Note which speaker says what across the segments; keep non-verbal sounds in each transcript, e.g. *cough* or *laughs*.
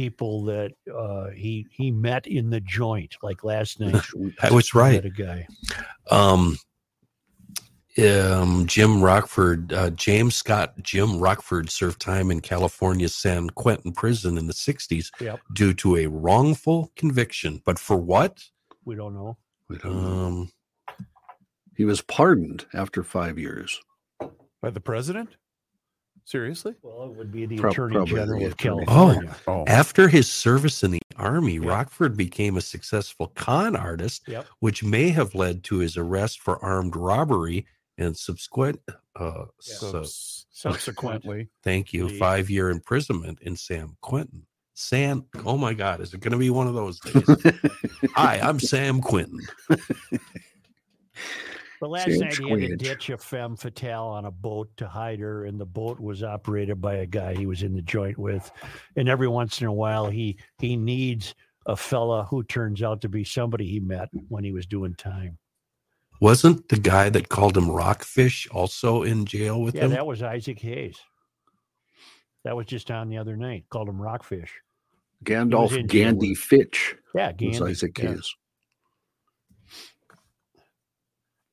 Speaker 1: people that uh, he he met in the joint, like last night.
Speaker 2: That was Oh, right.
Speaker 1: Met a guy.
Speaker 2: Um, um, Jim Rockford, uh, James Scott Jim Rockford served time in California's San Quentin prison in the 60s
Speaker 1: Yep.
Speaker 2: due to a wrongful conviction. But for what?
Speaker 1: We don't know.
Speaker 3: We don't know.
Speaker 2: Um,
Speaker 3: uh, He was pardoned after five years.
Speaker 4: By the president? Seriously?
Speaker 1: Well, it would be the
Speaker 3: Prob-
Speaker 1: Attorney
Speaker 3: probably
Speaker 1: General
Speaker 3: the
Speaker 1: of
Speaker 3: attorney.
Speaker 1: California.
Speaker 4: Oh,
Speaker 2: after his service in the army,
Speaker 4: Yeah.
Speaker 2: Rockford became a successful con artist,
Speaker 1: Yep.
Speaker 2: which may have led to his arrest for armed robbery and subsequent. Uh,
Speaker 4: so,
Speaker 2: so,
Speaker 4: subsequently.
Speaker 2: thank you,
Speaker 1: The-
Speaker 2: five year imprisonment in San Quentin. San, oh my God, is it going to be one of
Speaker 4: *laughs*
Speaker 2: those days? Hi, I'm Sam Quentin.
Speaker 1: But last
Speaker 3: James
Speaker 1: night he had to
Speaker 3: Wedge.
Speaker 1: ditch a femme fatale on a boat to hide her, and the boat was operated by a guy he was in the joint with. And every once in a while, he he needs a fella who turns out to be somebody he met when he was doing time.
Speaker 2: Wasn't the guy that called him Rockfish also in jail with
Speaker 1: Yeah,
Speaker 2: him?
Speaker 1: that was Isaac Hayes. That was just on the other night. Called him Rockfish. He was
Speaker 3: Gandalf
Speaker 1: in
Speaker 3: Gandhi
Speaker 1: Jailbird.
Speaker 3: Fitch
Speaker 1: Yeah,
Speaker 3: was
Speaker 1: Gandhi,
Speaker 3: Isaac
Speaker 1: yeah.
Speaker 3: Hayes.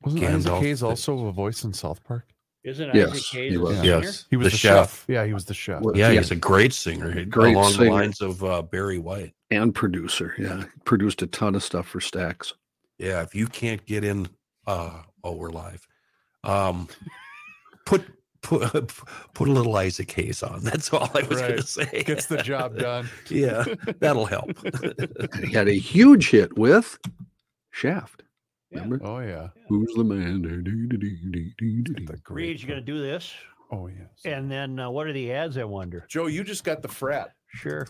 Speaker 4: Wasn't Isaac
Speaker 2: Gandalf
Speaker 4: Hayes
Speaker 2: the-
Speaker 4: also a voice in South Park?
Speaker 1: Isn't
Speaker 3: Yes,
Speaker 1: Isaac
Speaker 3: he
Speaker 1: Hayes? a
Speaker 3: was.
Speaker 1: singer?
Speaker 2: yes,
Speaker 4: He was the, chef. Yeah, he was the chef.
Speaker 3: Well,
Speaker 2: Yeah, he's a great singer. He-
Speaker 3: Great
Speaker 2: along
Speaker 3: singer.
Speaker 2: the lines of uh, Barry White.
Speaker 3: and producer. Yeah, produced a ton of stuff for Stax.
Speaker 2: Yeah, if you can't get in, uh, oh, we're live. Um, put put *laughs* put a little Isaac Hayes on. That's all I was going
Speaker 4: Right.
Speaker 2: to say.
Speaker 4: Gets the
Speaker 1: *laughs*
Speaker 4: job done.
Speaker 2: *laughs* yeah,
Speaker 4: *laughs*
Speaker 2: that'll help.
Speaker 3: And he had a huge hit with Shaft.
Speaker 1: Yeah.
Speaker 3: Remember?
Speaker 4: Oh yeah.
Speaker 3: Who's the man? Do-do-do-do-do-do-do.
Speaker 4: The great
Speaker 1: Reed's going to do this,
Speaker 4: one. Oh yes.
Speaker 1: and then uh, what are the ads? I wonder.
Speaker 4: Joe, you just got the frat.
Speaker 1: Sure.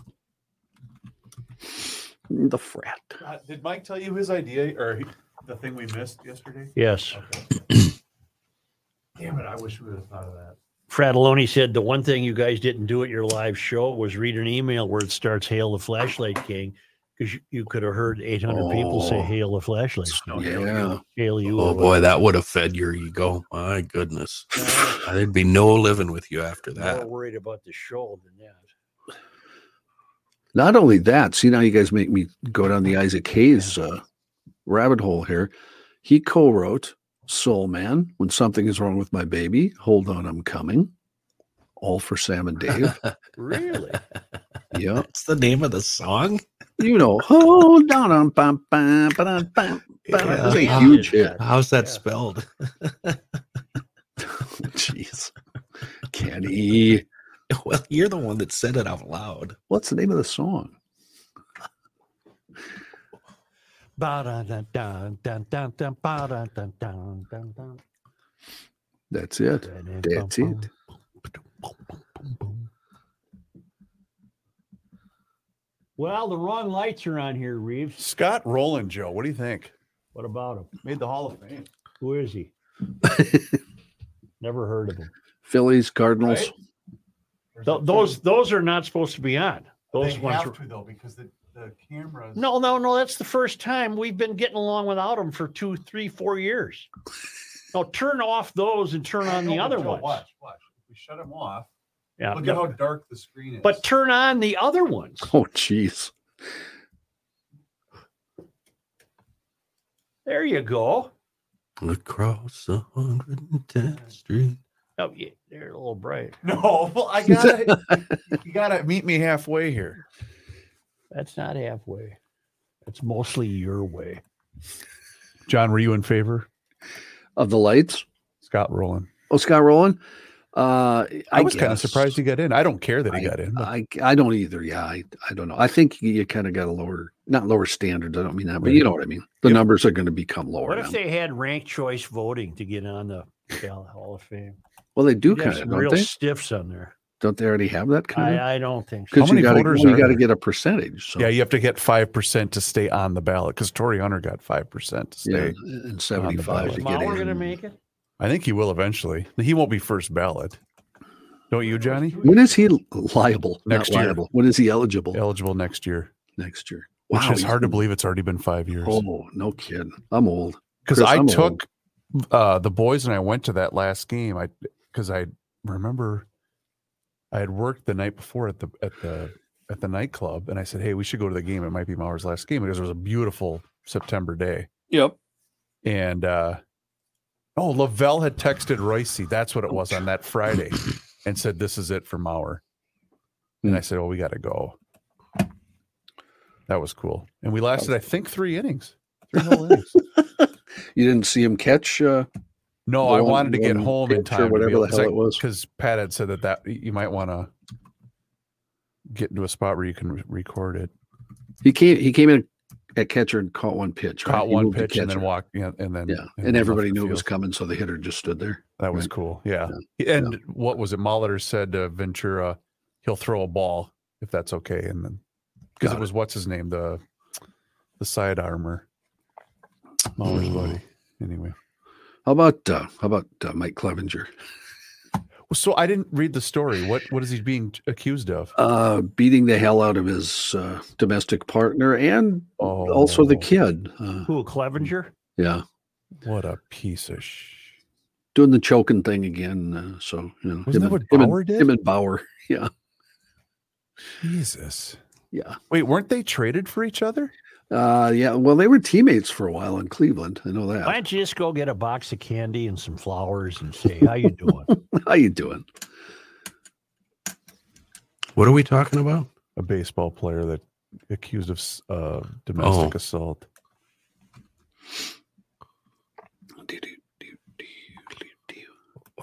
Speaker 3: The frat.
Speaker 4: *laughs* Uh, did Mike tell you his idea or he- the thing we missed yesterday?
Speaker 1: Yes.
Speaker 4: Damn it! I wish we would have thought of that.
Speaker 1: Fratelloni said the one thing you guys didn't do at your live show was read an email where it starts "Hail the Flashlight King" because you, you could have heard 800 people say
Speaker 3: Oh.
Speaker 1: "Hail the Flashlight,
Speaker 3: yeah.
Speaker 1: hail you." uh,
Speaker 2: oh
Speaker 1: or
Speaker 2: boy, that would have fed your ego. My goodness, there'd be no living with you after
Speaker 1: whatever.
Speaker 2: that.
Speaker 1: More worried about the show than that.
Speaker 3: Not only that, see now you guys make me go down the Isaac Hayes uh, rabbit hole here. He co-wrote Soul Man, When Something Is Wrong with My Baby, Hold On, I'm Coming, all for Sam and Dave. *laughs*
Speaker 1: Really?
Speaker 3: yeah,
Speaker 2: That's the name of the song.
Speaker 3: you know, hold on, I'm bum, bum, ba-dum, bum. But
Speaker 2: Yeah.
Speaker 3: it was a
Speaker 1: How
Speaker 3: huge
Speaker 1: did
Speaker 3: hit.
Speaker 2: How's that
Speaker 1: Yeah.
Speaker 2: spelled? *laughs*
Speaker 3: *laughs* Jeez, Kenny,
Speaker 2: Well, you're the one that said it out loud.
Speaker 3: what's the name of the song?
Speaker 1: Ba-dun-dun-dun-dun-dun-dun, ba-dun-dun-dun-dun-dun-dun.
Speaker 3: That's it. That's it.
Speaker 1: Well, the wrong lights are on here, Reeves.
Speaker 4: Scott Rowland, Joe. What do you think?
Speaker 1: What about him?
Speaker 4: Made the Hall of Fame.
Speaker 1: Who is he? *laughs* Never heard of him.
Speaker 3: Phillies, Cardinals.
Speaker 4: Right?
Speaker 1: Th- those those are not supposed to be on. Those
Speaker 4: They
Speaker 1: ones.
Speaker 4: have
Speaker 1: are-
Speaker 4: to though because the, the cameras.
Speaker 1: No, no, no. That's the first time we've been getting along without them for two, three, four years. Now turn off those and turn on
Speaker 4: No,
Speaker 1: the
Speaker 4: but
Speaker 1: other
Speaker 4: Joe,
Speaker 1: ones.
Speaker 4: Watch, watch. If we shut them off.
Speaker 1: Yeah.
Speaker 4: Look at how dark the screen is.
Speaker 1: But
Speaker 4: *laughs*
Speaker 1: turn on the other ones.
Speaker 3: Oh, jeez.
Speaker 1: There you go.
Speaker 2: Across the 110th Street.
Speaker 1: Oh, yeah, they're a little bright.
Speaker 4: no, well, I gotta, you gotta meet me halfway here.
Speaker 1: That's not halfway. That's mostly your way.
Speaker 4: John, were you in favor?
Speaker 3: Of the lights.
Speaker 4: Scott Rowland.
Speaker 3: Oh, Scott Rowland. Uh,
Speaker 4: I, was kind of
Speaker 3: guess.
Speaker 4: surprised he got in. I don't care that he
Speaker 3: I-
Speaker 4: got in. But
Speaker 3: I, I don't either. Yeah, I, I don't know. I think you kind of got a lower, not lower standards. I don't mean that, but
Speaker 4: Right.
Speaker 3: you know what I mean. The
Speaker 4: Yep.
Speaker 3: numbers are going to become lower.
Speaker 1: What if
Speaker 3: now.
Speaker 1: they had ranked choice voting to get on the Hall Hall of Fame?
Speaker 3: well, they do
Speaker 1: They'd have
Speaker 3: kind of,
Speaker 1: some
Speaker 3: don't
Speaker 1: real
Speaker 3: they?
Speaker 1: stiffs on there.
Speaker 3: Don't they already have that kind of?
Speaker 1: I, uh, I don't think so.
Speaker 4: How
Speaker 3: Because you
Speaker 4: many
Speaker 3: got
Speaker 4: voters
Speaker 3: you
Speaker 4: are
Speaker 3: got to
Speaker 4: there?
Speaker 3: get a percentage. So.
Speaker 4: yeah, you have to get five percent to stay on the ballot because Tory Hunter got five percent to
Speaker 3: Yeah,
Speaker 4: stay.
Speaker 3: and 75
Speaker 4: ballot.
Speaker 3: to
Speaker 1: Is
Speaker 3: get
Speaker 1: Mauer going to
Speaker 3: in.
Speaker 1: make it?
Speaker 4: I think he will eventually. He won't be first ballot. Don't you, Johnny?
Speaker 3: When is he liable?
Speaker 4: Next
Speaker 3: Not
Speaker 4: year.
Speaker 3: liable. When is he eligible?
Speaker 4: Eligible next year,
Speaker 3: Next year.
Speaker 4: which is
Speaker 3: he's
Speaker 4: hard to
Speaker 3: been-
Speaker 4: believe. It's already been five years.
Speaker 3: Oh, no kidding. I'm old.
Speaker 4: because
Speaker 3: Chris,
Speaker 4: I
Speaker 3: I'm old.
Speaker 4: took uh, the boys and I went to that last game. I because I remember I had worked the night before at the at the at the nightclub and I said, Hey, we should go to the game. It might be Mauer's last game because it was a beautiful September day.
Speaker 5: Yep.
Speaker 4: And uh oh, Lavelle had texted Roycey, that's what it was on that Friday, and said, This is it for Mauer. And I said, Oh, we gotta go. That was cool. And we lasted, I think, three *laughs* innings. Three whole innings.
Speaker 3: You didn't see him catch. Uh,
Speaker 4: No,
Speaker 3: the
Speaker 4: Oh, I
Speaker 3: one-
Speaker 4: wanted to get
Speaker 3: one
Speaker 4: home in
Speaker 3: pitch or
Speaker 4: time.
Speaker 3: whatever the hell it was.
Speaker 4: Because Pat had said that that you might want to get into a spot where you can re- record it,
Speaker 3: he came. He came in at catcher and caught one pitch. right?
Speaker 4: caught
Speaker 3: He
Speaker 4: one
Speaker 3: moved to
Speaker 4: pitch, and then
Speaker 3: catcher.
Speaker 4: walk, yeah, and then
Speaker 3: Yeah, and
Speaker 4: then left
Speaker 3: everybody
Speaker 4: the
Speaker 3: knew it was
Speaker 4: field.
Speaker 3: coming, so the hitter just stood there.
Speaker 4: That was
Speaker 3: right.
Speaker 4: cool. Yeah. And what was it? Molitor said to Ventura, he'll throw a ball if that's okay, and then because
Speaker 3: Got
Speaker 4: it
Speaker 3: it.
Speaker 4: was what's his name the the side armor, Mahler's
Speaker 3: Mm.
Speaker 4: buddy. Anyway.
Speaker 3: How about uh, how about uh, Mike Clevenger
Speaker 4: So I didn't read the story. What what is he being accused of?
Speaker 3: uh, beating the hell out of his uh, domestic partner and also the
Speaker 4: Oh.
Speaker 3: kid? Uh,
Speaker 1: Who, Clevenger?
Speaker 3: yeah,
Speaker 4: What a piece of sh.
Speaker 3: doing the choking thing again. Uh, so you know,
Speaker 4: Wasn't that
Speaker 3: and-
Speaker 4: what
Speaker 3: and-
Speaker 4: Bauer did?
Speaker 3: Him and Bauer. Yeah,
Speaker 4: Jesus.
Speaker 3: yeah,
Speaker 4: Wait, weren't they traded for each other?
Speaker 3: uh, yeah. Well, they were teammates for a while in Cleveland. I know that.
Speaker 1: Why don't you just go get a box of candy and some flowers and say, how you doing?
Speaker 3: *laughs* How you doing?
Speaker 2: What are we talking about?
Speaker 4: A baseball player that accused of s- uh,
Speaker 1: Oh.
Speaker 4: domestic assault.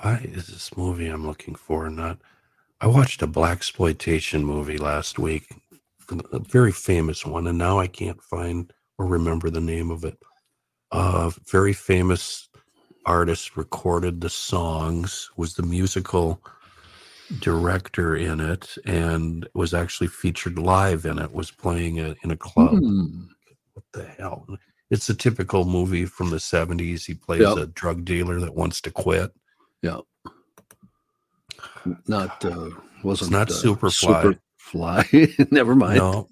Speaker 2: Why is this movie I'm looking for not? I watched a black exploitation movie last week, a very famous one, and now I can't find or remember the name of it. A very famous artist recorded the songs, was the musical director in it, and was actually featured live in it. Was playing it in a club.
Speaker 3: Hmm.
Speaker 2: What the hell? It's a typical movie from the '70s. He plays
Speaker 3: Yep.
Speaker 2: a drug dealer that wants to quit.
Speaker 3: Not uh, wasn't
Speaker 2: not
Speaker 3: uh,
Speaker 2: Superfly.
Speaker 3: Superfly. *laughs* Never mind.
Speaker 2: No,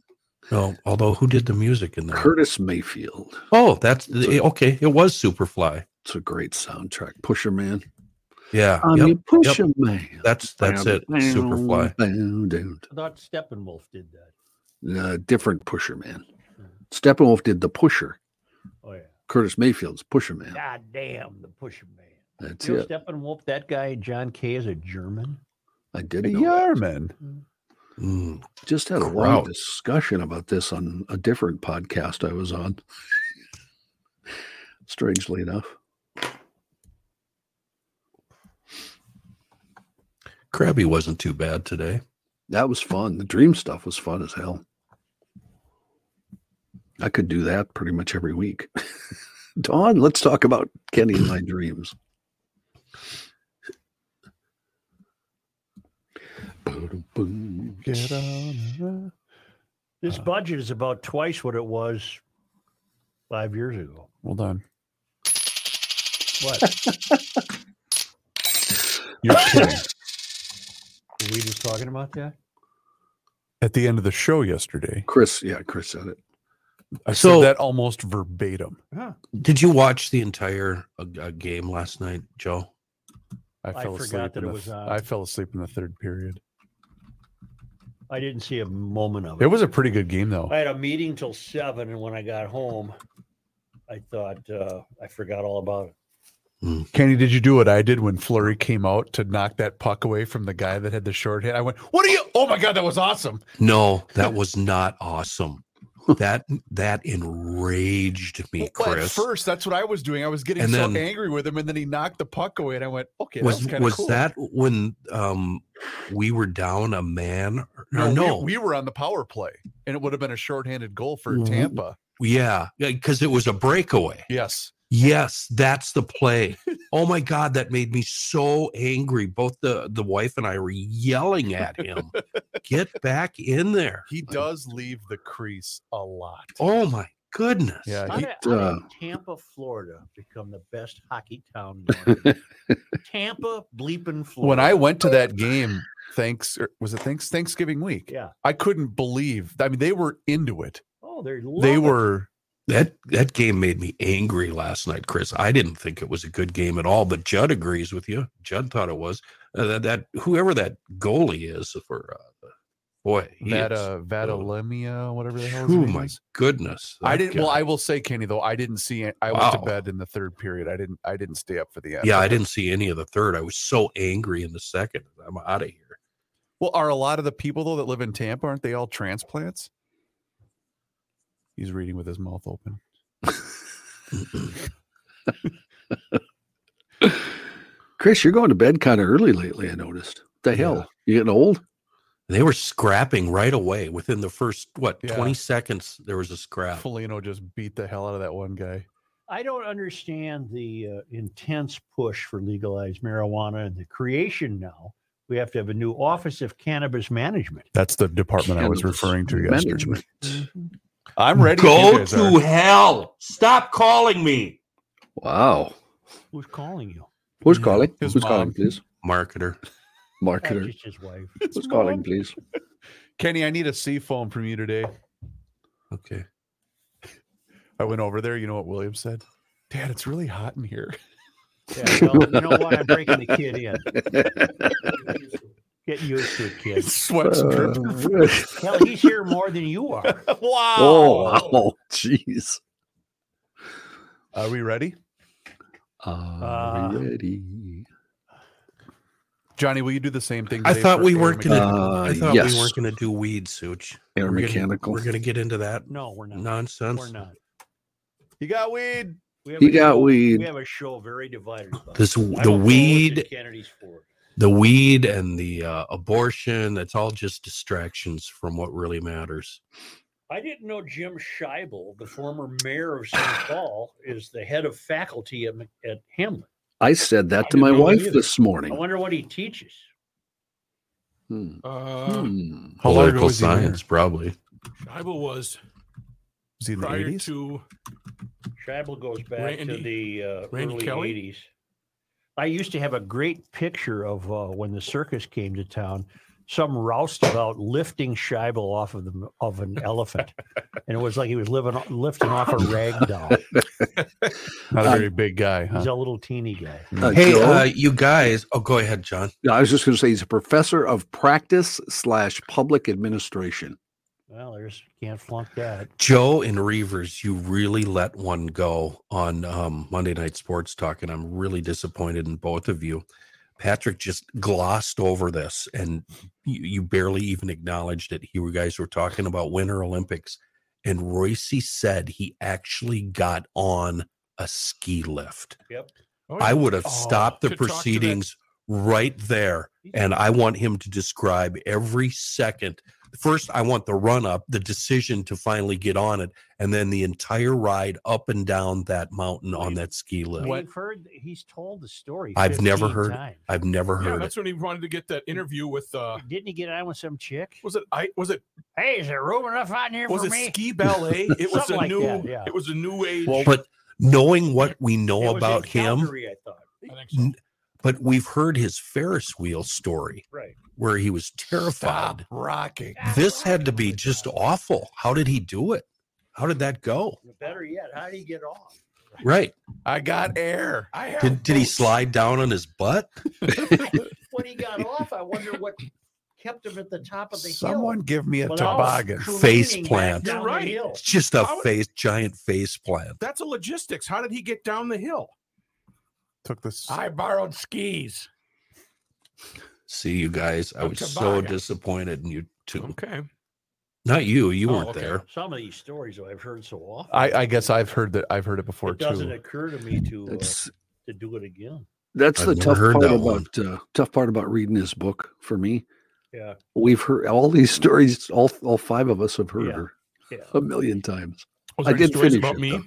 Speaker 2: no. Although, who did the music in that?
Speaker 3: Curtis Mayfield.
Speaker 2: Oh, that's the, okay. It was Superfly.
Speaker 3: It's a great soundtrack. Pusher Man.
Speaker 2: Yeah,
Speaker 3: I'm
Speaker 4: Um,
Speaker 2: yep,
Speaker 3: your Pusher Man.
Speaker 2: that's that's it. Superfly.
Speaker 1: I thought Steppenwolf did that.
Speaker 3: Uh, different Pusher Man. Steppenwolf did the Pusher.
Speaker 1: Oh, yeah.
Speaker 3: Curtis Mayfield's Pusher Man.
Speaker 1: God damn, the pusher man.
Speaker 3: That's
Speaker 1: You know
Speaker 3: it.
Speaker 1: Steppenwolf, that guy, John K., is a German.
Speaker 3: I didn't know. that.
Speaker 4: Yarman.
Speaker 2: Mm.
Speaker 3: Just had a long
Speaker 2: Kraut.
Speaker 3: discussion about this on a different podcast I was on. *laughs* Strangely enough.
Speaker 2: Krabby wasn't too bad today.
Speaker 3: That was fun. The dream stuff was fun as hell. I could do that pretty much every week. *laughs* Don, let's talk about Kenny and my dreams. Ba-dum-bum.
Speaker 4: Get on.
Speaker 1: This
Speaker 3: Uh-huh.
Speaker 4: Uh,
Speaker 1: budget is about twice what it was five years ago.
Speaker 4: Well done.
Speaker 3: *laughs*
Speaker 1: What?
Speaker 4: You're kidding.
Speaker 1: Were we just talking about that?
Speaker 4: At the end of the show yesterday,
Speaker 3: Chris, yeah, Chris said it.
Speaker 4: I
Speaker 2: So-
Speaker 4: said that almost verbatim.
Speaker 1: Huh.
Speaker 2: Did you watch the entire uh, uh, game last night, Joe?
Speaker 4: I
Speaker 1: I
Speaker 4: fell
Speaker 1: forgot
Speaker 4: asleep.
Speaker 1: that
Speaker 4: in
Speaker 1: it
Speaker 4: the
Speaker 1: was uh,
Speaker 4: th-
Speaker 1: on.
Speaker 4: I fell asleep in the third period.
Speaker 1: I didn't see a moment of it.
Speaker 4: It was a pretty good game, though.
Speaker 1: I had a meeting till seven, and when I got home, I thought uh, I forgot all about it.
Speaker 4: Kenny, did you do what I did when Flurry came out to knock that puck away from the guy that had the short hit? I went, "What are you? Oh my god, that was awesome!"
Speaker 2: No, that was not awesome. that that enraged me,
Speaker 4: Well, at
Speaker 2: Chris.
Speaker 4: first, that's what I was doing. I was getting
Speaker 2: And
Speaker 4: so
Speaker 2: then-
Speaker 4: angry with him, and then he knocked the puck away, and I went, "Okay,
Speaker 2: was
Speaker 4: that was,
Speaker 2: was,
Speaker 4: kinda cool."
Speaker 2: that when um we were down a man? Or,
Speaker 4: No,
Speaker 2: no,
Speaker 4: we- We, were on the power play, and it would have been a shorthanded goal for
Speaker 2: Mhm.
Speaker 4: Tampa.
Speaker 2: yeah, because it was a breakaway.
Speaker 4: Yes,
Speaker 2: Yes, that's the play. Oh my god, that made me so angry. Both the the wife and I were yelling at him. Get back in there.
Speaker 4: he does leave the crease a lot.
Speaker 2: Oh my goodness.
Speaker 4: Yeah,
Speaker 1: How
Speaker 4: he-
Speaker 1: did, how did
Speaker 3: uh,
Speaker 1: Tampa, Florida, become the best hockey town? North?
Speaker 3: *laughs*
Speaker 1: Tampa bleeping Florida.
Speaker 4: when I went to that game, thanks or was it thanks Thanksgiving week?
Speaker 1: yeah.
Speaker 4: I couldn't believe. I mean, they were into it.
Speaker 1: Oh, they're
Speaker 4: they
Speaker 1: loving-
Speaker 4: were.
Speaker 2: That that game made me angry last night, Chris. I didn't think it was a good game at all, but Judd agrees with you. Judd thought it was. Uh, that, that whoever that goalie is for uh, Boy, he is-
Speaker 4: Vata Vatalemia, whatever the hell. His
Speaker 2: oh
Speaker 4: name
Speaker 2: my
Speaker 4: is.
Speaker 2: goodness!
Speaker 4: I
Speaker 2: that
Speaker 4: didn't. Well,
Speaker 2: guy.
Speaker 4: I will say, Kenny, though I didn't see it. I went to
Speaker 2: Wow.
Speaker 4: bed in the third period. I didn't. I didn't stay up for the end.
Speaker 2: yeah, I didn't see any of the third. I was so angry in the second. I'm out of here.
Speaker 4: Well, are a lot of the people though that live in Tampa aren't they all transplants? He's reading with his mouth open.
Speaker 3: Chris, you're going to bed kind of early lately, I noticed. The hell? You getting old?
Speaker 2: They were scrapping right away within the first what
Speaker 4: Yeah.
Speaker 2: 20 seconds. There was a scrap.
Speaker 4: Felino just beat the hell out of that one guy.
Speaker 1: I don't understand the uh, intense push for legalized marijuana and the creation now. We have to have a new office of cannabis management.
Speaker 4: That's the department I was
Speaker 3: Cannabis
Speaker 4: referring to yesterday.
Speaker 3: Management.
Speaker 4: I'm ready. if you
Speaker 2: Go
Speaker 4: guys
Speaker 2: to
Speaker 4: are.
Speaker 2: hell! Stop calling me,
Speaker 3: Wow.
Speaker 1: Who's calling you?
Speaker 3: Who's
Speaker 2: Yeah,
Speaker 3: calling?
Speaker 4: his
Speaker 3: Who's
Speaker 4: mom.
Speaker 3: calling, please?
Speaker 2: marketer.
Speaker 1: That's
Speaker 3: Marketer.
Speaker 1: just his wife.
Speaker 3: Who's calling, please?
Speaker 4: Kenny. I need a sea foam from you today.
Speaker 2: Okay.
Speaker 4: I went over there. You know what William said? Dad, it's really hot in here. *laughs*
Speaker 1: Yeah, well, you know what? I'm breaking the kid in.
Speaker 4: *laughs*
Speaker 1: Get used to it, kid.
Speaker 4: His
Speaker 2: Uh,
Speaker 4: sweat's
Speaker 3: Uh,
Speaker 4: dripping.
Speaker 3: *laughs*
Speaker 1: Hell, he's here more than you are.
Speaker 4: *laughs* Wow.
Speaker 3: oh, wow. Jeez.
Speaker 4: Are we ready?
Speaker 3: Are we
Speaker 1: Uh,
Speaker 3: ready?
Speaker 4: Johnny, will you do the same thing?
Speaker 2: I
Speaker 4: today
Speaker 2: thought
Speaker 4: for
Speaker 2: we
Speaker 4: air
Speaker 2: weren't gonna.
Speaker 4: mechanic?
Speaker 3: Uh,
Speaker 2: I thought
Speaker 3: yes.
Speaker 2: we weren't gonna do weed, Such.
Speaker 3: Air
Speaker 2: We're gonna-
Speaker 3: mechanical.
Speaker 2: we're gonna get into that
Speaker 1: No, we're not.
Speaker 2: nonsense.
Speaker 1: We're not.
Speaker 4: You got weed.
Speaker 1: We have
Speaker 3: He
Speaker 1: a
Speaker 3: got
Speaker 1: show-
Speaker 3: weed.
Speaker 1: We have a show very divided. About
Speaker 2: This
Speaker 1: it. I'm
Speaker 2: the
Speaker 1: opposed to
Speaker 2: weed,
Speaker 1: Kennedy's for it.
Speaker 2: the weed, and the uh, abortion. That's all just distractions from what really matters.
Speaker 1: I didn't know Jim Scheibel, the former mayor of St. Paul, is the head of faculty at, Mc- at Hamlin.
Speaker 3: I said that to
Speaker 1: I
Speaker 3: my
Speaker 1: didn't know
Speaker 3: wife
Speaker 1: either.
Speaker 3: this
Speaker 1: I
Speaker 2: Oh,
Speaker 3: morning.
Speaker 1: wonder what he teaches.
Speaker 3: Hmm.
Speaker 5: Uh,
Speaker 3: Hmm.
Speaker 4: How long ago
Speaker 2: Political
Speaker 4: was he mayor?
Speaker 2: science, probably.
Speaker 5: Scheibel was
Speaker 4: Was he in the
Speaker 5: prior
Speaker 4: eighties?
Speaker 5: to
Speaker 1: Scheibel goes back to
Speaker 5: Randy-
Speaker 1: the uh,
Speaker 5: Randy
Speaker 1: early
Speaker 5: Kelly?
Speaker 1: 80s. I used to have a great picture of uh, when the circus came to town. Some roustabout lifting Scheibel off of the of an *laughs* elephant, and it was like he was living lifting off a rag
Speaker 5: *laughs*
Speaker 1: doll.
Speaker 4: Not a
Speaker 3: Uh,
Speaker 4: very big guy, huh?
Speaker 1: He's a little teeny guy.
Speaker 3: Uh,
Speaker 2: Hey,
Speaker 3: Joe?
Speaker 2: uh, you guys. Oh, go ahead, John.
Speaker 3: No, I was just going to say he's a professor of practice slash public administration.
Speaker 1: Well, there's can't flunk that.
Speaker 2: Joe and Reavers, you really let one go on um, Monday Night Sports Talk, and I'm really disappointed in both of you. Patrick just glossed over this, and you, you barely even acknowledged it. You guys were talking about Winter Olympics, and Royce said he actually got on a ski lift. I would have
Speaker 5: Oh,
Speaker 2: stopped the
Speaker 5: to talk to that-
Speaker 2: proceedings right there. And I want him to describe every second. First, I want the run up, the decision to finally get on it, and then the entire ride up and down that mountain on that ski lift.
Speaker 5: What?
Speaker 1: We've heard he's told the story.
Speaker 2: I've never
Speaker 1: 15
Speaker 2: heard it.
Speaker 1: times.
Speaker 2: I've never
Speaker 5: yeah,
Speaker 2: heard it.
Speaker 5: that's when he wanted to get that interview with uh
Speaker 1: Didn't he get on with some chick?
Speaker 5: was it I was it
Speaker 1: Hey, is there room enough out here
Speaker 5: was
Speaker 1: for
Speaker 5: it
Speaker 1: me?
Speaker 5: ski ballet? It was
Speaker 1: Something
Speaker 5: a
Speaker 1: like
Speaker 5: new
Speaker 1: that, yeah.
Speaker 5: it was a new age.
Speaker 2: But knowing what we know
Speaker 1: It was in
Speaker 2: about him,
Speaker 1: Calgary, I thought.
Speaker 5: I think
Speaker 2: n- but we've heard his Ferris wheel story
Speaker 1: Right.
Speaker 2: where he was
Speaker 4: Stop
Speaker 2: terrified.
Speaker 4: rocking.
Speaker 2: This had to be just awful. How did he do it? How did that go?
Speaker 1: Better yet, how do you get off?
Speaker 2: Right.
Speaker 4: I got air. I have
Speaker 2: Did, did he
Speaker 4: both.
Speaker 2: slide down on his butt?
Speaker 1: When he got off, I wonder what kept him at the top of the
Speaker 4: Someone
Speaker 1: hill.
Speaker 4: give me a
Speaker 1: without
Speaker 4: toboggan.
Speaker 2: Face
Speaker 1: careening back
Speaker 2: plant.
Speaker 1: down
Speaker 5: You're
Speaker 1: the
Speaker 5: right.
Speaker 1: hill.
Speaker 2: It's just a
Speaker 5: I would-
Speaker 2: face, giant face plant.
Speaker 5: That's a logistics. How did he get down the hill?
Speaker 4: Took this.
Speaker 5: I borrowed skis.
Speaker 2: See, you guys, I
Speaker 5: A
Speaker 2: was so
Speaker 5: toboggan.
Speaker 2: disappointed in you two.
Speaker 5: Okay.
Speaker 2: Not you, you
Speaker 5: Oh,
Speaker 2: weren't
Speaker 5: okay.
Speaker 2: there.
Speaker 1: Some of these stories though, I've heard so often.
Speaker 4: I, I guess I've heard that. I've heard it before
Speaker 1: it doesn't
Speaker 4: too.
Speaker 1: occur to me to uh,
Speaker 3: That's
Speaker 1: to do it again.
Speaker 3: that's
Speaker 2: I've
Speaker 3: the
Speaker 2: never
Speaker 3: tough
Speaker 2: heard
Speaker 3: part
Speaker 2: that one.
Speaker 3: about uh, tough part about reading his book for me.
Speaker 1: Yeah.
Speaker 3: We've heard all these stories. All all five of us have heard
Speaker 1: Yeah.
Speaker 3: her
Speaker 1: Yeah.
Speaker 3: a million times.
Speaker 5: Was
Speaker 3: I
Speaker 5: there any
Speaker 3: did
Speaker 5: stories
Speaker 3: finish
Speaker 5: about
Speaker 3: it,
Speaker 5: me.
Speaker 3: though.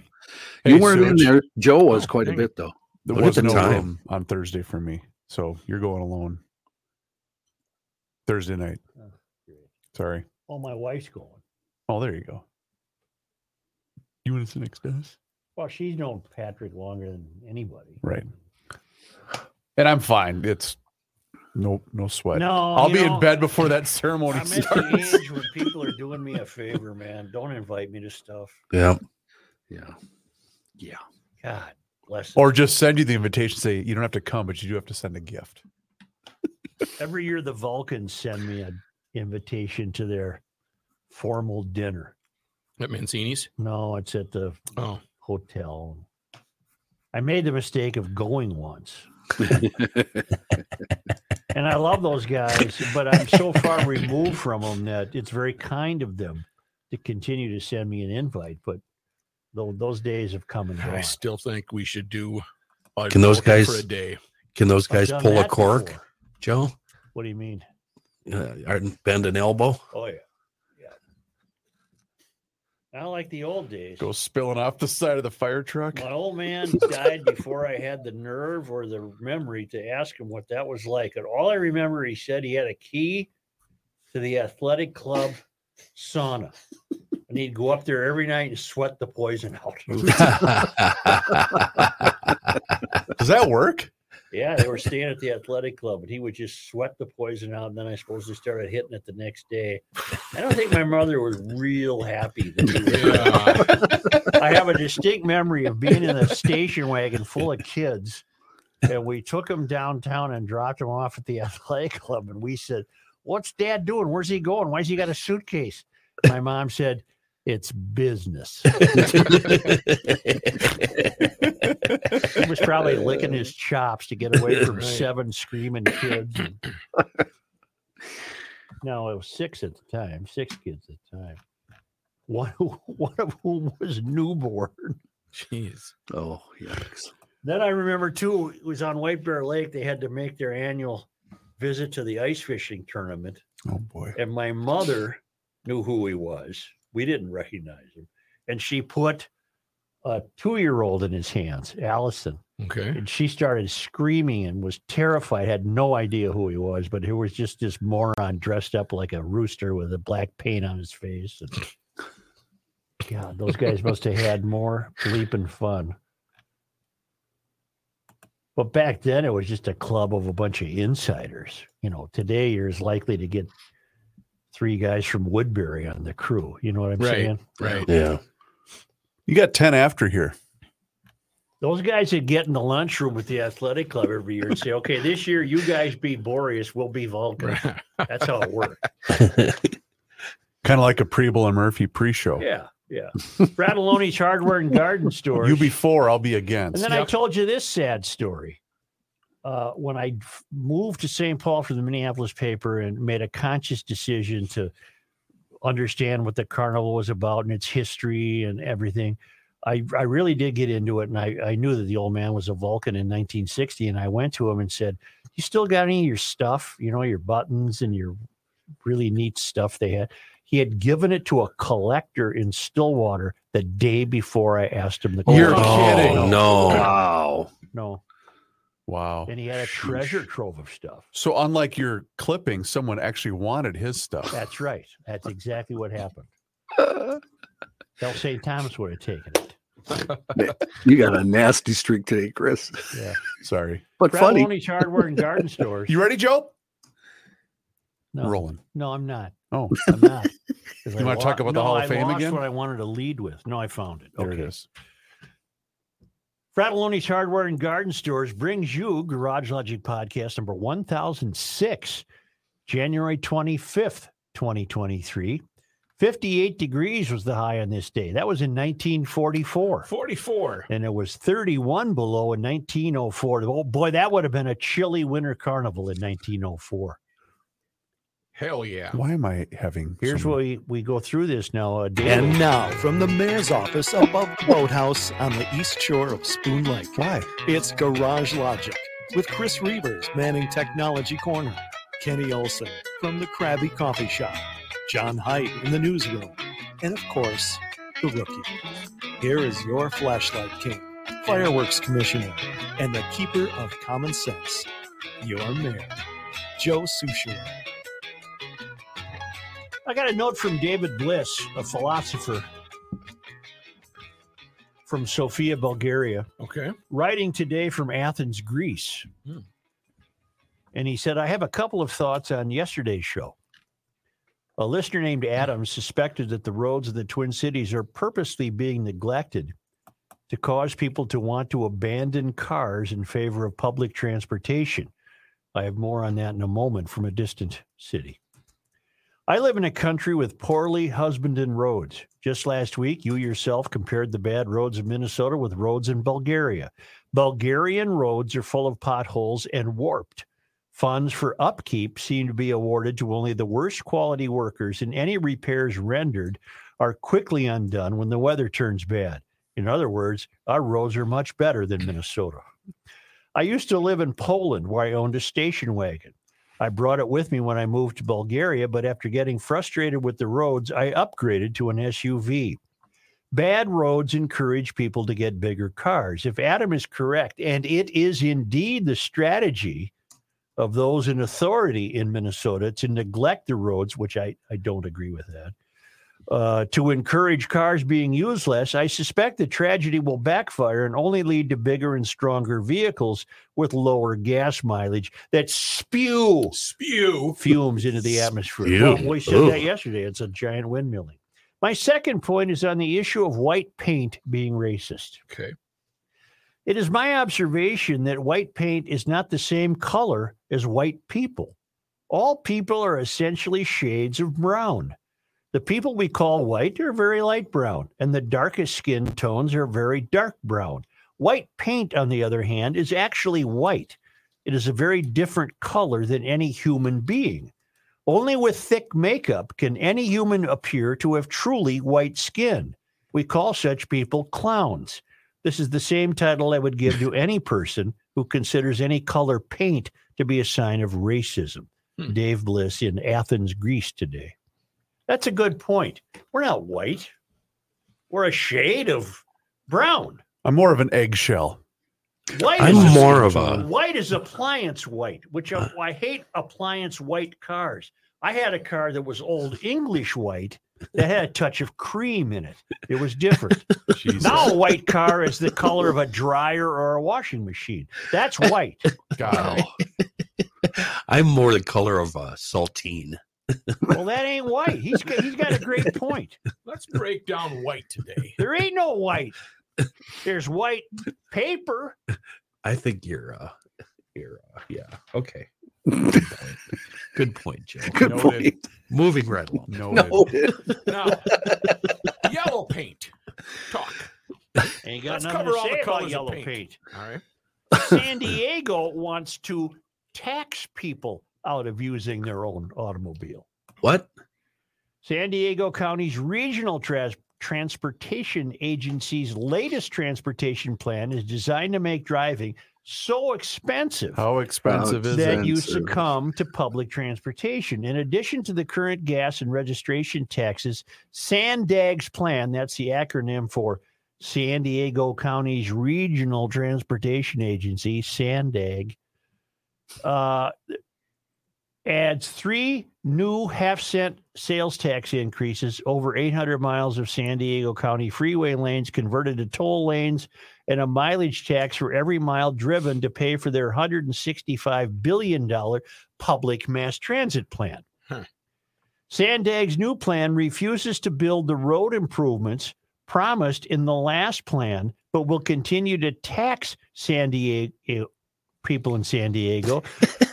Speaker 4: Hey,
Speaker 3: you weren't in
Speaker 4: Suge,
Speaker 3: there. Joe was
Speaker 5: Oh,
Speaker 3: quite a
Speaker 5: dang.
Speaker 3: bit though.
Speaker 4: There
Speaker 2: Look at
Speaker 4: was
Speaker 2: the
Speaker 4: no
Speaker 2: time.
Speaker 4: room on Thursday for me, so you're going alone. Thursday night.
Speaker 1: Oh, great.
Speaker 4: Sorry.
Speaker 1: Oh, my wife's going.
Speaker 4: Oh, there you go. You want to sit next to us?
Speaker 1: Well, she's known Patrick longer than anybody.
Speaker 4: Right. And I'm fine. It's no no sweat.
Speaker 1: No,
Speaker 4: I'll
Speaker 1: you
Speaker 4: be
Speaker 1: know,
Speaker 4: in bed before that ceremony
Speaker 1: I'm at
Speaker 4: starts.
Speaker 1: the age
Speaker 4: *laughs*
Speaker 1: when people are doing me a favor, man. Don't invite me to stuff.
Speaker 2: Yeah.
Speaker 3: *laughs* Yeah, yeah.
Speaker 1: God bless. them.
Speaker 4: Or just send you the invitation. Say you don't have to come, but you do have to send a gift.
Speaker 1: Every year the Vulcans send me a invitation to their formal dinner.
Speaker 6: At Mancini's.
Speaker 1: No, it's at the
Speaker 6: Oh,
Speaker 1: hotel. I made the mistake of going once. and I love those guys, but I'm so far removed from them that it's very kind of them to continue to send me an invite. But tho- those days have come and
Speaker 6: I
Speaker 1: gone.
Speaker 6: still think we should do. a
Speaker 2: Can those
Speaker 6: vote for
Speaker 2: guys-
Speaker 6: a day?
Speaker 2: Can those
Speaker 1: I've
Speaker 2: guys
Speaker 1: done
Speaker 2: pull a
Speaker 1: that
Speaker 2: cork,
Speaker 1: before.
Speaker 2: Joe?
Speaker 1: What do you mean?
Speaker 2: Uh, or bend an elbow?
Speaker 1: Oh yeah, yeah. I like the old days.
Speaker 4: Go spilling off the side of the fire truck.
Speaker 1: My old man died before I had the nerve or the memory to ask him what that was like. And all I remember, he said he had a key to the athletic club sauna, and he'd go up there every night and sweat the poison out. *laughs*
Speaker 2: *laughs*
Speaker 4: Does that work?
Speaker 1: Yeah, they were staying at the athletic club, and he would just sweat the poison out. And then I suppose they started hitting it the next day. I don't think my mother was real happy. That he was- *laughs*
Speaker 6: Yeah.
Speaker 1: I have a distinct memory of being in a station wagon full of kids, and we took them downtown and dropped them off at the *laughs* athletic club. And we said, "What's Dad doing? Where's he going? Why's he got a suitcase?" My mom said, "It's business." He was
Speaker 4: *laughs*
Speaker 1: probably licking his chops to get away from
Speaker 6: Right.
Speaker 1: seven screaming kids.
Speaker 4: *coughs*
Speaker 1: no, it was six at the time, six kids at the time. One, one of *laughs* whom was newborn.
Speaker 6: Jeez.
Speaker 3: oh, yikes.
Speaker 1: Then I remember too, it was on White Bear Lake. They had to make their annual visit to the ice fishing tournament.
Speaker 4: Oh boy.
Speaker 1: And my mother knew who he was. We didn't recognize him. And she put a two year old in his hands, Allison.
Speaker 6: Okay.
Speaker 1: And she started screaming and was terrified, had no idea who he was, but he was just this moron dressed up like a rooster with a black paint on his face. And God, those
Speaker 6: *laughs*
Speaker 1: guys must have had more bleeping fun. But back then, it was just a club of a bunch of insiders. You know, today you're as likely to get three guys from Woodbury on the crew. You know what I'm
Speaker 6: Right.
Speaker 1: saying?
Speaker 6: Right.
Speaker 2: yeah.
Speaker 4: You got 10 after here.
Speaker 1: Those guys would get in the lunchroom at the athletic club every year and say, okay, this year you guys be Boreas, we'll be Vulcan.
Speaker 6: Right.
Speaker 1: That's how it
Speaker 4: *laughs*
Speaker 1: worked.
Speaker 4: Kind of like a Preble and Murphy pre show.
Speaker 1: Yeah, yeah. Fratelloni's Hardware and Garden Store.
Speaker 4: You be for, I'll be
Speaker 1: And
Speaker 4: against.
Speaker 1: then I told you this sad story. Uh, when I f- moved to St. Paul for the Minneapolis paper and made a conscious decision to understand what the carnival was about and its history and everything, I, I really did get into it. And I, I knew that the old man was a Vulcan in 1960. And I went to him and said, You still got any of your stuff, you know, your buttons and your really neat stuff they had? He had given it to a collector in Stillwater the day before I asked him the
Speaker 4: You're
Speaker 1: question.
Speaker 4: kidding.
Speaker 2: Oh,
Speaker 3: *laughs*
Speaker 2: no.
Speaker 3: Wow.
Speaker 1: No.
Speaker 4: wow.
Speaker 1: And he had a treasure trove of stuff.
Speaker 4: So, unlike your clipping, someone actually wanted his stuff.
Speaker 1: That's right. That's exactly what happened. Del St. Thomas would have taken it.
Speaker 3: You got a nasty streak today, Chris.
Speaker 4: Sorry.
Speaker 3: But funny.
Speaker 1: Fratelloni's Hardware and
Speaker 4: *laughs*
Speaker 1: Garden Stores.
Speaker 4: You ready, Joe?
Speaker 1: No,
Speaker 4: Rolling.
Speaker 1: no, I'm
Speaker 4: *laughs*
Speaker 1: not.
Speaker 4: Oh,
Speaker 1: I'm not. 'Cause
Speaker 4: You
Speaker 1: I
Speaker 4: wanna talk
Speaker 1: lo-
Speaker 4: about the Hall
Speaker 1: no,
Speaker 4: of Fame
Speaker 1: I lost
Speaker 4: again?
Speaker 1: What I wanted to lead with. No, I found it.
Speaker 4: there
Speaker 1: okay.
Speaker 4: it is.
Speaker 1: Fratelloni's Hardware and Garden Stores brings you Garage Logic Podcast number 1006, January 25th, 2023. 58 degrees was the high on this day. That was in 1944.
Speaker 5: 44.
Speaker 1: and it was 31 below in 1904. Oh boy, that would have been a chilly winter carnival in 1904.
Speaker 6: Hell yeah.
Speaker 4: Why am I having.
Speaker 1: Here's
Speaker 4: some-
Speaker 1: what we, we go through this now. Uh,
Speaker 7: And
Speaker 1: daily.
Speaker 7: now, from the mayor's office above the boathouse on the east shore of Spoon Lake,
Speaker 4: Why?
Speaker 7: it's Garage Logic with Chris Reavers manning Technology Corner, Kenny Olson from the Krabby Coffee Shop, John Height in the newsroom, and of course, the rookie. Here is your flashlight king, fireworks commissioner, and the keeper of common sense, your mayor, Joe Sushiro.
Speaker 1: I got a note from David Bliss, a philosopher from Sofia, Bulgaria.
Speaker 6: Okay.
Speaker 1: writing today from Athens, Greece.
Speaker 6: Hmm.
Speaker 1: And he said, I have a couple of thoughts on yesterday's show. A listener named Adam suspected that the roads of the Twin Cities are purposely being neglected to cause people to want to abandon cars in favor of public transportation. I have more on that in a moment from a distant city. I live in a country with poorly husbanded roads. Just last week, you yourself compared the bad roads of Minnesota with roads in Bulgaria. Bulgarian roads are full of potholes and warped. Funds for upkeep seem to be awarded to only the worst quality workers, and any repairs rendered are quickly undone when the weather turns bad. In other words, our roads are much better than Minnesota. I used to live in Poland where I owned a station wagon. I brought it with me when I moved to Bulgaria, but after getting frustrated with the roads, I upgraded to an SUV. Bad roads encourage people to get bigger cars. If Adam is correct, and it is indeed the strategy of those in authority in Minnesota to neglect the roads, which I, I don't agree with that, uh, to encourage cars being used less, I suspect the tragedy will backfire and only lead to bigger and stronger vehicles with lower gas mileage that spew
Speaker 6: Spew.
Speaker 1: fumes into the atmosphere.
Speaker 2: Spew.
Speaker 1: Well, we said
Speaker 2: Ooh.
Speaker 1: that yesterday. It's a giant windmilling. My second point is on the issue of white paint being racist.
Speaker 6: Okay.
Speaker 1: It is my observation that white paint is not the same color as white people. All people are essentially shades of brown. The people we call white are very light brown, and the darkest skin tones are very dark brown. White paint, on the other hand, is actually white. It is a very different color than any human being. Only with thick makeup can any human appear to have truly white skin. We call such people clowns. This is the same title I would give
Speaker 2: *laughs*
Speaker 1: to any person who considers any color paint to be a sign of racism.
Speaker 6: Hmm.
Speaker 1: Dave Bliss in Athens, Greece today. That's a good point. We're not white. We're a shade of brown.
Speaker 4: I'm more of an eggshell.
Speaker 1: White
Speaker 2: I'm
Speaker 1: is
Speaker 2: more of a-
Speaker 1: white is appliance white, which I, I hate appliance white cars. I had a car that was old English white that had a touch of cream in it. It was different.
Speaker 6: Jesus.
Speaker 1: Now a white car is the color of a dryer or a washing machine. That's white.
Speaker 4: God,
Speaker 2: I'm more the color of uh, saltine.
Speaker 1: Well, that ain't white. He's got, he's got a great point.
Speaker 6: Let's break down white today.
Speaker 1: There ain't no white. There's white paper.
Speaker 2: I think you're, uh, you're, uh, yeah, okay. Good point, Joe.
Speaker 3: Good
Speaker 4: Noted.
Speaker 3: point.
Speaker 2: Moving right along.
Speaker 4: no.
Speaker 3: No,
Speaker 6: Now, yellow paint. Talk.
Speaker 1: Ain't got
Speaker 6: Let's
Speaker 1: nothing
Speaker 6: cover
Speaker 1: to
Speaker 6: all
Speaker 1: say
Speaker 6: the
Speaker 1: about
Speaker 6: colors of
Speaker 1: yellow
Speaker 6: paint.
Speaker 1: paint.
Speaker 6: All *laughs* right.
Speaker 1: San Diego wants to tax people out of using their own automobile.
Speaker 2: What?
Speaker 1: San Diego County's regional trans- transportation agency's latest transportation plan is designed to make driving so expensive
Speaker 4: How expensive is
Speaker 1: that
Speaker 4: it?
Speaker 3: Then-
Speaker 1: you
Speaker 3: expensive.
Speaker 1: succumb to public transportation. In addition to the current gas and registration taxes, SANDAG's plan, that's the acronym for San Diego County's Regional Transportation Agency, SANDAG, uh, adds three new half cent sales tax increases over 800 miles of San Diego County freeway lanes converted to toll lanes and a mileage tax for every mile driven to pay for their $165 billion public mass transit plan.
Speaker 6: Huh.
Speaker 1: Sandag's new plan refuses to build the road improvements promised in the last plan, but will continue to tax San Diego people in San *laughs* Diego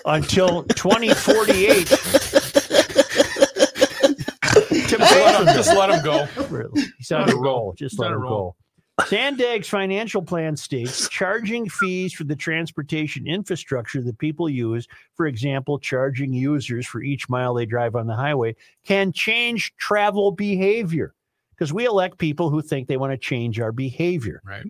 Speaker 1: until 2048 *laughs*
Speaker 6: Just let, him, just let him go.
Speaker 1: Really. He's on a roll. Just
Speaker 6: He's
Speaker 1: let
Speaker 6: on a
Speaker 1: him go.
Speaker 6: roll.
Speaker 1: Sandag's financial plan
Speaker 6: *laughs*
Speaker 1: states charging fees for the transportation infrastructure that people use, for example, charging users for each mile they drive on the highway, can change travel behavior because we elect people who think they want to change our behavior.
Speaker 6: Right.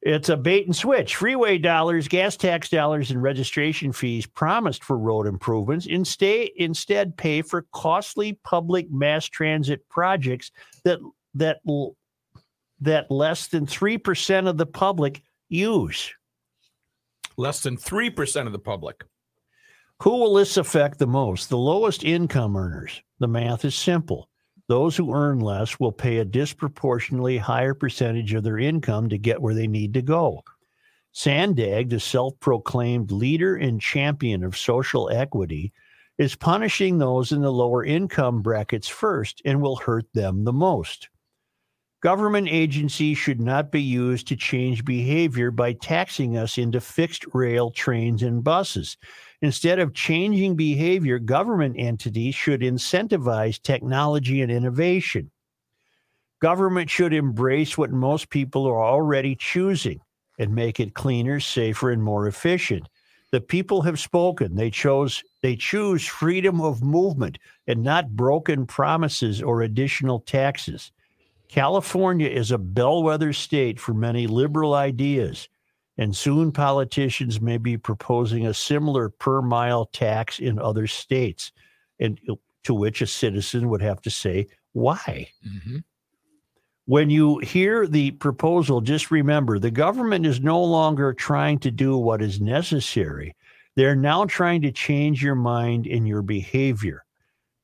Speaker 1: It's a bait and switch. Freeway dollars, gas tax dollars, and registration fees promised for road improvements instead instead pay for costly public mass transit projects that that l- that less than three percent of the public use.
Speaker 6: Less than 3% of the public.
Speaker 1: Who will this affect the most? The lowest income earners. The math is simple. Those who earn less will pay a disproportionately higher percentage of their income to get where they need to go. Sandag, the self proclaimed leader and champion of social equity, is punishing those in the lower income brackets first and will hurt them the most. Government agencies should not be used to change behavior by taxing us into fixed rail trains and buses. Instead of changing behavior, government entities should incentivize technology and innovation. Government should embrace what most people are already choosing and make it cleaner, safer, and more efficient. The people have spoken. They chose they choose freedom of movement and not broken promises or additional taxes. California is a bellwether state for many liberal ideas, and soon politicians may be proposing a similar per mile tax in other states, and to which a citizen would have to say, why? when you hear the proposal, just remember the government is no longer trying to do what is necessary. They're now trying to change your mind and your behavior.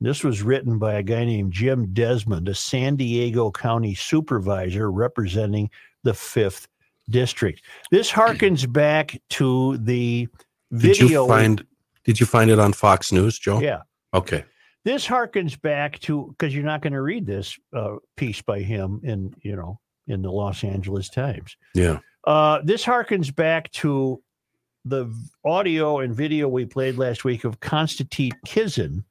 Speaker 1: This was written by a guy named Jim Desmond, a San Diego County supervisor representing the 5th District. This harkens back to the
Speaker 2: Did
Speaker 1: video.
Speaker 2: you find Did you find it on Fox News, Joe?
Speaker 1: yeah.
Speaker 2: Okay.
Speaker 1: this harkens back to because you're not going to read this uh, piece by him in you know in the Los Angeles Times.
Speaker 2: Yeah.
Speaker 1: Uh, this harkens back to the v- audio and video we played last week of Constantine Kizin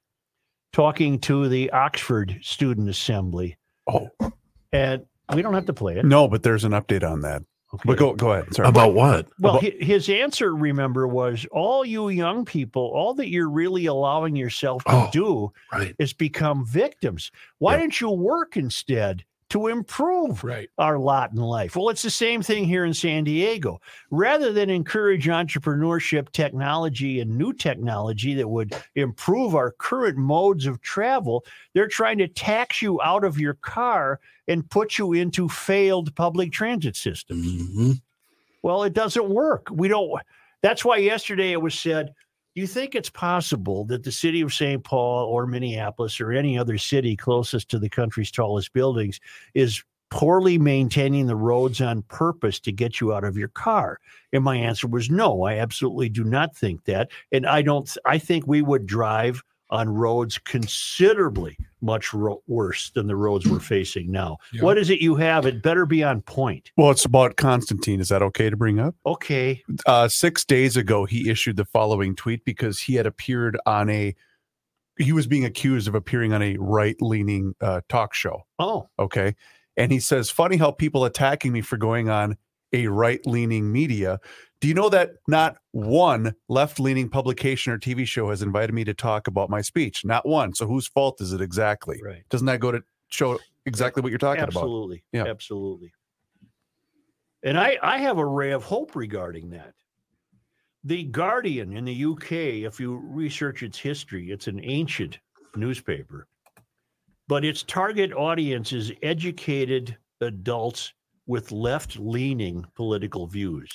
Speaker 1: talking to the Oxford Student Assembly,
Speaker 4: Oh
Speaker 1: and we don't have to play it.
Speaker 4: no, but there's an update on that.
Speaker 1: Okay.
Speaker 4: But go go ahead. Sorry.
Speaker 2: About what?
Speaker 1: Well,
Speaker 4: About-
Speaker 1: hi his answer, remember, was all you young people, all that you're really allowing yourself to
Speaker 2: Oh.
Speaker 1: do
Speaker 2: Right.
Speaker 1: is become victims. Why
Speaker 2: Yeah.
Speaker 1: don't you work instead to improve
Speaker 6: Right.
Speaker 1: our lot in life? Well, it's the same thing here in San Diego. Rather than encourage entrepreneurship, technology, and new technology that would improve our current modes of travel, they're trying to tax you out of your car and put you into failed public transit systems.
Speaker 2: Mhm.
Speaker 1: Well, it doesn't work. We don't. That's why yesterday it was said, do you think it's possible that the city of St. Paul or Minneapolis or any other city closest to the country's tallest buildings is poorly maintaining the roads on purpose to get you out of your car? And my answer was no, I absolutely do not think that. And I don't, I think we would drive on roads considerably much ro- worse than the roads we're facing now.
Speaker 6: Yeah.
Speaker 1: What is it you have? It better be on point.
Speaker 4: Well, it's about Constantine. Is that okay to bring up?
Speaker 1: Okay.
Speaker 4: Uh, six days ago, he issued the following tweet because he had appeared on a. He was being accused of appearing on a right-leaning uh, talk show.
Speaker 1: Oh,
Speaker 4: Okay. And he says, funny how people attacking me for going on a right leaning media. Do you know that not one left leaning publication or TV show has invited me to talk about my speech? Not one. So whose fault is it exactly?
Speaker 1: right.
Speaker 4: Doesn't that go to show exactly what you're talking about?
Speaker 1: absolutely
Speaker 4: Yeah.
Speaker 1: absolutely and i i have a ray of hope regarding that the guardian in the uk if you research its history it's an ancient newspaper but its target audience is educated adults with left-leaning political views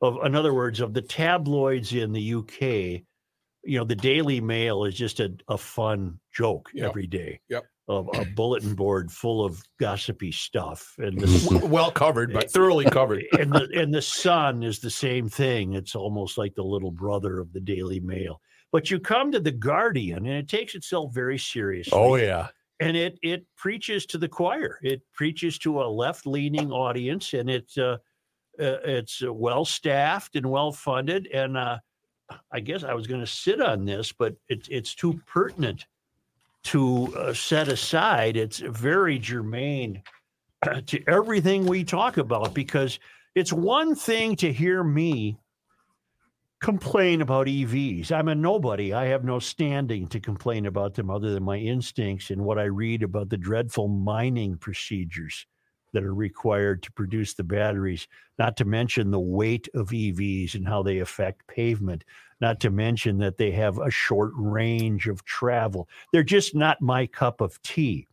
Speaker 1: of in other words of the tabloids in the uk you know the daily mail is just a, a fun joke
Speaker 6: Yeah.
Speaker 1: every day
Speaker 6: Yep.
Speaker 1: of a bulletin board full of gossipy stuff and the,
Speaker 6: Well covered, but thoroughly
Speaker 1: *laughs*
Speaker 6: covered.
Speaker 1: and the and the sun is the same thing it's almost like the little brother of the daily mail but you come to the guardian and it takes itself very seriously
Speaker 4: Oh, yeah.
Speaker 1: and it it preaches to the choir. It preaches to a left leaning audience, and it's uh, uh, it's uh, well staffed and well funded. And uh, I guess I was going to sit on this, but it's it's too pertinent to uh, set aside. It's very germane uh, to everything we talk about because it's one thing to hear me complain about EVs. I'm a nobody. I have no standing to complain about them other than my instincts and what I read about the dreadful mining procedures that are required to produce the batteries, not to mention the weight of EVs and how they affect pavement, not to mention that they have a short range of travel. They're just not my cup of tea.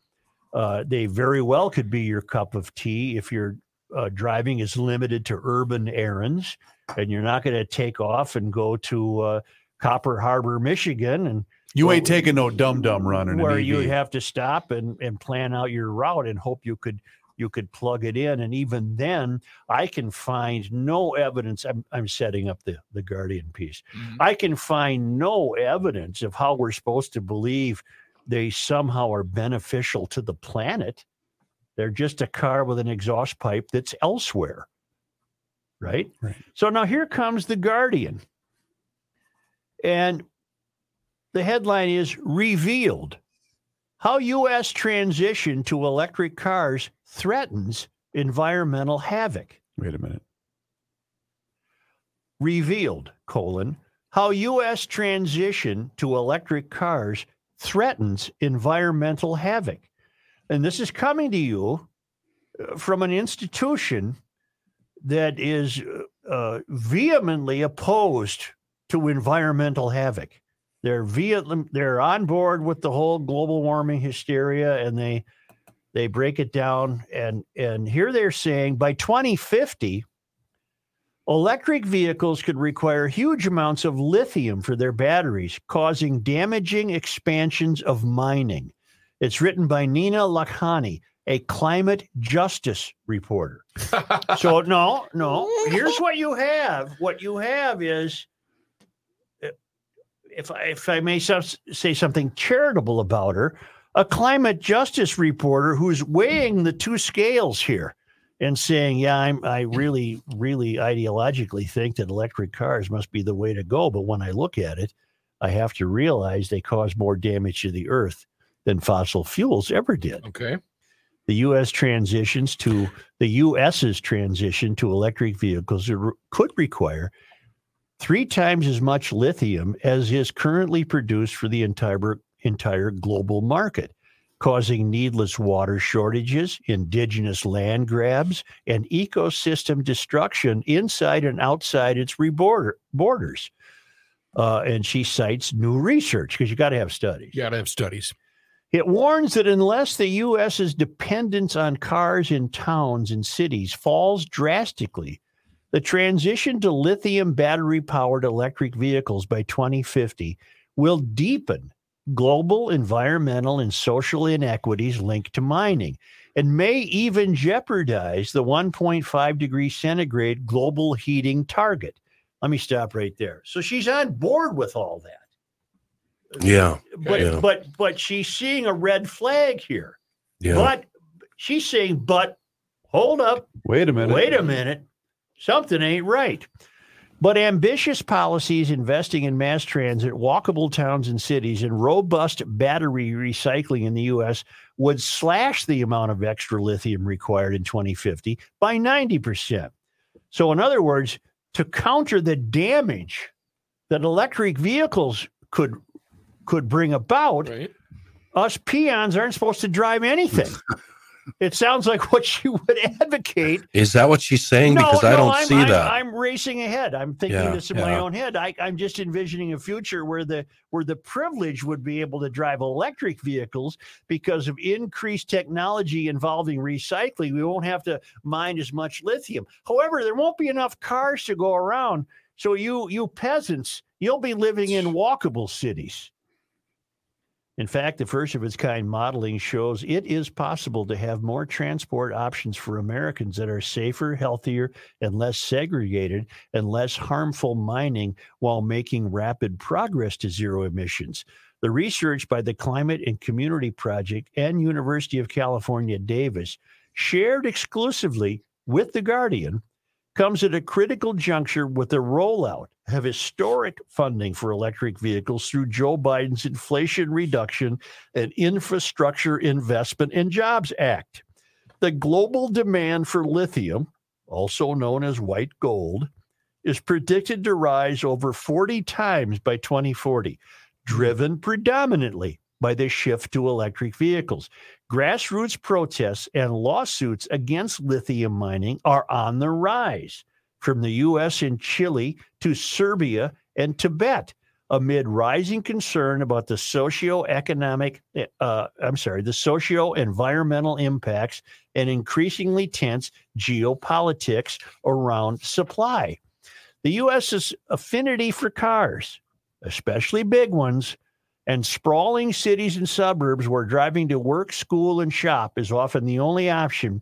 Speaker 1: Uh, they very well could be your cup of tea if your uh, driving is limited to urban errands and you're not going to take off and go to uh, Copper Harbor, Michigan, and
Speaker 4: You
Speaker 1: Well,
Speaker 4: ain't taking no dum dum running.
Speaker 1: where you would have to stop and, and plan out your route and hope you could you could plug it in. And even then, I can find no evidence. I'm, I'm setting up the the Guardian piece.
Speaker 6: Mhm.
Speaker 1: I can find no evidence of how we're supposed to believe they somehow are beneficial to the planet. They're just a car with an exhaust pipe that's elsewhere. Right?
Speaker 4: Right.
Speaker 1: So now here comes the Guardian. And the headline is Revealed How U.S. Transition to Electric Cars Threatens Environmental Havoc.
Speaker 4: Wait a minute.
Speaker 1: Revealed, colon, how U.S. transition to electric cars threatens environmental havoc. And this is coming to you uh, from an institution that is uh, uh, vehemently opposed to environmental havoc. They're vehement, they're on board with the whole global warming hysteria, and they they break it down. and And here they're saying by 2050, Electric vehicles could require huge amounts of lithium for their batteries, causing damaging expansions of mining. It's written by Nina Lakhani, a climate justice reporter. so, no, no, here's what you have. What you have is, uh, if I, if I may so- say something charitable about her, a climate justice reporter who's weighing the two scales here and saying, "Yeah, I'm, I really, really ideologically think that electric cars must be the way to go." But when I look at it, I have to realize they cause more damage to the earth than fossil fuels ever did.
Speaker 6: Okay.
Speaker 1: The U.S. transitions to the U.S.'s transition to electric vehicles re- could require three times as much lithium as is currently produced for the entire entire global market causing needless water shortages, indigenous land grabs, and ecosystem destruction inside and outside its reborder, borders. Uh, and she cites new research because you got to have studies.
Speaker 6: You gotta have studies.
Speaker 1: It warns that unless the U.S.'s dependence on cars in towns and cities falls drastically, the transition to lithium battery powered electric vehicles by 2050 will deepen global environmental and social inequities linked to mining and may even jeopardize the 1.5 degree centigrade global heating target. Let me stop right there. So she's on board with all that
Speaker 2: Yeah.
Speaker 1: but
Speaker 2: Yeah.
Speaker 1: but but she's seeing a red flag here.
Speaker 2: Yeah.
Speaker 1: But she's saying, but hold up,
Speaker 4: Wait a minute.
Speaker 1: wait a minute, something ain't right. But ambitious policies investing in mass transit, walkable towns and cities, and robust battery recycling in the U.S. would slash the amount of extra lithium required in 2050 by 90%. So, in other words, to counter the damage that electric vehicles could could bring about,
Speaker 6: Right.
Speaker 1: us peons aren't supposed to drive
Speaker 2: *laughs*
Speaker 1: anything. it sounds like what she would advocate.
Speaker 2: Is that what she's saying? because I don't
Speaker 1: I'm,
Speaker 2: see
Speaker 1: I'm,
Speaker 2: that.
Speaker 1: I'm racing ahead. I'm thinking
Speaker 2: Yeah,
Speaker 1: this in my
Speaker 2: yeah.
Speaker 1: own head. I, I'm just envisioning a future where the where the privileged would be able to drive electric vehicles because of increased technology involving recycling. We won't have to mine as much lithium. However, there won't be enough cars to go around. So you you peasants, you'll be living in walkable cities. In fact, the first of its kind modeling shows it is possible to have more transport options for Americans that are safer, healthier, and less segregated and less harmful mining while making rapid progress to zero emissions. The research by the Climate and Community Project and University of California, Davis, shared exclusively with The Guardian, comes at a critical juncture with the rollout of historic funding for electric vehicles through Joe Biden's Inflation Reduction and Infrastructure Investment and Jobs Act. The global demand for lithium, also known as white gold, is predicted to rise over 40 times by 2040, driven predominantly by the shift to electric vehicles. Grassroots protests and lawsuits against lithium mining are on the rise from the U.S. and Chile to Serbia and Tibet amid rising concern about the socio-economic uh, i'm sorry the socio-environmental impacts and increasingly tense geopolitics around supply the us's affinity for cars especially big ones and sprawling cities and suburbs where driving to work school and shop is often the only option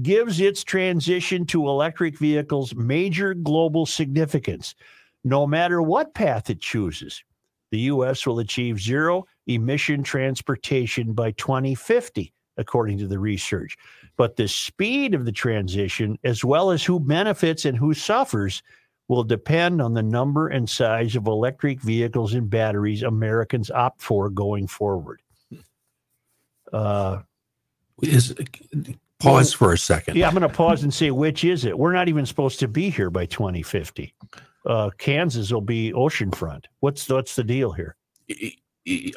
Speaker 1: gives its transition to electric vehicles major global significance no matter what path it chooses. The U.S. will achieve zero emission transportation by 2050, according to the research. But the speed of the transition, as well as who benefits and who suffers, will depend on the number and size of electric vehicles and batteries Americans opt for going forward. Uh,
Speaker 2: Is pause for a second.
Speaker 1: yeah, I'm going to pause and say, which is it? We're not even supposed to be here by 2050. Uh, Kansas will be oceanfront. What's what's the deal here?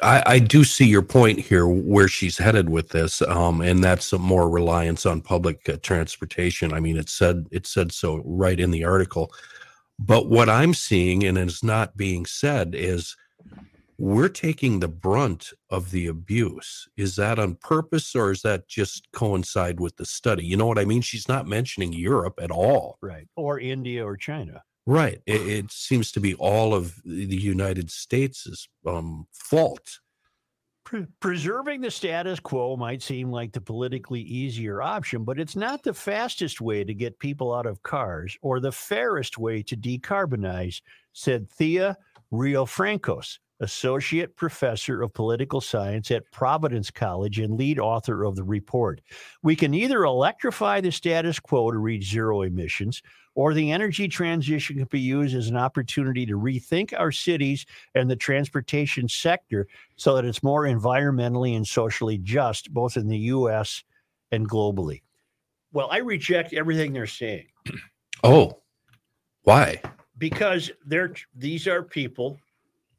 Speaker 2: I, I do see your point here where she's headed with this, um, and that's some more reliance on public uh, transportation. I mean, it said it said so right in the article, but what I'm seeing and it's not being said is we're taking the brunt of the abuse. Is that on purpose or is that just coincide with the study? You know what I mean? She's not mentioning Europe at all.
Speaker 1: Right. Or India or China.
Speaker 2: Right. It, it seems to be all of the United States' um, fault.
Speaker 1: Pre- preserving the status quo might seem like the politically easier option, but it's not the fastest way to get people out of cars or the fairest way to decarbonize, said Thea Riofrancos, associate professor of political science at Providence College and lead author of the report. We can either electrify the status quo to reach zero emissions, or the energy transition can be used as an opportunity to rethink our cities and the transportation sector so that it's more environmentally and socially just, both in the US and globally. Well, I reject everything they're saying
Speaker 2: Oh, why?
Speaker 1: because they're these are people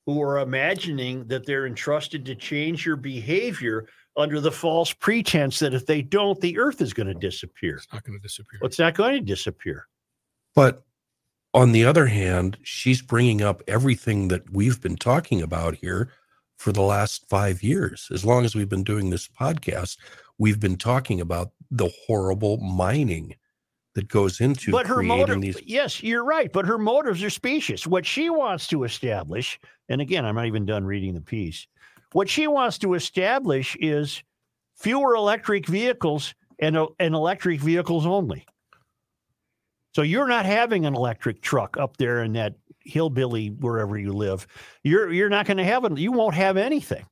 Speaker 1: who are imagining that they're entrusted to change your behavior under the false pretense that if they don't, the earth is going to disappear.
Speaker 6: It's not going to disappear.
Speaker 1: Well, it's not going to disappear.
Speaker 2: But on the other hand, she's bringing up everything that we've been talking about here for the last five years. As long as we've been doing this podcast, we've been talking about the horrible mining that goes into
Speaker 1: but her
Speaker 2: creating
Speaker 1: motive,
Speaker 2: these.
Speaker 1: yes, you're right. But her motives are specious. What she wants to establish, and again, I'm not even done reading the piece. What she wants to establish is fewer electric vehicles and uh, and electric vehicles only. So you're not having an electric truck up there in that hillbilly wherever you live. You're you're not going to have it. You won't have anything.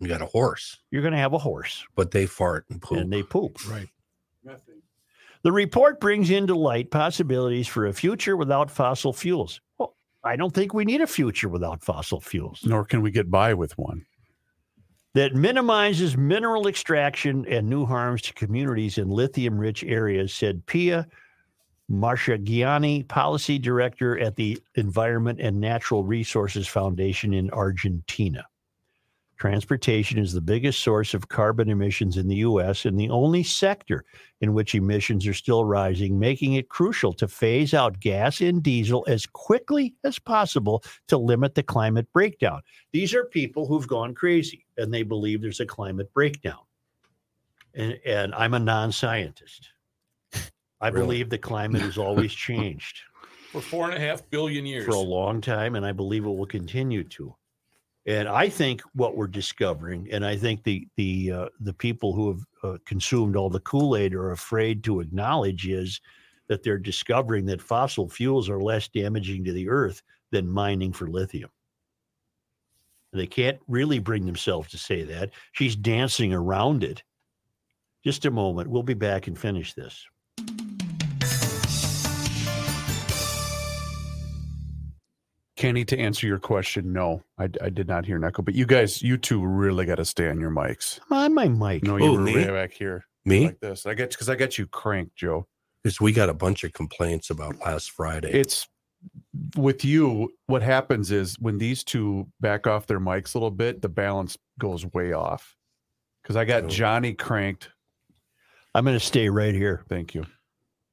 Speaker 2: We got a horse,
Speaker 1: You're going to have a horse,
Speaker 2: but they fart and poop.
Speaker 1: and they poop.
Speaker 6: right.
Speaker 1: The report brings into light possibilities for a future without fossil fuels. Well, I don't think we need a future without fossil fuels
Speaker 4: Nor can we get by with one.
Speaker 1: that minimizes mineral extraction and new harms to communities in lithium rich areas, said Pia Marshagiani, policy director at the Environment and Natural Resources Foundation in Argentina. Transportation is the biggest source of carbon emissions in the U.S. and the only sector in which emissions are still rising, making it crucial to phase out gas and diesel as quickly as possible to limit the climate breakdown. These are people who've gone crazy and they believe there's a climate breakdown. And, and I'm a non scientist. I
Speaker 2: Really?
Speaker 1: believe the climate has always changed
Speaker 6: For four and a half billion years.
Speaker 1: for a long time, and I believe it will continue to. And I think what we're discovering, and I think the the uh, the people who have uh, consumed all the Kool Aid are afraid to acknowledge is that they're discovering that fossil fuels are less damaging to the earth than mining for lithium. They can't really bring themselves to say that. She's dancing around it. Just a moment. We'll be back and finish this.
Speaker 4: Kenny, to answer your question, no, I, I did not hear an echo. But you guys, you two really got to stay on your mics.
Speaker 1: I'm on my mic.
Speaker 4: No, you
Speaker 2: Who,
Speaker 4: were
Speaker 2: me?
Speaker 4: way back here
Speaker 2: Me?
Speaker 4: like this. I get because I got you cranked, Joe.
Speaker 2: Because we got a bunch of complaints about last Friday.
Speaker 4: It's with you. What happens is when these two back off their mics a little bit, the balance goes way off. Because I got
Speaker 2: Oh.
Speaker 4: Johnny cranked.
Speaker 1: I'm going to stay right here.
Speaker 4: Thank you.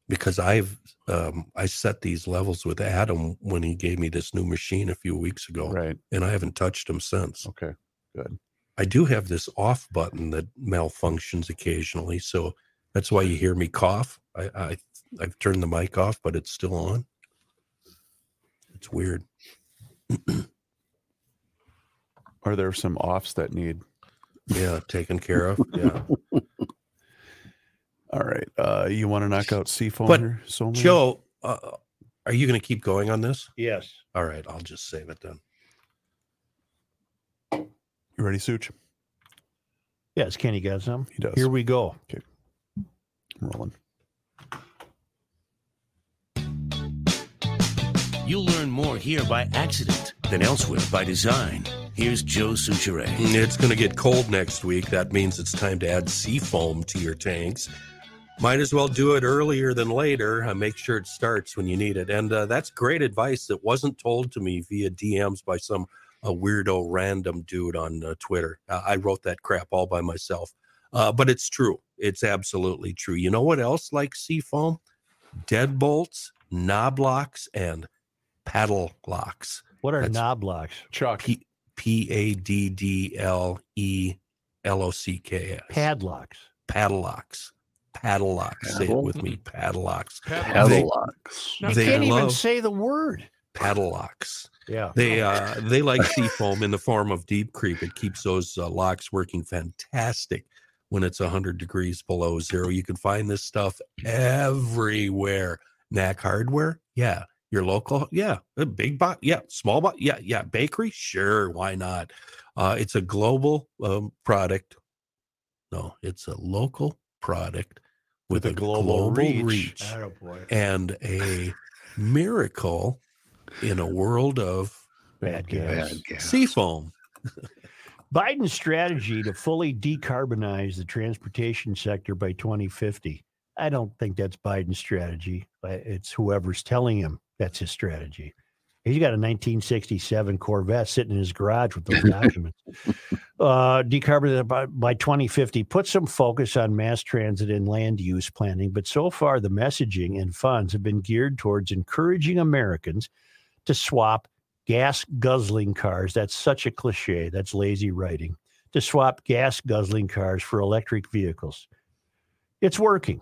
Speaker 2: because I've um, I set these levels with Adam when he gave me this new machine a few weeks ago,
Speaker 4: Right. Oh.
Speaker 2: and I haven't touched them since.
Speaker 4: Okay.
Speaker 2: I do have this off button that malfunctions occasionally, so that's why you hear me cough. I, I I've turned the mic off, but it's still on. It's weird.
Speaker 4: Are there some offs that need?
Speaker 2: Yeah, taken care of. Yeah,
Speaker 4: All right. Uh, you want to knock out Seafoam
Speaker 2: But,
Speaker 4: here? So
Speaker 2: Joe, uh, are you going to keep going on this?
Speaker 1: Yes.
Speaker 2: All right, I'll just save it then.
Speaker 4: you ready, Such?
Speaker 1: Yes, Kenny got some.
Speaker 4: He does.
Speaker 1: Here we go.
Speaker 4: I'm rolling.
Speaker 8: You'll learn more here by accident than elsewhere by design. Here's Joe Souchere.
Speaker 2: *laughs* It's going to get cold next week. That means it's time to add sea foam to your tanks. Might as well do it earlier than later. Uh, make sure it starts when you need it. And uh, that's great advice that wasn't told to me via DMs by some uh, weirdo random dude on uh, Twitter. Uh, I wrote that crap all by myself. Uh, but it's true. It's absolutely true. You know what else like sea foam? Deadbolts, knob locks, and paddle locks.
Speaker 1: What are
Speaker 2: That's-
Speaker 1: knob locks?
Speaker 4: Chuck,
Speaker 2: P P A D D L E L O C K S.
Speaker 1: Padlocks.
Speaker 2: Padlocks. Padlocks. Say it with me. Padlocks. They-
Speaker 3: Padlocks.
Speaker 1: I
Speaker 2: They
Speaker 1: can't even
Speaker 2: love-
Speaker 1: say the word.
Speaker 2: Padlocks.
Speaker 1: Yeah.
Speaker 2: They uh, they like sea foam in the form of deep creep. It keeps those uh, locks working fantastic when it's 100 degrees below zero. You can find this stuff everywhere. Knack Hardware, yeah. Your local, yeah. A big box, yeah. Small box, yeah, yeah. Bakery, sure. Why not? Uh, it's a global um, product. No, it's a local product with, a, global, reach. Uh.
Speaker 1: Oh, boy.
Speaker 2: and a miracle in a world of
Speaker 1: Bad guys.
Speaker 3: *laughs* Bad guess.
Speaker 2: seafoam.
Speaker 1: Biden's strategy to fully decarbonize the transportation sector by 2050. I don't think that's Biden's strategy. I- It's whoever's telling him that's his strategy. He's got a 1967 Corvette sitting in his garage with those documents. uh, decarbonize by, by 2050. Put some focus on mass transit and land use planning. But so far, the messaging and funds have been geared towards encouraging Americans to swap gas guzzling cars. That's such a cliche. That's lazy writing. To swap gas guzzling cars for electric vehicles. It's working.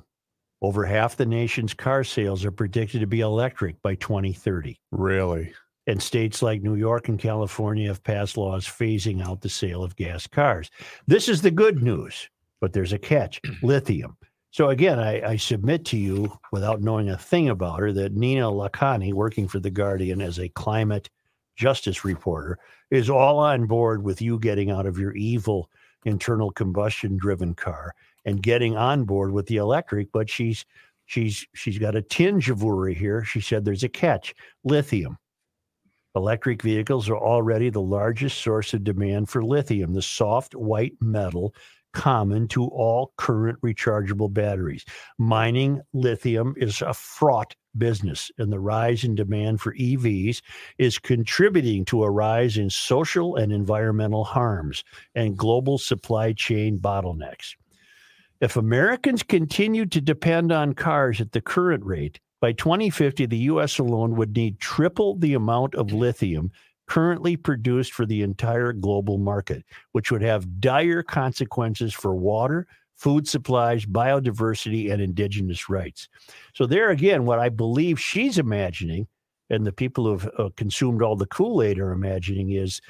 Speaker 1: Over half the nation's car sales are predicted to be electric by 2030.
Speaker 4: really?
Speaker 1: And states like New York and California have passed laws phasing out the sale of gas cars. This is the good news, but there's a catch lithium. So, again, I, I submit to you, without knowing a thing about her, that Nina Lacani, working for The Guardian as a climate justice reporter, is all on board with you getting out of your evil internal combustion driven car and getting on board with the electric. But she's she's she's got a tinge of worry here. She said there's a catch lithium. Electric vehicles are already the largest source of demand for lithium, the soft white metal common to all current rechargeable batteries. Mining lithium is a fraught business, and the rise in demand for EVs is contributing to a rise in social and environmental harms and global supply chain bottlenecks. If Americans continue to depend on cars at the current rate, by 2050, the U.S. alone would need triple the amount of lithium currently produced for the entire global market, which would have dire consequences for water, food supplies, biodiversity, and indigenous rights. So, there again, what I believe she's imagining, and the people who've uh, consumed all the Kool Aid are imagining, is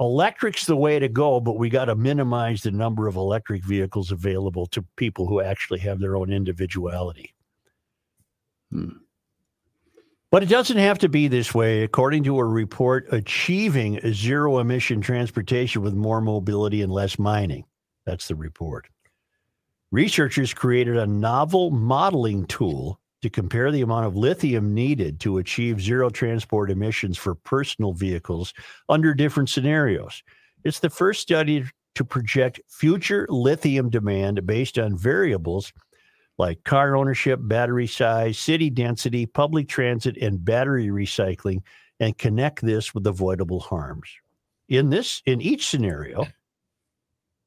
Speaker 1: electric's the way to go, but we got to minimize the number of electric vehicles available to people who actually have their own individuality.
Speaker 3: Hmm.
Speaker 1: But it doesn't have to be this way. According to a report, achieving zero emission transportation with more mobility and less mining. That's the report. Researchers created a novel modeling tool to compare the amount of lithium needed to achieve zero transport emissions for personal vehicles under different scenarios. It's the first study to project future lithium demand based on variables like car ownership, battery size, city density, public transit, and battery recycling, and connect this with avoidable harms. In this, in each scenario,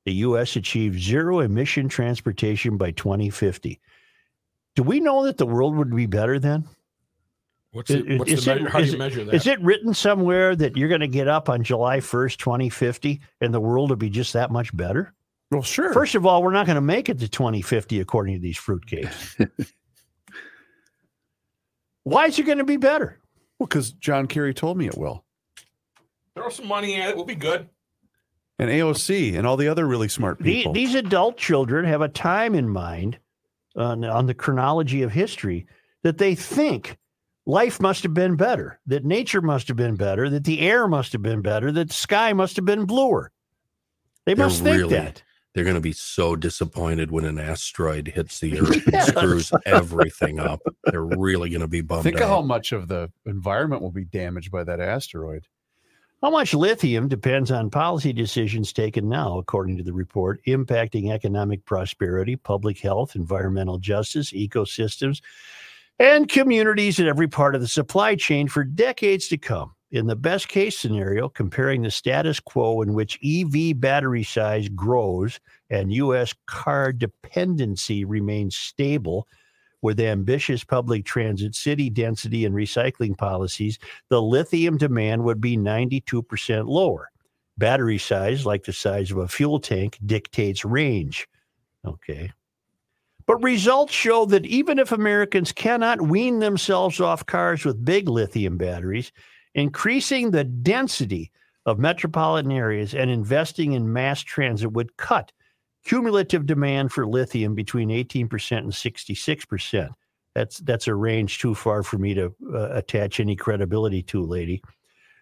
Speaker 1: the U.S. achieved zero emission transportation by 2050. Do we know that the world would be better then?
Speaker 6: What's it,
Speaker 1: Is-
Speaker 6: what's
Speaker 1: is
Speaker 6: the
Speaker 1: it-
Speaker 6: measure, how do
Speaker 1: is
Speaker 6: you measure that?
Speaker 1: Is it written somewhere that you're going to get up on July 1st, 2050, and the world will be just that much better?
Speaker 4: Well, sure.
Speaker 1: First of all, we're not going to make it to 2050 according to these fruitcakes. Why is it going to be better?
Speaker 4: well, because John Kerry told me it will,
Speaker 6: Throw some money at it. We'll be good.
Speaker 4: and AOC and all the other really smart
Speaker 1: The,
Speaker 4: people.
Speaker 1: these adult children have a time in mind on, on the chronology of history that they think life must have been better, that nature must have been better, that the air must have been better, that the sky must have been bluer. They
Speaker 2: They're
Speaker 1: must think
Speaker 2: really-
Speaker 1: that.
Speaker 2: They're going to be so disappointed when an asteroid hits
Speaker 4: *laughs*
Speaker 2: the Earth and screws everything up. They're really going to be bummed
Speaker 4: Think of how
Speaker 2: out.
Speaker 4: much of the environment will be damaged by that asteroid.
Speaker 1: How much lithium depends on policy decisions taken now, according to the report, impacting economic prosperity, public health, environmental justice, ecosystems, and communities in every part of the supply chain for decades to come. In the best case scenario, comparing the status quo in which EV battery size grows and U.S. car dependency remains stable with ambitious public transit, city density, and recycling policies, the lithium demand would be 92% lower. Battery size, like the size of a fuel tank, dictates range. Okay. But results show that even if Americans cannot wean themselves off cars with big lithium batteries, increasing the density of metropolitan areas and investing in mass transit would cut cumulative demand for lithium between 18% and 66%. That's that's a range too far for me to uh, attach any credibility to, lady.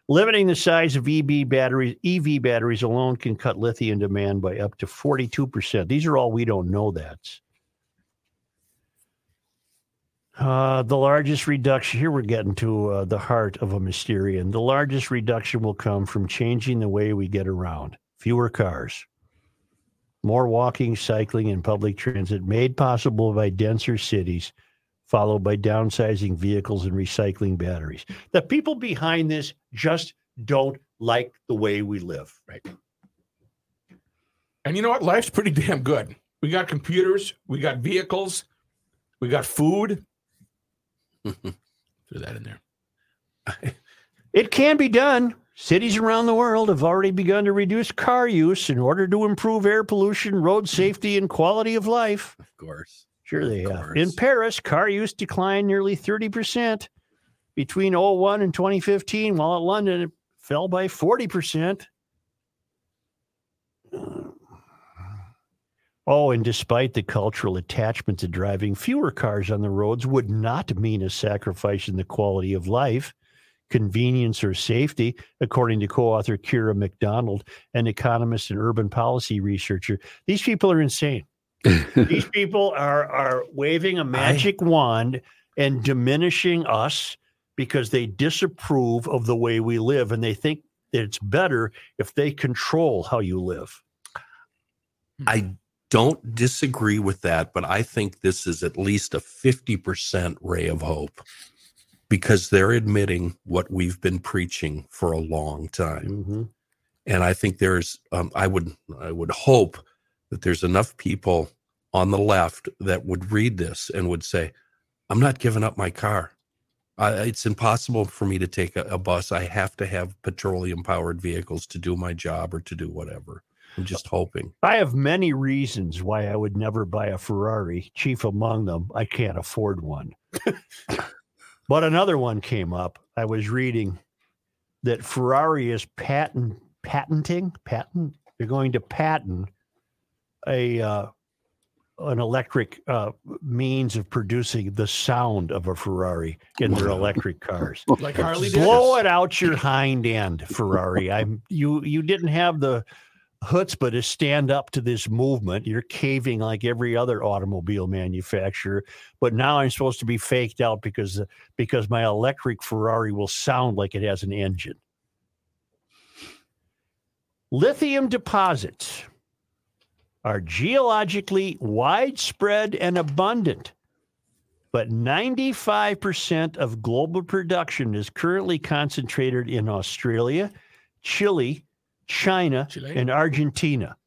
Speaker 1: Limiting the size of EV batteries, EV batteries alone can cut lithium demand by up to 42%. These are all we don't know that's. Uh, the largest reduction here we're getting to uh, the heart of a mysterion. The largest reduction will come from changing the way we get around. Fewer cars, more walking, cycling, and public transit made possible by denser cities, followed by downsizing vehicles and recycling batteries. The people behind this just don't like the way we live. Right.
Speaker 6: And you know what? Life's pretty damn good. We got computers, we got vehicles, we got food.
Speaker 9: Threw that in there.
Speaker 1: It can be done. Cities around the world have already begun to reduce car use in order to improve air pollution, road safety, and quality of life.
Speaker 2: *laughs* Of course.
Speaker 1: Sure, they
Speaker 2: Of
Speaker 1: have. In
Speaker 2: course.
Speaker 1: Paris, car use declined nearly 30% between 01 and 2015, while at London, it fell by 40%. Uh, Oh, and despite the cultural attachment to driving, fewer cars on the roads would not mean a sacrifice in the quality of life, convenience, or safety, according to co author Kira McDonald, an economist and urban policy researcher. These people are insane. These people are are waving a magic wand and diminishing us because they disapprove of the way we live and they think that it's better if they control how you live.
Speaker 2: I don't disagree with that, but I think this is at least a 50% ray of hope because they're admitting what we've been preaching for a long time. And I think there's, um, I would, I would hope that there's enough people on the left that would read this and would say, "I'm not giving up my car. I, it's impossible for me to take a, a bus. I have to have petroleum-powered vehicles to do my job or to do whatever." I'm just hoping.
Speaker 1: I have many reasons why I would never buy a Ferrari, chief among them, I can't afford one. but another one came up. I was reading that Ferrari is patent patenting patent. They're going to patent a uh, an electric uh, means of producing the sound of a Ferrari in their electric cars.
Speaker 6: Like Harley
Speaker 1: Blow it out your hind end, Ferrari. I'm you. You didn't have the chutzpah to stand up to this movement. You're caving like every other automobile manufacturer. But now I'm supposed to be faked out because because my electric Ferrari will sound like it has an engine. Lithium deposits are geologically widespread and abundant but 95% of global production is currently concentrated in Australia, Chile, China,
Speaker 9: Chile.
Speaker 1: and Argentina.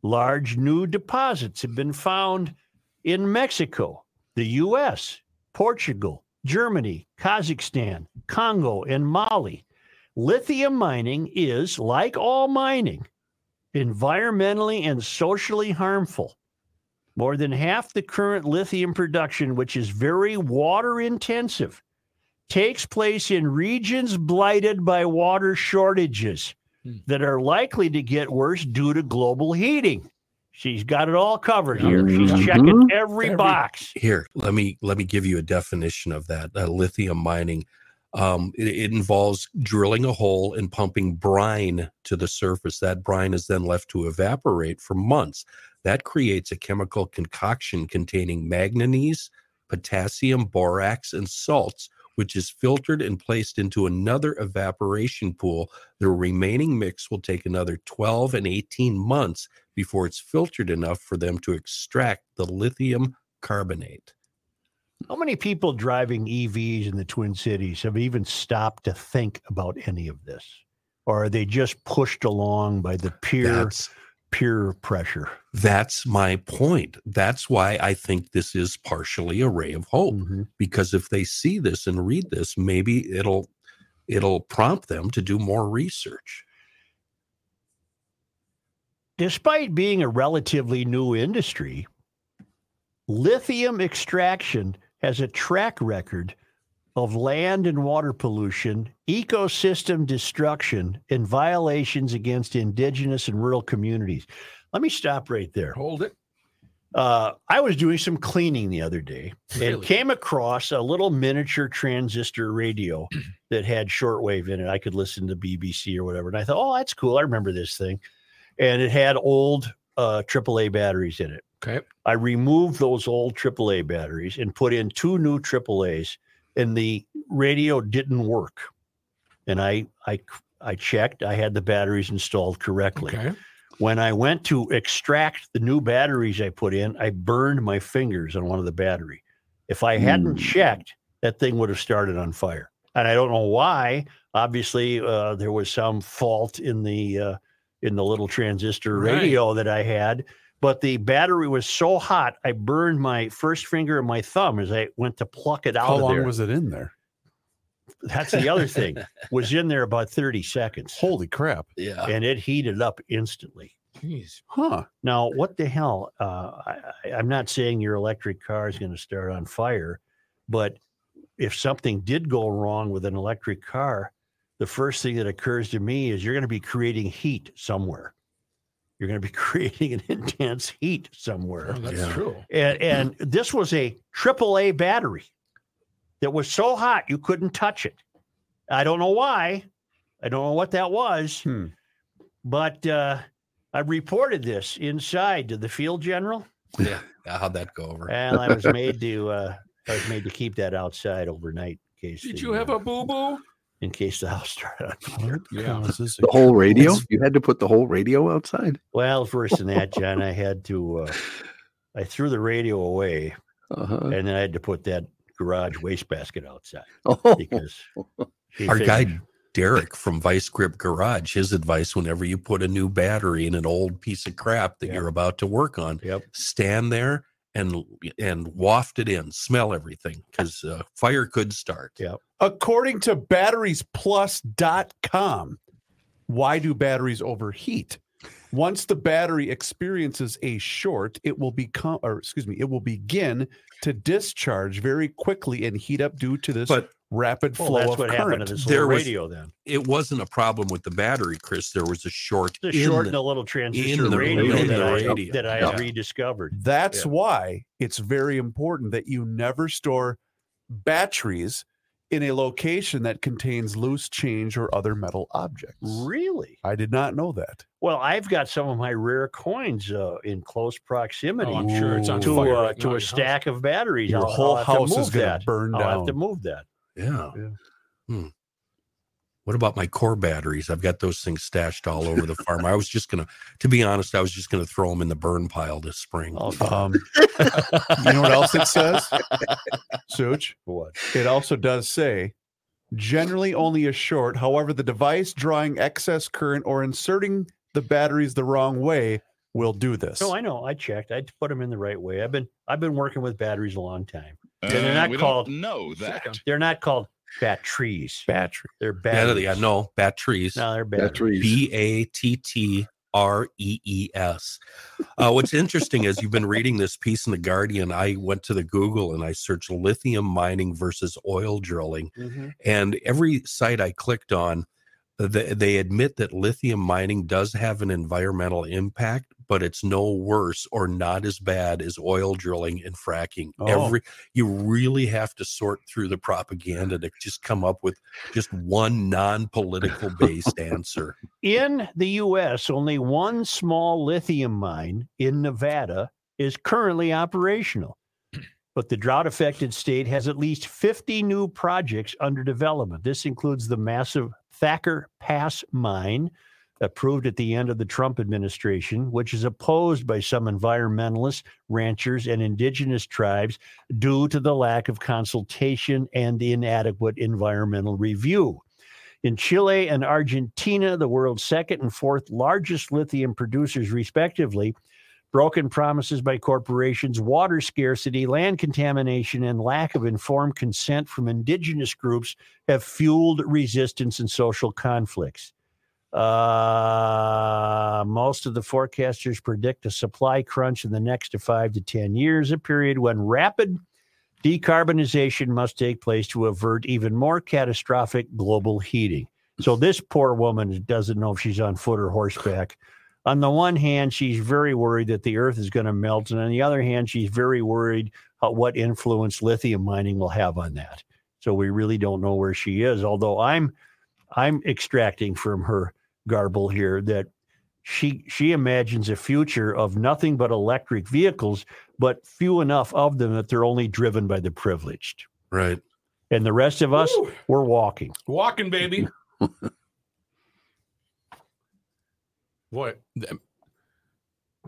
Speaker 1: Large new deposits have been found in Mexico, the US, Portugal, Germany, Kazakhstan, Congo, and Mali. Lithium mining is, like all mining, environmentally and socially harmful. More than half the current lithium production, which is very water intensive, takes place in regions blighted by water shortages
Speaker 9: Hmm.
Speaker 1: that are likely to get worse due to global heating. She's got it all covered here. She's
Speaker 3: Mm-hmm.
Speaker 1: checking every box.
Speaker 2: Here, let me let me give you a definition of that. Uh, lithium mining Um, it, it involves drilling a hole and pumping brine to the surface. That brine is then left to evaporate for months. That creates a chemical concoction containing manganese, potassium, borax, and salts, which is filtered and placed into another evaporation pool. The remaining mix will take another 12 and 18 months before it's filtered enough for them to extract the lithium carbonate.
Speaker 1: How many people driving EVs in the Twin Cities have even stopped to think about any of this? Or are they just pushed along by the peer
Speaker 2: That's
Speaker 1: peer pressure?
Speaker 2: that's my point. That's why I think this is partially a ray of hope
Speaker 1: Mhm.
Speaker 2: because if they see this and read this, maybe it'll it'll prompt them to do more research.
Speaker 1: Despite being a relatively new industry, lithium extraction has a track record of land and water pollution, ecosystem destruction, and violations against indigenous and rural communities. Let me stop right there.
Speaker 6: Hold it.
Speaker 1: uh, I was doing some cleaning the other day and came across a little miniature transistor radio that had shortwave in it. I could listen to BBC or whatever. And I thought, oh, that's cool. I remember this thing. And it had old uh, AAA batteries in it.
Speaker 6: Okay.
Speaker 1: I removed those old AAA batteries and put in two new AAAs, and the radio didn't work. And I, I, I checked. I had the batteries installed correctly
Speaker 6: Okay.
Speaker 1: when I went to extract the new batteries I put in, I burned my fingers on one of the battery. If I hadn't
Speaker 3: Hmm.
Speaker 1: checked, that thing would have started on fire. And I don't know why. Obviously, uh, there was some fault in the uh, in the little transistor
Speaker 6: Right.
Speaker 1: radio that I had, but the battery was so hot, I burned my first finger and my thumb as I went to pluck it out
Speaker 4: How
Speaker 1: of
Speaker 4: long
Speaker 1: there.
Speaker 4: was it in there?
Speaker 1: That's the other
Speaker 4: *laughs*
Speaker 1: thing. was in there about thirty seconds,
Speaker 4: Holy crap.
Speaker 2: *laughs* Yeah.
Speaker 1: and it heated up instantly.
Speaker 6: Jeez.
Speaker 4: Huh.
Speaker 1: Now, what the hell? Uh, I, I- I'm not saying your electric car is going to start on fire, but if something did go wrong with an electric car, the first thing that occurs to me is you're going to be creating heat somewhere. You're going to be *laughs* creating an intense heat somewhere.
Speaker 6: Oh, that's
Speaker 2: Yeah.
Speaker 6: true.
Speaker 1: And, and this was a AAA battery that was so hot you couldn't touch it. I don't know why. I don't know what that was,
Speaker 4: Hmm.
Speaker 1: but uh, I reported this inside to the field general,
Speaker 2: Yeah. How'd that go over?
Speaker 1: and I was made to uh, I was made to keep that outside overnight in case
Speaker 6: Did
Speaker 1: the,
Speaker 6: you have
Speaker 1: uh,
Speaker 6: a boo boo?
Speaker 1: in case the house started. on fire.
Speaker 4: What the hell is this
Speaker 3: The whole radio?
Speaker 4: It's-
Speaker 3: You had to put the whole radio outside?
Speaker 1: Well, first than that, John, I had to uh, I threw the radio away,
Speaker 3: Uh-huh.
Speaker 1: and then I had to put that garage wastebasket outside
Speaker 3: *laughs* Oh,
Speaker 1: because he
Speaker 2: Our
Speaker 1: figured-
Speaker 2: guy Derek from Vice Grip Garage, his advice whenever you put a new battery in an old piece of crap that
Speaker 1: Yeah.
Speaker 2: you're about to work on,
Speaker 1: Yep.
Speaker 2: stand there and and waft it in, smell everything because uh, fire could start.
Speaker 1: Yeah.
Speaker 4: *laughs* According to batteriesplus.com, why do batteries overheat? Once the battery experiences a short, it will become or excuse me, it will begin to discharge very quickly and heat up due to this
Speaker 2: But-
Speaker 4: rapid
Speaker 1: Well,
Speaker 4: flow
Speaker 1: that's
Speaker 4: of
Speaker 1: what happened
Speaker 4: current.
Speaker 1: to this
Speaker 2: There
Speaker 1: little
Speaker 2: was-
Speaker 1: radio then.
Speaker 2: It wasn't a problem with the battery, Chris. There was a short.
Speaker 1: The
Speaker 2: in
Speaker 1: short
Speaker 2: the-
Speaker 1: and a little transistor
Speaker 2: in the
Speaker 1: radio,
Speaker 3: radio,
Speaker 1: that, I,
Speaker 2: radio.
Speaker 1: that I
Speaker 2: Yeah.
Speaker 1: rediscovered.
Speaker 4: That's why it's very important that you never store batteries in a location that contains loose change or other metal objects.
Speaker 1: Really?
Speaker 4: I did not know that.
Speaker 1: Well, I've got some of my rare coins uh, in close proximity
Speaker 6: Oh, I'm sure it's on
Speaker 1: to,
Speaker 6: fire.
Speaker 1: uh,
Speaker 6: right now
Speaker 1: to
Speaker 6: in your
Speaker 1: a
Speaker 6: house.
Speaker 1: stack of batteries.
Speaker 4: Your
Speaker 1: I'll,
Speaker 4: whole
Speaker 1: I'll have to
Speaker 4: house is
Speaker 1: move
Speaker 4: going to
Speaker 1: that.
Speaker 4: burn
Speaker 1: I'll have
Speaker 4: down.
Speaker 1: to move that.
Speaker 2: yeah.
Speaker 4: Yeah.
Speaker 2: Hmm. What about my core batteries? I've got those things stashed all over the farm. I was just gonna, to be honest, I was just gonna throw them in the burn pile this spring.
Speaker 1: Oh,
Speaker 4: Um,
Speaker 1: *laughs*
Speaker 4: you know what else it says, Such?
Speaker 1: What?
Speaker 4: It also does say generally only a short. However, the device drawing excess current or inserting the batteries the wrong way will do this.
Speaker 1: No, I know. I checked. I put them in the right way. I've been I've been working with batteries a long time.
Speaker 9: Uh,
Speaker 1: they're not
Speaker 9: we
Speaker 1: called-
Speaker 9: don't know that.
Speaker 1: They're not called batteries.
Speaker 4: Battery.
Speaker 1: They're
Speaker 2: yeah,
Speaker 1: batteries.
Speaker 2: yeah, no, batteries.
Speaker 1: No, they're batteries.
Speaker 3: batteries.
Speaker 2: B A T T R E E S. Uh, what's interesting is you've been reading this piece in The Guardian. I went to the Google and I searched lithium mining versus oil drilling. And every site I clicked on, they, they admit that lithium mining does have an environmental impact, but it's no worse or not as bad as oil drilling and fracking.
Speaker 4: Oh.
Speaker 2: Every you really have to sort through the propaganda to just come up with just one non-political based answer.
Speaker 1: In the U.S., only one small lithium mine in Nevada is currently operational, but the drought affected state has at least 50 new projects under development. This includes the massive Thacker Pass mine. Approved at the end of the Trump administration, which is opposed by some environmentalists, ranchers, and indigenous tribes due to the lack of consultation and inadequate environmental review. In Chile and Argentina, the world's second and fourth largest lithium producers, respectively, broken promises by corporations, water scarcity, land contamination, and lack of informed consent from indigenous groups have fueled resistance and social conflicts. Uh, most of the forecasters predict a supply crunch in the next to five to 10 years, a period when rapid decarbonization must take place to avert even more catastrophic global heating. So this poor woman doesn't know if she's on foot or horseback. On the one hand, she's very worried that the earth is going to melt. And on the other hand, she's very worried about what influence lithium mining will have on that. So we really don't know where she is, although I'm I'm extracting from her garble here that she she imagines a future of nothing but electric vehicles, but few enough of them that they're only driven by the privileged.
Speaker 2: Right.
Speaker 1: And the rest of us,
Speaker 6: Woo.
Speaker 1: we're walking. *laughs*
Speaker 6: Walking, baby. Boy, th-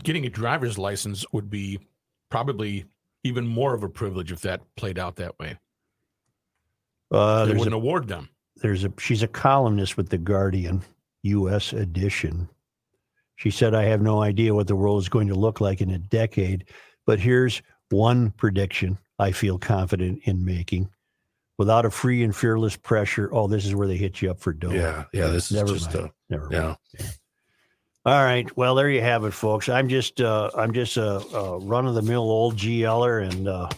Speaker 6: getting a driver's license would be probably even more of a privilege if that played out that way.
Speaker 1: Uh,
Speaker 6: they
Speaker 1: there's
Speaker 6: wouldn't
Speaker 1: a,
Speaker 6: award them.
Speaker 1: there's a she's a columnist with the Guardian U.S. edition. She said, "I have no idea what the world is going to look like in a decade, but here's one prediction I feel confident in making." Without a free and fearless pressure, oh, this is where they hit you up for dough.
Speaker 2: Yeah. Yeah. This is
Speaker 1: Never
Speaker 2: just
Speaker 1: mind. Never mind.
Speaker 2: a yeah.
Speaker 1: All right. Well, there you have it, folks. I'm just uh, I'm just a, a run of the mill old GLer, and uh,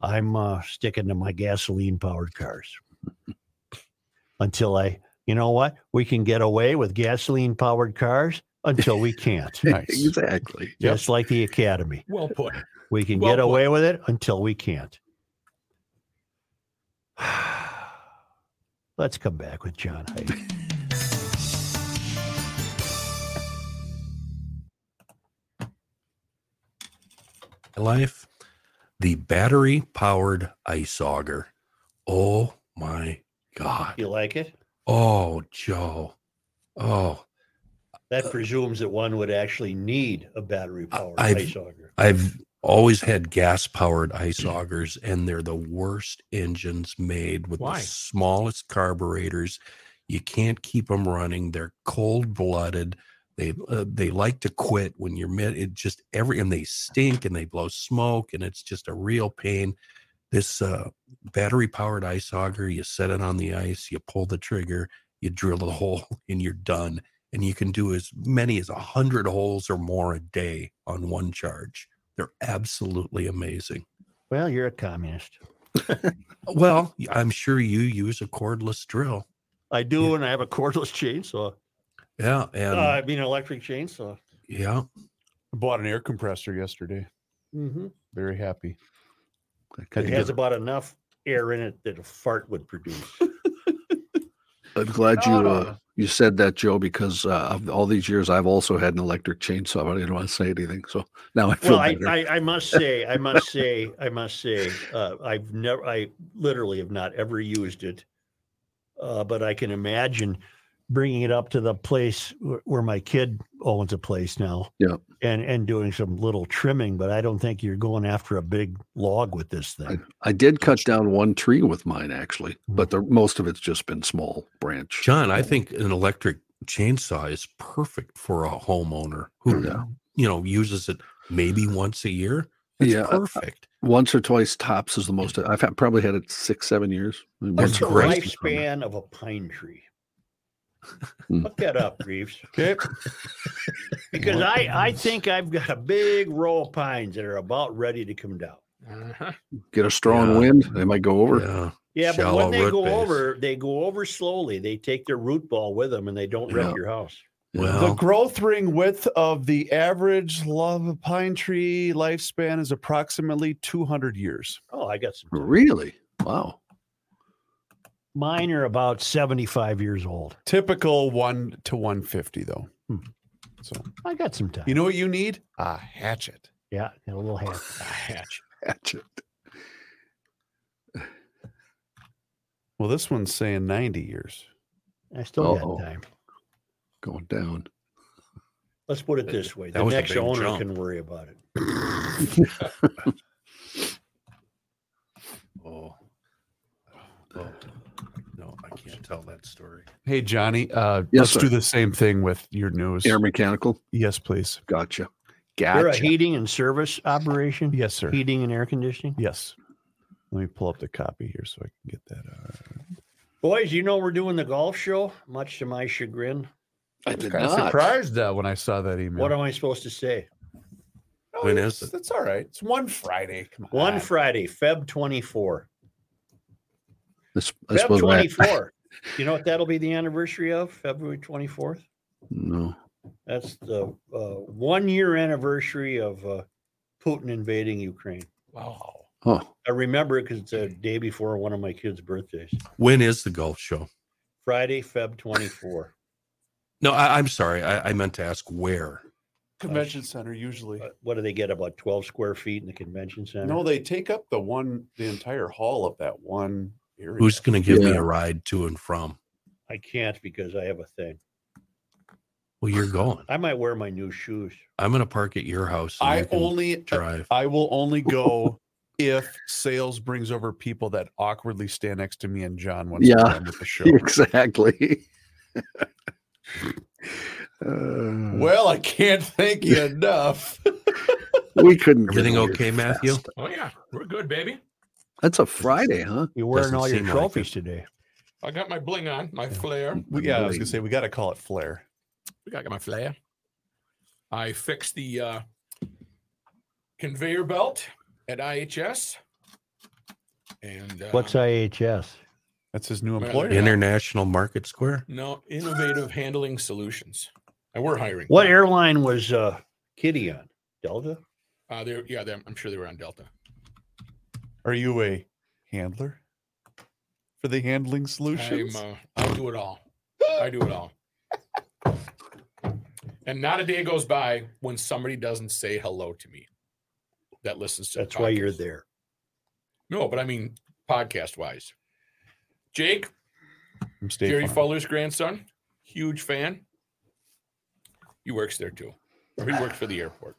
Speaker 1: I'm uh, sticking to my gasoline powered cars until I. You know what? We can get away with gasoline powered cars until we can't. *laughs*
Speaker 4: Nice.
Speaker 3: exactly.
Speaker 1: Just like the academy,
Speaker 6: Well put.
Speaker 1: we can
Speaker 6: Well
Speaker 1: get
Speaker 6: put.
Speaker 1: away with it until we can't. *sighs* Let's come back with John Hyde.
Speaker 2: my life the battery powered ice auger. Oh my God.
Speaker 1: You like it?
Speaker 2: Oh, Joe. Oh,
Speaker 1: That presumes that one would actually need a battery powered
Speaker 2: I've-
Speaker 1: ice auger.
Speaker 2: I've always had gas powered ice augers, and they're the worst engines made with
Speaker 6: Why?
Speaker 2: the smallest carburetors. You can't keep them running. They're cold blooded. They uh, they like to quit when you're mid. It just every and they stink and they blow smoke and it's just a real pain. This uh, battery powered ice auger, you set it on the ice, you pull the trigger, you drill the *laughs* hole, and you're done. And you can do as many as a hundred holes or more a day on one charge. They're absolutely amazing.
Speaker 1: Well, you're a communist.
Speaker 2: Well, I'm sure you use a cordless drill.
Speaker 1: I do, and I have a cordless *laughs* chainsaw.
Speaker 2: Yeah,
Speaker 1: uh,
Speaker 2: and
Speaker 1: I mean, electric chainsaw.
Speaker 2: yeah,
Speaker 4: I bought an air compressor yesterday.
Speaker 1: Mm-hmm.
Speaker 4: Very happy.
Speaker 3: I
Speaker 1: It
Speaker 3: could
Speaker 1: has
Speaker 3: get-
Speaker 1: about enough air in it that a fart would produce.
Speaker 3: I'm glad
Speaker 4: No,
Speaker 3: you
Speaker 4: no,
Speaker 3: uh,
Speaker 4: no.
Speaker 3: you said that, Joe, because uh, of all these years I've also had an electric chainsaw, but I didn't want to say anything. So now I feel
Speaker 1: well, I,
Speaker 3: better.
Speaker 1: I, I must say, I must say, I must say, uh, I've never, I literally have not ever used it, uh, but I can imagine bringing it up to the place where, where my kid owns a place now,
Speaker 3: Yeah.
Speaker 1: and and doing some little trimming. But I don't think you're going after a big log with this thing.
Speaker 3: I did cut down one tree with mine actually, but the most of it's just been small branch.
Speaker 2: John, I think an electric chainsaw is perfect for a homeowner who
Speaker 3: Oh, Yeah.
Speaker 2: you know uses it maybe once a year. It's
Speaker 3: Yeah, I-
Speaker 2: perfect.
Speaker 3: Once or twice tops is the most. I've had, probably had it six, seven years. Maybe
Speaker 1: What's
Speaker 2: That's
Speaker 3: once
Speaker 1: the
Speaker 3: or
Speaker 2: great.
Speaker 3: twice.
Speaker 1: lifespan of a pine tree?
Speaker 3: Hmm.
Speaker 1: Look that up, Reeves.
Speaker 4: Okay.
Speaker 1: Because I, I think I've got a big row of pines that are about ready to come down.
Speaker 6: Uh-huh.
Speaker 3: Get a strong
Speaker 2: Yeah.
Speaker 3: wind, they might go over.
Speaker 2: Yeah.
Speaker 1: Yeah, but
Speaker 2: Shallow
Speaker 1: when they
Speaker 2: root
Speaker 1: go
Speaker 2: base.
Speaker 1: over, they go over slowly. They take their root ball with them and they don't wreck
Speaker 3: Yeah.
Speaker 1: your house.
Speaker 4: The
Speaker 3: Oh.
Speaker 2: Well,
Speaker 4: growth ring width of the average love pine tree lifespan is approximately 200 years.
Speaker 1: Oh, I got some.
Speaker 3: Really? Wow.
Speaker 1: Mine are about 75 years old.
Speaker 4: Typical 1 to 150 though. So,
Speaker 1: I got some time.
Speaker 4: you know what you need? A hatchet.
Speaker 1: yeah, and a little hand.
Speaker 6: Hatch.
Speaker 3: Hatchet.
Speaker 4: Well, this one's saying 90 years.
Speaker 1: I still
Speaker 3: Uh-oh.
Speaker 1: got time.
Speaker 3: Going down.
Speaker 1: Let's put it this way:
Speaker 2: That
Speaker 1: the
Speaker 2: was a
Speaker 1: next
Speaker 2: big
Speaker 1: owner
Speaker 2: jump.
Speaker 1: can worry about it.
Speaker 2: oh, oh, no, I can't tell that story.
Speaker 4: Hey Johnny, uh
Speaker 3: Yes,
Speaker 4: let's
Speaker 3: sir.
Speaker 4: do the same thing with your news.
Speaker 3: Air mechanical.
Speaker 4: Yes, please.
Speaker 3: Gotcha.
Speaker 1: You're a
Speaker 3: Gotcha.
Speaker 1: heating and service operation,
Speaker 4: Yes, sir.
Speaker 1: heating and air conditioning.
Speaker 4: Yes. Let me pull up the copy here so I can get that uh, out.
Speaker 1: Boys, you know we're doing the golf show. Much to my chagrin,
Speaker 3: I did
Speaker 4: Kind of
Speaker 3: not.
Speaker 4: surprised uh, when I saw that email.
Speaker 1: what am I supposed to say?
Speaker 4: No,
Speaker 2: When
Speaker 4: it's-
Speaker 2: is it?
Speaker 4: It's Oh, all right. It's one Friday. Come on.
Speaker 1: One Friday, Feb 24.
Speaker 3: I s- I
Speaker 1: Feb
Speaker 3: suppose
Speaker 2: *laughs*
Speaker 3: I-
Speaker 1: 24. you know what that'll be the anniversary of? February 24th.
Speaker 3: no. *laughs*
Speaker 1: That's the uh, one year anniversary of uh, Putin invading Ukraine.
Speaker 6: Wow.
Speaker 3: Oh,
Speaker 1: I remember it because it's the day before one of my kids' birthdays.
Speaker 2: When is the golf show?
Speaker 1: Friday, Feb 24.
Speaker 2: No, I, I'm sorry. I, I meant to ask where.
Speaker 4: Convention Center usually.
Speaker 1: Uh, what do they get? About 12 square feet in the convention center?
Speaker 4: No, they take up the one, the entire hall of that one area.
Speaker 2: Who's going to give me
Speaker 3: Yeah.
Speaker 2: a ride to and from?
Speaker 1: I can't because I have a thing.
Speaker 2: Well, you're going.
Speaker 1: I might wear my new shoes.
Speaker 2: I'm going to park at your house. and
Speaker 4: I
Speaker 2: you can
Speaker 4: only,
Speaker 2: drive.
Speaker 4: I will only go if sales brings over people that awkwardly stand next to me and John once
Speaker 3: Yeah.
Speaker 4: we're done with
Speaker 3: *laughs*
Speaker 4: the show.
Speaker 3: Hmm. exactly. Uh,
Speaker 4: Well, I can't thank you enough. *laughs*
Speaker 3: Uh, we couldn't. get
Speaker 2: Everything
Speaker 3: away
Speaker 2: okay,
Speaker 3: with
Speaker 2: Matthew?
Speaker 3: fast.
Speaker 6: Oh yeah, we're good, baby.
Speaker 3: That's a Friday, huh?
Speaker 1: You're wearing
Speaker 2: Doesn't
Speaker 1: all your
Speaker 2: seem like it.
Speaker 1: trophies today.
Speaker 6: I got my bling on, my flare.
Speaker 4: We- yeah, I was gonna say we got to call it flair.
Speaker 6: I got my flare. I fixed the uh, conveyor belt at IHS. And uh,
Speaker 1: What's IHS?
Speaker 4: That's his new
Speaker 6: Well,
Speaker 4: employer.
Speaker 6: yeah.
Speaker 2: International Market Square.
Speaker 6: No, innovative handling solutions. And we're hiring.
Speaker 1: What airline was uh, Kitty on? Delta?
Speaker 6: Uh, they yeah, they're, I'm sure they were on Delta.
Speaker 4: Are you a handler for the handling
Speaker 6: I'm,
Speaker 4: solutions?
Speaker 6: uh, I'll do it all. I do it all. And not a day goes by when somebody doesn't say hello to me that listens to the
Speaker 1: That's why you're
Speaker 6: podcast.
Speaker 1: there.
Speaker 6: No, but I mean podcast wise. Jake,
Speaker 4: I'm State
Speaker 6: Jerry
Speaker 4: Farm.
Speaker 6: Fuller's grandson, huge fan. He works there too. Or he works for the airport.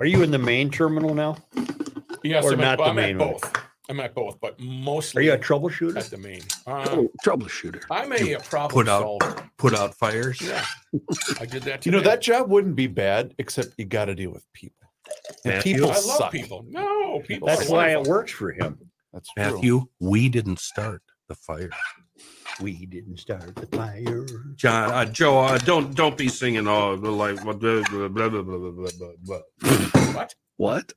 Speaker 1: Are you in the main terminal now?
Speaker 6: Yes,
Speaker 1: Or
Speaker 6: I'm,
Speaker 1: not
Speaker 6: at,
Speaker 1: the
Speaker 6: I'm at
Speaker 1: main one.
Speaker 6: both. I'm at both, but
Speaker 1: Are
Speaker 6: mostly
Speaker 1: you a
Speaker 6: at
Speaker 1: troubleshooter?
Speaker 6: the main. Uh,
Speaker 3: Oh, troubleshooter.
Speaker 6: I'm
Speaker 2: You
Speaker 6: a, problem
Speaker 2: put out-
Speaker 6: solver.
Speaker 2: Put out fires.
Speaker 6: Yeah, I did that.
Speaker 4: You know
Speaker 6: today.
Speaker 4: that job wouldn't be bad, except you got to deal with people. And
Speaker 2: Matthew?
Speaker 4: people
Speaker 6: I love
Speaker 4: suck.
Speaker 6: people. No, people.
Speaker 1: That's
Speaker 6: are
Speaker 1: why it
Speaker 6: wonderful.
Speaker 1: works for him.
Speaker 4: That's true.
Speaker 2: Matthew, we didn't start the fire.
Speaker 1: We didn't start the fire.
Speaker 2: John, uh, Joe, uh, don't don't be singing all the like blah blah blah blah blah blah. blah, blah, blah.
Speaker 3: What?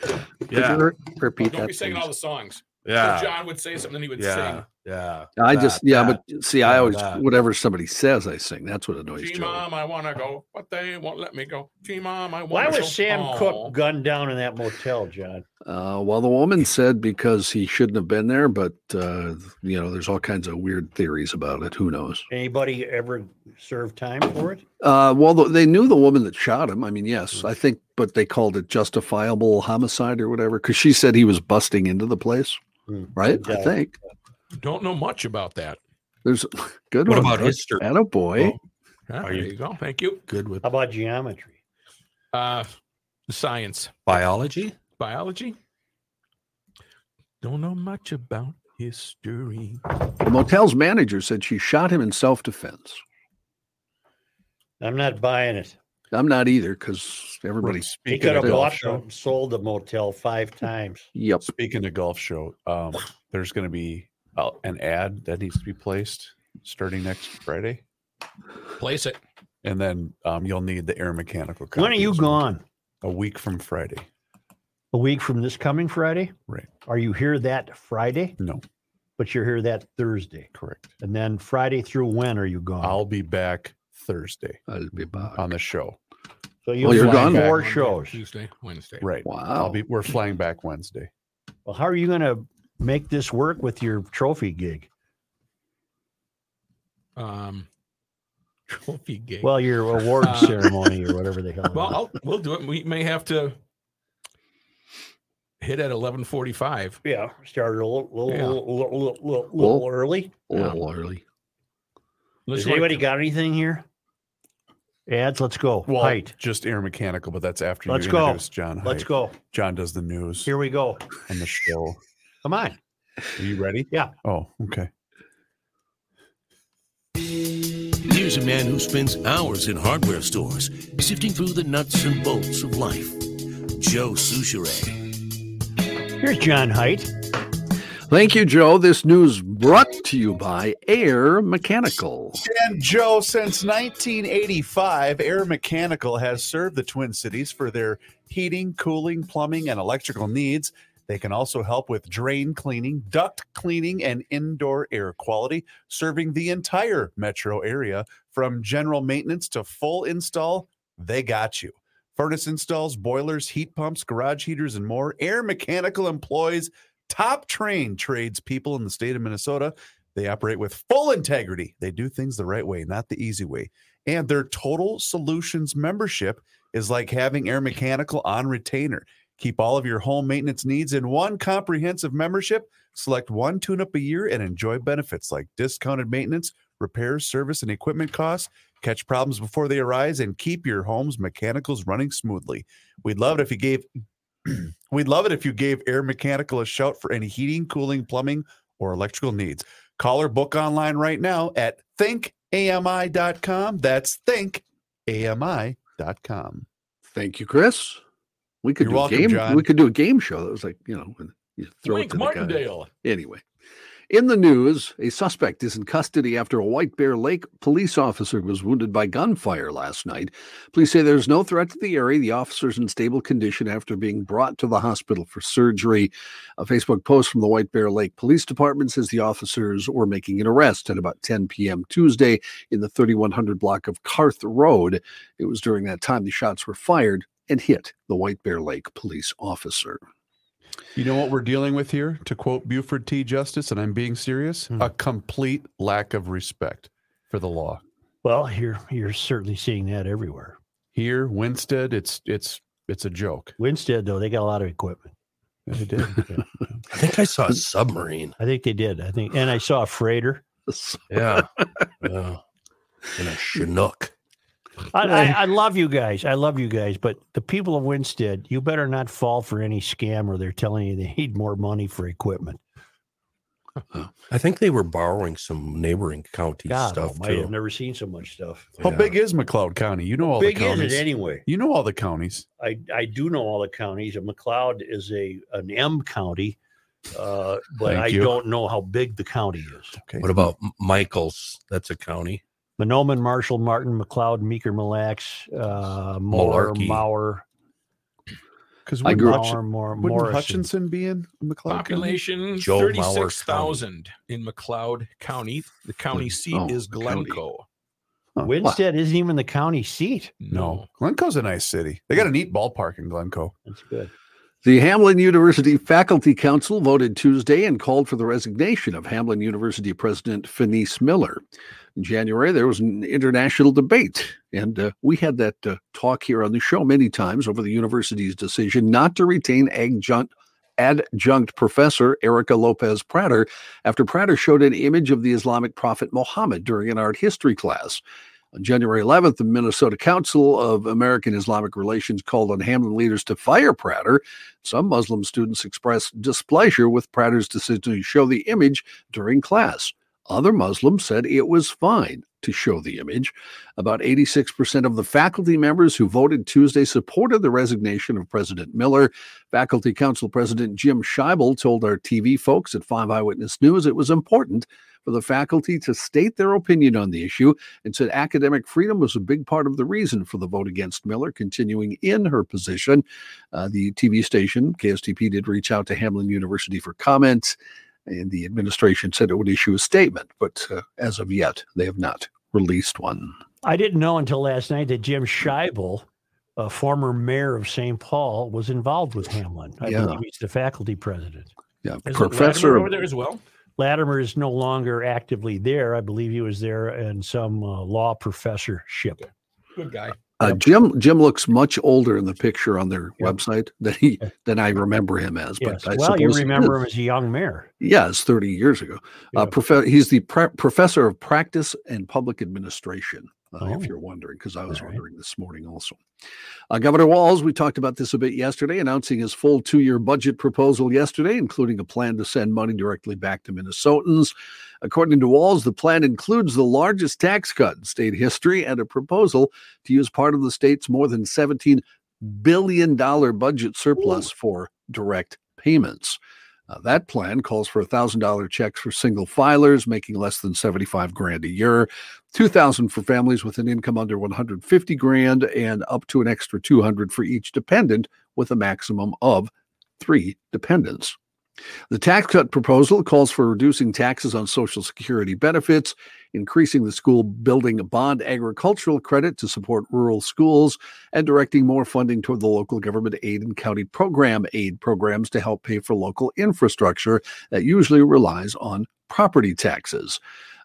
Speaker 3: Could
Speaker 2: Yeah,
Speaker 3: you re- repeat
Speaker 6: Don't
Speaker 3: that.
Speaker 6: be singing all
Speaker 3: please?
Speaker 6: the songs. So
Speaker 2: yeah,
Speaker 6: John would say something, he would
Speaker 2: yeah, yeah.
Speaker 3: I just, yeah, but see, I
Speaker 2: that,
Speaker 3: always,
Speaker 2: that.
Speaker 3: whatever somebody says, I sing. That's what annoys
Speaker 6: sing. Gee,
Speaker 3: Joe.
Speaker 6: mom, I want to go, but they won't let me go. Gee, mom, I want.
Speaker 1: Why
Speaker 6: to
Speaker 1: was Sam Cook gunned down in that motel, John?
Speaker 3: Uh, well, the woman said because he shouldn't have been there, but, uh, you know, there's all kinds of weird theories about it. Who knows?
Speaker 1: Anybody ever served time for it?
Speaker 3: Uh, well, th- they knew the woman that shot him. I mean, yes,
Speaker 4: Mm.
Speaker 3: I think, but they called it justifiable homicide or whatever because she said he was busting into the place,
Speaker 1: Hmm.
Speaker 4: Mm.
Speaker 3: right? I
Speaker 1: Yeah.
Speaker 3: think
Speaker 6: Don't know much about that.
Speaker 3: there's *laughs* good.
Speaker 2: What
Speaker 3: one,
Speaker 2: about
Speaker 3: Doug.
Speaker 2: history?
Speaker 3: Attaboy.
Speaker 2: Oh,
Speaker 6: Huh,
Speaker 2: Are
Speaker 6: there
Speaker 2: you-
Speaker 6: you, go. Thank you.
Speaker 2: Good with
Speaker 1: How about geometry?
Speaker 6: Uh, science,
Speaker 2: biology.
Speaker 6: biology. Don't know much about history.
Speaker 3: The motel's manager said she shot him in self defense.
Speaker 1: I'm not buying it.
Speaker 3: I'm not either because everybody.
Speaker 1: He
Speaker 4: Right, Speaking
Speaker 1: could
Speaker 4: of
Speaker 1: have
Speaker 4: golf
Speaker 1: bought
Speaker 4: show,
Speaker 1: and sold the motel five times.
Speaker 3: Yep.
Speaker 4: speaking of golf show, um, there's going to be uh, an ad that needs to be placed starting next Friday,
Speaker 6: Place it.
Speaker 4: and then um, you'll need the air mechanical.
Speaker 1: When are
Speaker 4: copy
Speaker 1: you
Speaker 4: as well.
Speaker 1: gone?
Speaker 4: A week from Friday.
Speaker 1: A week from this coming Friday?
Speaker 4: Right.
Speaker 1: Are you here that Friday?
Speaker 4: No,
Speaker 1: But you're here that Thursday.
Speaker 4: correct.
Speaker 1: And then Friday through when are you gone?
Speaker 4: I'll be back Thursday
Speaker 3: I'll be back.
Speaker 4: on the show.
Speaker 1: So you
Speaker 3: Well, you're
Speaker 1: fly
Speaker 3: gone.
Speaker 1: four
Speaker 6: Monday,
Speaker 1: shows.
Speaker 6: Tuesday, Wednesday.
Speaker 4: Right.
Speaker 3: wow.
Speaker 4: I'll be we're flying back Wednesday.
Speaker 1: Well, how are you going to make this work with your trophy gig?
Speaker 6: Um, *laughs* trophy gig.
Speaker 1: Well, your
Speaker 4: *laughs*
Speaker 1: award
Speaker 6: Uh,
Speaker 1: ceremony or whatever the hell. it
Speaker 6: well,
Speaker 1: is.
Speaker 6: I'll, we'll do it. We may have to hit at eleven forty-five.
Speaker 1: yeah, started a little, little,
Speaker 6: Yeah.
Speaker 1: little, little, little, little,
Speaker 3: Well,
Speaker 1: little early.
Speaker 3: a little early.
Speaker 6: Unless
Speaker 1: Has
Speaker 6: you
Speaker 1: anybody
Speaker 6: like,
Speaker 1: got anything here? Ads, let's go.
Speaker 4: Well,
Speaker 1: Height,
Speaker 4: just air mechanical, but that's after
Speaker 1: Let's
Speaker 4: you
Speaker 1: go.
Speaker 4: introduce John.
Speaker 1: let's
Speaker 4: Haidt.
Speaker 1: go.
Speaker 4: John does the news
Speaker 1: Here we go.
Speaker 4: on the show.
Speaker 1: Come on.
Speaker 4: Are you ready?
Speaker 1: Yeah.
Speaker 4: Oh, okay.
Speaker 8: Here's a man who spends hours in hardware stores sifting through the nuts and bolts of life. Joe Souchere.
Speaker 1: Here's John Height.
Speaker 3: Thank you, Joe. This news brought to you by Air Mechanical.
Speaker 4: And Joe, since 1985, Air Mechanical has served the Twin Cities for their heating, cooling, plumbing, and electrical needs. They can also help with drain cleaning, duct cleaning, and indoor air quality, serving the entire metro area from general maintenance to full install. They got you. Furnace installs, boilers, heat pumps, garage heaters, and more. Air Mechanical employs top trained tradespeople in the state of Minnesota. They operate with full integrity. They do things the right way, not the easy way. And their total solutions membership is like having air mechanical on retainer. Keep all of your home maintenance needs in one comprehensive membership. Select one tune up a year and enjoy benefits like discounted maintenance, repairs, service, and equipment costs. Catch problems before they arise and keep your home's mechanicals running smoothly. We'd love it if you gave *clears throat* We'd love it if you gave Air Mechanical a shout for any heating, cooling, plumbing, or electrical needs. Call or book online right now at thinkami.com. That's thinkami.com.
Speaker 3: Thank you, Chris. We could
Speaker 4: You're
Speaker 3: do
Speaker 4: welcome,
Speaker 3: a game.
Speaker 4: John.
Speaker 3: We could do a game show that was like you know when you throw it
Speaker 6: Wink
Speaker 3: to the guy.
Speaker 6: Martindale.
Speaker 3: Anyway, in the news, a suspect is in custody after a White Bear Lake police officer was wounded by gunfire last night. Police say there's no threat to the area. The officer's in stable condition after being brought to the hospital for surgery. A Facebook post from the White Bear Lake Police Department says the officers were making an arrest at about 10 p.m. Tuesday in the 3100 block of Carth Road. It was during that time the shots were fired and hit the White Bear Lake police officer. *laughs*
Speaker 4: You know what we're dealing with here? To quote Buford T. Justice, and I'm being serious, a complete lack of respect for the law.
Speaker 1: Well, you're you're certainly seeing that everywhere.
Speaker 4: Here, Winstead, it's it's it's a joke.
Speaker 1: Winstead, though, they got a lot of equipment.
Speaker 4: It is.
Speaker 2: I think I saw a submarine.
Speaker 1: *laughs* I think they did. I think, and I saw a freighter.
Speaker 2: Yeah. yeah. And a Chinook.
Speaker 1: I, I, I love you guys. I love you guys, but the people of Winstead, you better not fall for any scam or they're telling you they need more money for equipment.
Speaker 2: I think they were borrowing some neighboring county
Speaker 1: God,
Speaker 2: stuff
Speaker 1: almighty, I've
Speaker 2: too.
Speaker 1: never seen so much stuff.
Speaker 4: How
Speaker 2: Yeah.
Speaker 4: big is McLeod County? You know all
Speaker 1: Big
Speaker 4: the
Speaker 1: is
Speaker 4: counties.
Speaker 1: it anyway?
Speaker 4: you know all the counties.
Speaker 1: I, I do know all the counties, and McLeod is a an M county, uh, but
Speaker 4: Thank
Speaker 1: I
Speaker 4: you.
Speaker 1: don't know how big the county is.
Speaker 4: Okay.
Speaker 2: What about M- Michaels? That's a county.
Speaker 1: Monoman, Marshall, Martin, McLeod, Meeker, Mille Lacs, uh, Moore,
Speaker 2: Malarkey.
Speaker 1: Mauer,
Speaker 4: Because
Speaker 3: I
Speaker 4: wouldn't,
Speaker 3: grew-
Speaker 4: Hutch-
Speaker 1: Mauer, Moore,
Speaker 4: wouldn't
Speaker 1: Morrison.
Speaker 4: Hutchinson be in McLeod County?
Speaker 6: Population
Speaker 2: Joe Mauer County.
Speaker 6: 36,000 in McLeod County. The county seat
Speaker 3: Oh,
Speaker 6: is
Speaker 3: county.
Speaker 6: Glencoe.
Speaker 1: Winstead isn't even the county seat.
Speaker 4: No, Glencoe's a nice city. They got a neat ballpark in Glencoe.
Speaker 1: That's good.
Speaker 3: The Hamlin University Faculty Council voted Tuesday and called for the resignation of Hamlin University President Fenice Miller. In January, there was an international debate, and uh, we had that uh, talk here on the show many times over the university's decision not to retain adjunct, adjunct professor Erica Lopez Prater after Prater showed an image of the Islamic prophet Muhammad during an art history class. On January 11th, the Minnesota Council of American Islamic Relations called on Hamlin leaders to fire Prater some Muslim students expressed displeasure with Prater's decision to show the image during class. Other Muslims said it was fine to show the image. About 86% of the faculty members who voted Tuesday supported the resignation of President Miller. Faculty Council President Jim Scheibel told our TV folks at Five Eyewitness News it was important for the faculty to state their opinion on the issue and said academic freedom was a big part of the reason for the vote against Miller continuing in her position. Uh, the TV station, KSTP, did reach out to Hamlin University for comments, and the administration said it would issue a statement, but uh, as of yet, they have not released one.
Speaker 1: I didn't know until last night that Jim Scheibel, a former mayor of St. Paul, was involved with Hamlin. I
Speaker 3: Yeah.
Speaker 1: believe he's the faculty president.
Speaker 3: Yeah,
Speaker 6: Is Latimer
Speaker 3: professor
Speaker 6: over
Speaker 3: of
Speaker 6: there as well.
Speaker 1: Latimer is no longer actively there. I believe he was there in some uh, law professorship.
Speaker 6: Good guy.
Speaker 3: uh, Jim. Jim looks much older in the picture on their website than he than I remember him as.
Speaker 1: Yes.
Speaker 3: But I
Speaker 1: well, you
Speaker 3: suppose he
Speaker 1: remember
Speaker 3: is.
Speaker 1: him as a young mayor.
Speaker 3: Yeah, it's 30 years ago. Uh,
Speaker 1: Yeah.
Speaker 3: prof- he's the pre- professor of practice and public administration, uh,
Speaker 1: Oh.
Speaker 3: if you're wondering, because I was
Speaker 1: All right.
Speaker 3: wondering this morning also. Uh, Governor Walls, we talked about this a bit yesterday, announcing his full two year budget proposal yesterday, including a plan to send money directly back to Minnesotans. According to Walls, the plan includes the largest tax cut in state history and a proposal to use part of the state's more than $17 billion budget surplus for direct payments. Uh, that plan calls for $1,000 checks for single filers making less than 75 grand a year, 2000 for families with an income under 150 grand and up to an extra 200 for each dependent with a maximum of 3 dependents. The tax cut proposal calls for reducing taxes on social security benefits, increasing the school building bond agricultural credit to support rural schools, and directing more funding toward the local government aid and county program aid programs to help pay for local infrastructure that usually relies on property taxes.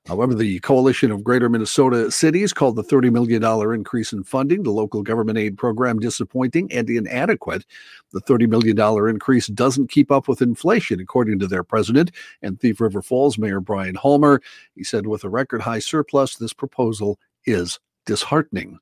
Speaker 3: However, the Coalition of Greater Minnesota Cities called the $30 million increase in funding to local government aid program disappointing and inadequate. The $30 million increase doesn't keep up with inflation, according to their president and Thief River Falls Mayor Brian Holmer. He said, with a record high surplus, this proposal is disheartening.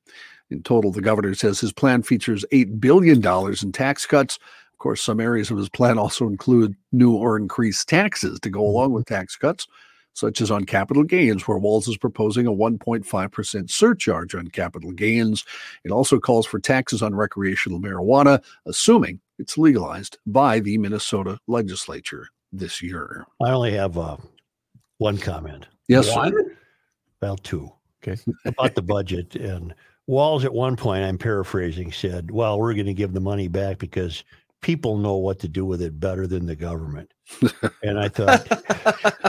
Speaker 3: In total, the governor says his plan features $8 billion in tax cuts. Of course, some areas of his plan also include new or increased taxes to go along with tax cuts, such as on capital gains, where Walls is proposing a 1.5% surcharge on capital gains. It also calls for taxes on recreational marijuana, assuming it's legalized by the Minnesota legislature this year.
Speaker 1: I only have uh, one comment.
Speaker 3: Yes, sir.
Speaker 6: *laughs*
Speaker 3: *laughs*
Speaker 1: Well, two.
Speaker 4: Okay.
Speaker 1: *laughs* About the budget. And Walls, at one point, I'm paraphrasing, said, Well, we're going to give the money back because people know what to do with it better than the government. and I thought,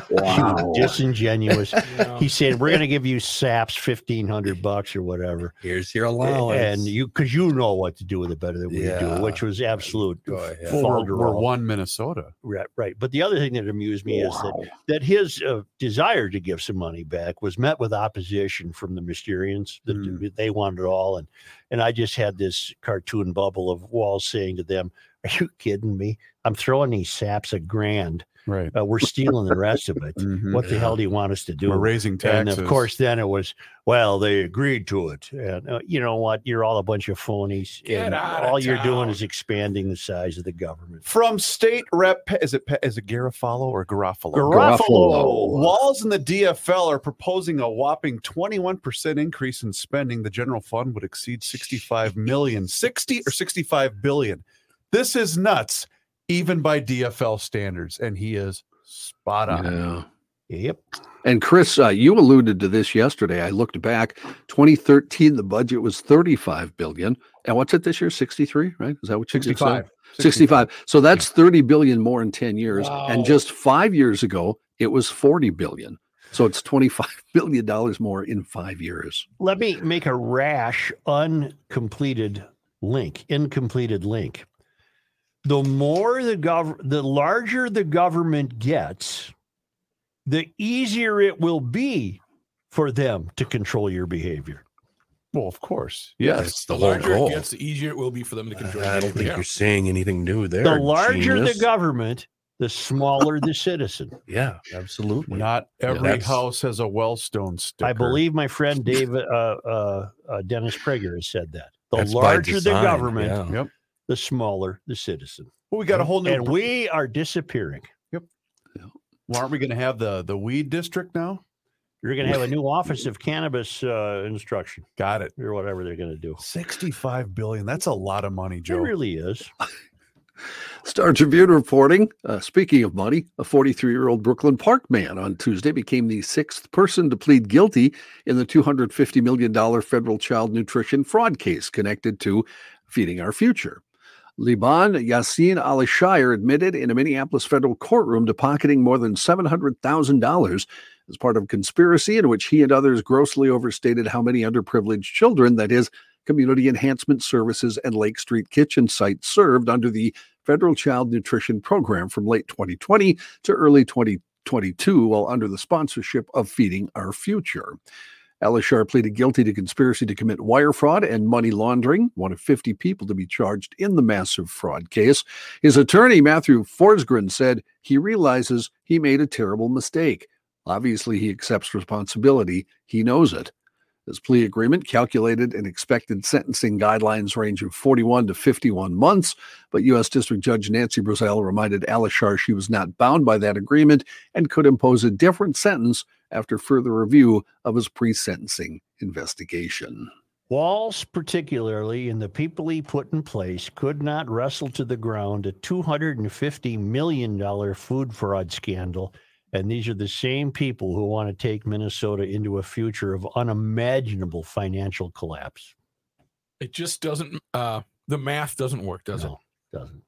Speaker 1: he was disingenuous. He said, We're going to give you SAPs 1500 bucks or whatever.
Speaker 2: Here's your
Speaker 1: and you, because you know what to do with it better than we
Speaker 2: Yeah.
Speaker 1: do, which was absolute.
Speaker 2: Go ahead.
Speaker 1: f-
Speaker 4: Well, we're, we're
Speaker 1: Folderol.
Speaker 4: one Minnesota.
Speaker 1: Right, right. But the other thing that amused me is that
Speaker 3: Wow.
Speaker 1: that his uh, desire to give some money back was met with opposition from the Mysterians. That
Speaker 4: Hmm.
Speaker 1: They wanted it all, and and I just had this cartoon bubble of Walls saying to them, "Are you kidding me? I'm throwing these saps a grand.
Speaker 4: Right.
Speaker 1: Uh, we're stealing the rest of
Speaker 4: *laughs*
Speaker 1: it. What the hell do you want us to do?"
Speaker 4: We're raising
Speaker 1: and
Speaker 4: taxes.
Speaker 1: of course, then it was, well, they agreed to it. And uh, you know what? You're all a bunch of phonies.
Speaker 6: Get
Speaker 1: and
Speaker 6: out of
Speaker 1: all you're
Speaker 6: town.
Speaker 1: doing is expanding the size of the government.
Speaker 4: from state rep, is it Pe- is it Garofalo or Garofalo?
Speaker 1: Garofalo.
Speaker 4: Walls and the DFL are proposing a whopping 21% increase in spending. The general fund would exceed 65 million, 60 or 65 billion. This is nuts, even by DFL standards. And he is spot on.
Speaker 3: Yeah.
Speaker 1: Yep.
Speaker 3: And Chris, uh, you alluded to this yesterday. I looked back. 2013, the budget was 35 billion, and what's it this year? 63, right? Is that what you just said?
Speaker 4: 65.
Speaker 3: 65. So that's 30 billion more in 10 years. And just five years ago, it was 40 billion. So it's 25 *laughs* billion dollars more in five years.
Speaker 1: Let me make a rash, uncompleted link, incompleted link. The more the gov, the larger the government gets, the easier it will be for them to control your behavior.
Speaker 4: Well, of course.
Speaker 2: Yes, the
Speaker 6: The
Speaker 2: whole
Speaker 6: larger
Speaker 2: goal.
Speaker 6: it gets, the easier it will be for them to control.
Speaker 2: I don't think
Speaker 6: Yeah.
Speaker 2: you're saying anything new there.
Speaker 1: The larger
Speaker 2: genius.
Speaker 1: the government, the smaller the citizen.
Speaker 2: Yeah, absolutely.
Speaker 4: Not every
Speaker 2: that's-
Speaker 4: house has a Wellstone sticker.
Speaker 1: I believe my friend David uh, uh, uh, Dennis Prager has said that. The
Speaker 2: That's by
Speaker 1: larger
Speaker 2: design,
Speaker 1: the government,
Speaker 2: yeah.
Speaker 1: the smaller the citizen.
Speaker 4: Well, we got a whole new.
Speaker 1: and we are disappearing.
Speaker 4: well, aren't we going to have the the weed district now?
Speaker 1: You're going to have a new office of cannabis uh, instruction
Speaker 4: Got it.
Speaker 1: or whatever they're going to do.
Speaker 4: 65 billion. That's a lot of money,
Speaker 1: It
Speaker 4: Joe.
Speaker 1: really is.
Speaker 3: Star Tribune reporting. Uh, speaking of money, a 43 year old Brooklyn Park man on Tuesday became the sixth person to plead guilty in the $250 million federal child nutrition fraud case connected to Feeding Our Future. Liban Yassin Ali Shire admitted in a Minneapolis federal courtroom to pocketing more than $700,000 as part of a conspiracy in which he and others grossly overstated how many underprivileged children, that is, community enhancement services and Lake Street kitchen sites served under the federal child nutrition program from late 2020 to early 2022 while under the sponsorship of Feeding Our Future. Alishar pleaded guilty to conspiracy to commit wire fraud and money laundering, one of 50 people to be charged in the massive fraud case. His attorney, Matthew Forsgren, said he realizes he made a terrible mistake. Obviously, he accepts responsibility. He knows it. His plea agreement calculated an expected sentencing guidelines range of 41 to 51 months, but U.S. District Judge Nancy Brazel reminded Alishar she was not bound by that agreement and could impose a different sentence after further review of his pre sentencing investigation.
Speaker 1: Walls, particularly, and the people he put in place could not wrestle to the ground a $250 million food fraud scandal. And these are the same people who want to take Minnesota into a future of unimaginable financial collapse.
Speaker 6: It just doesn't. Uh, the math doesn't work, does
Speaker 1: No, Doesn't.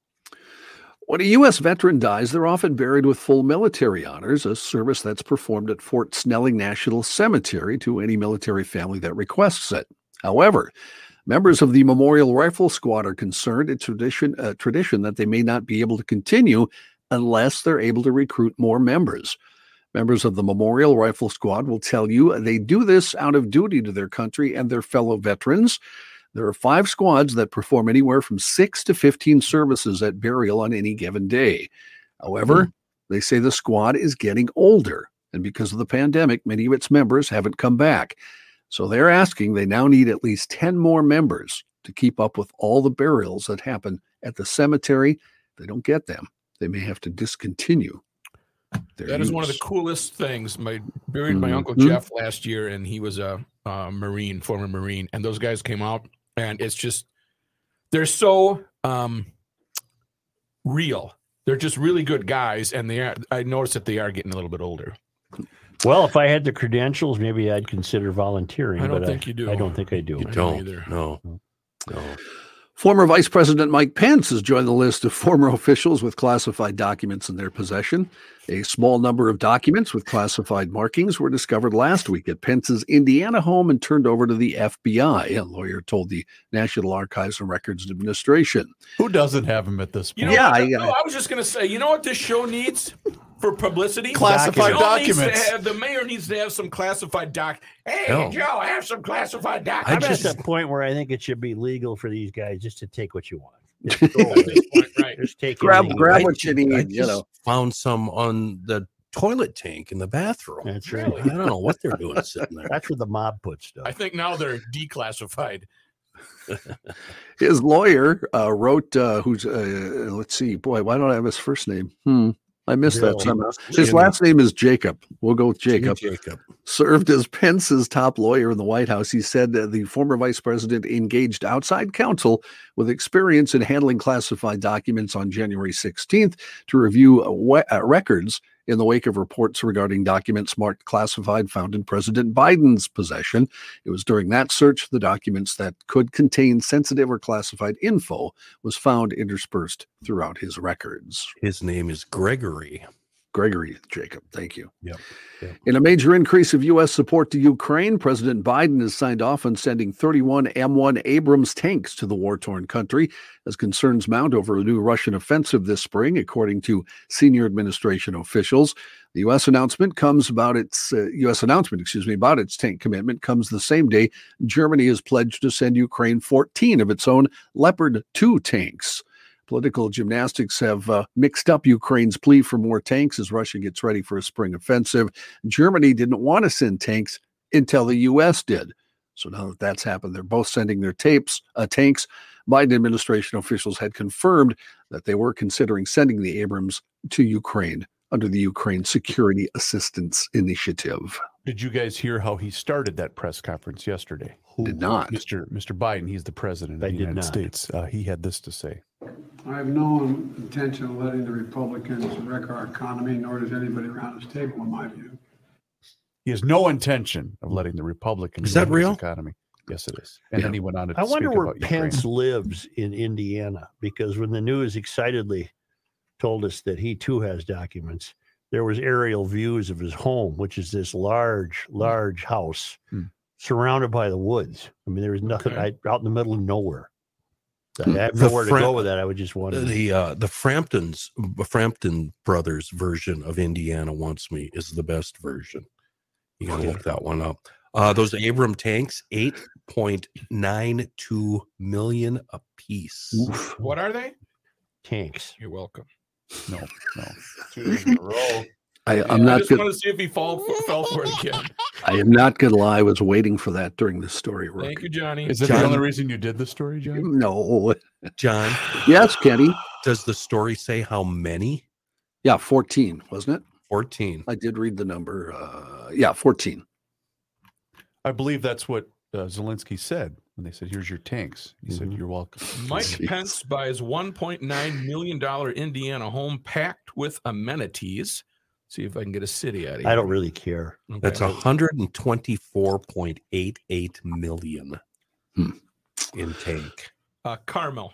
Speaker 3: When a U.S. veteran dies, they're often buried with full military honors, a service that's performed at Fort Snelling National Cemetery to any military family that requests it. However, members of the Memorial Rifle Squad are concerned it's tradition, a tradition that they may not be able to continue unless they're able to recruit more members. Members of the Memorial Rifle Squad will tell you they do this out of duty to their country and their fellow veterans. There are five squads that perform anywhere from six to 15 services at burial on any given day.
Speaker 6: Hmm.
Speaker 3: However, they say the squad is getting older, and because of the pandemic, many of its members haven't come back. So they're asking they now need at least 10 more members to keep up with all the burials that happen at the cemetery. If they don't get them, they may have to discontinue.
Speaker 6: it?
Speaker 3: their
Speaker 6: That is one of the
Speaker 3: use.
Speaker 6: coolest things. My buried my uncle
Speaker 3: Mhm.
Speaker 6: Jeff last year, and he was a, uh Marine, former Marine, and those guys came out, and it's just they're so um, real. They're just really good guys, and they are. I noticed that they are getting a little bit older.
Speaker 1: Well, if I had the credentials, maybe I'd consider volunteering.
Speaker 6: I don't
Speaker 1: but
Speaker 6: think you do.
Speaker 1: I don't Mm. think I do.
Speaker 2: You
Speaker 6: I don't
Speaker 2: don't.
Speaker 6: either.
Speaker 2: No.
Speaker 1: No.
Speaker 2: No.
Speaker 3: Former Vice President Mike Pence has joined the list of former officials with classified documents in their possession. A small number of documents with classified markings were discovered last week at Pence's Indiana home and turned over to the FBI, a lawyer told the National Archives and Records Administration.
Speaker 4: Who doesn't have him at this
Speaker 6: You
Speaker 4: point?
Speaker 6: know,
Speaker 3: Yeah,
Speaker 6: what?
Speaker 3: I-
Speaker 6: No, I was just gonna say. You know what this show needs for publicity?
Speaker 4: Classified
Speaker 6: Joe needs to
Speaker 4: documents.
Speaker 6: have- the mayor needs to have some classified doc. Hey,
Speaker 2: No.
Speaker 6: Joe, I have some classified
Speaker 2: I
Speaker 1: I'm
Speaker 6: documents.
Speaker 2: just-
Speaker 1: at the point where I think it should be legal for these guys just to take what you want.
Speaker 6: *laughs* At this point, right.
Speaker 1: Just take
Speaker 3: Grab,
Speaker 1: anything.
Speaker 3: grab what you
Speaker 2: I
Speaker 3: need, you
Speaker 2: just
Speaker 3: know.
Speaker 2: found some on the toilet tank in the bathroom.
Speaker 1: That's right.
Speaker 2: I don't know what they're doing sitting there.
Speaker 1: That's where the mob puts stuff.
Speaker 6: I think now they're declassified.
Speaker 3: His lawyer uh, wrote, uh, who's, uh, let's see, boy, why don't I have his first name? Hmm, I missed that
Speaker 1: Bill.
Speaker 3: somehow. His last name is Jacob. We'll go with Jacob.
Speaker 2: Jacob.
Speaker 3: served as Pence's top lawyer in the White House. He said that the former vice president engaged outside counsel with experience in handling classified documents on January 16th to review uh, we- uh, records in the wake of reports regarding documents marked classified found in President Biden's possession. It was during that search the documents that could contain sensitive or classified info was found interspersed throughout his records.
Speaker 2: His name is Gregory.
Speaker 3: Gregory Jacob, thank you.
Speaker 2: Yep, yep.
Speaker 3: In a major increase of U.S. support to Ukraine, President Biden has signed off on sending 31 M1 Abrams tanks to the war torn country as concerns mount over a new Russian offensive this spring, according to senior administration officials. The U.S. announcement comes about its uh, U.S. announcement, excuse me, about its tank commitment comes the same day Germany has pledged to send Ukraine 14 of its own Leopard 2 tanks. Political gymnastics have uh, mixed up Ukraine's plea for more tanks as Russia gets ready for a spring offensive. Germany didn't want to send tanks until the U.S. did. So now that that's happened, they're both sending their tapes, uh, tanks. Biden administration officials had confirmed that they were considering sending the Abrams to Ukraine under the Ukraine Security Assistance Initiative.
Speaker 4: Did you guys hear how he started that press conference yesterday?
Speaker 3: Did not.
Speaker 4: Mr. Mr. Biden, he's the president
Speaker 1: I
Speaker 4: of the
Speaker 1: did
Speaker 4: United
Speaker 1: not.
Speaker 4: States. Uh, he had this to say.
Speaker 9: I have no intention of letting the Republicans wreck our economy, nor does anybody around this table, in my view.
Speaker 4: He has no intention of letting the Republicans
Speaker 2: Is that
Speaker 4: run this
Speaker 2: real?
Speaker 4: economy. Yes, it is. And then
Speaker 3: Yeah.
Speaker 4: he went on to
Speaker 1: I wonder
Speaker 4: speak
Speaker 1: where
Speaker 4: about Ukraine.
Speaker 1: Pence lives in Indiana because when the news excitedly told us that he too has documents, there was aerial views of his home, which is this large, large house
Speaker 4: Hmm.
Speaker 1: surrounded by the woods. I mean, there was nothing
Speaker 6: Okay.
Speaker 1: I, out in the middle of nowhere. I
Speaker 2: Hmm.
Speaker 1: have
Speaker 2: The
Speaker 1: nowhere to
Speaker 2: Fran-
Speaker 1: go with that. I would just want to.
Speaker 2: the uh, the Framptons Frampton brothers version of Indiana Wants Me is the best version. You gotta look that one up. Uh, those Abram tanks, eight point nine two million a piece.
Speaker 1: Oof,
Speaker 6: What are they?
Speaker 1: tanks.
Speaker 6: You're welcome.
Speaker 4: No, no.
Speaker 6: Two days in a row.
Speaker 3: I,
Speaker 6: Yeah,
Speaker 3: I'm
Speaker 6: I
Speaker 3: not
Speaker 6: just
Speaker 3: good.
Speaker 6: want to see if he fall, fell for it again.
Speaker 3: I am not gonna lie. I was waiting for that during the story. Rook.
Speaker 6: Thank you, Johnny.
Speaker 4: Is that
Speaker 2: John- Mm.
Speaker 4: the only reason you did the story, John?
Speaker 3: No.
Speaker 2: John,
Speaker 3: Yes, Kenny.
Speaker 2: does the story say how many?
Speaker 3: Yeah, 14, wasn't it?
Speaker 2: Fourteen.
Speaker 3: I did read the number. Uh, yeah, 14.
Speaker 4: I believe that's what uh, Zelensky said when they said, "Here's your tanks." He said,
Speaker 2: Mhm.
Speaker 4: "You're welcome."
Speaker 6: Mike
Speaker 3: Jeez.
Speaker 6: Pence buys $1.9 million Indiana home packed with amenities. See if I can get a city out of here.
Speaker 1: I don't really care.
Speaker 6: Okay.
Speaker 2: That's hundred and twenty four point eight eight million
Speaker 3: Hmm.
Speaker 2: in tank.
Speaker 6: uh, Carmel,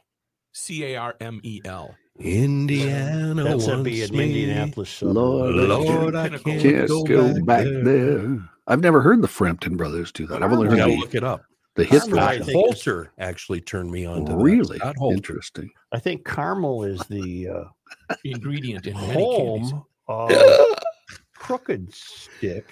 Speaker 6: C A R M E L.
Speaker 2: Indiana
Speaker 1: That's
Speaker 2: wants
Speaker 1: that'd be in
Speaker 2: me.
Speaker 1: Indianapolis. suburb.
Speaker 3: Lord,
Speaker 2: Lord, I
Speaker 6: Pinnacle.
Speaker 2: can't,
Speaker 3: Can't
Speaker 2: go, back, there.
Speaker 3: I've never heard the Frampton brothers do that. I've only
Speaker 2: You
Speaker 3: heard
Speaker 2: gotta
Speaker 3: the,
Speaker 2: look it up.
Speaker 3: the hit
Speaker 1: Carmel, I
Speaker 3: version.
Speaker 1: think, is-
Speaker 2: Holter actually turned me on to
Speaker 3: Really
Speaker 2: that. Scott Holter.
Speaker 3: interesting.
Speaker 1: I think Carmel is the uh,
Speaker 6: Ingredient in many candies.
Speaker 1: home of Oh. Crooked
Speaker 2: *laughs*
Speaker 1: Stick,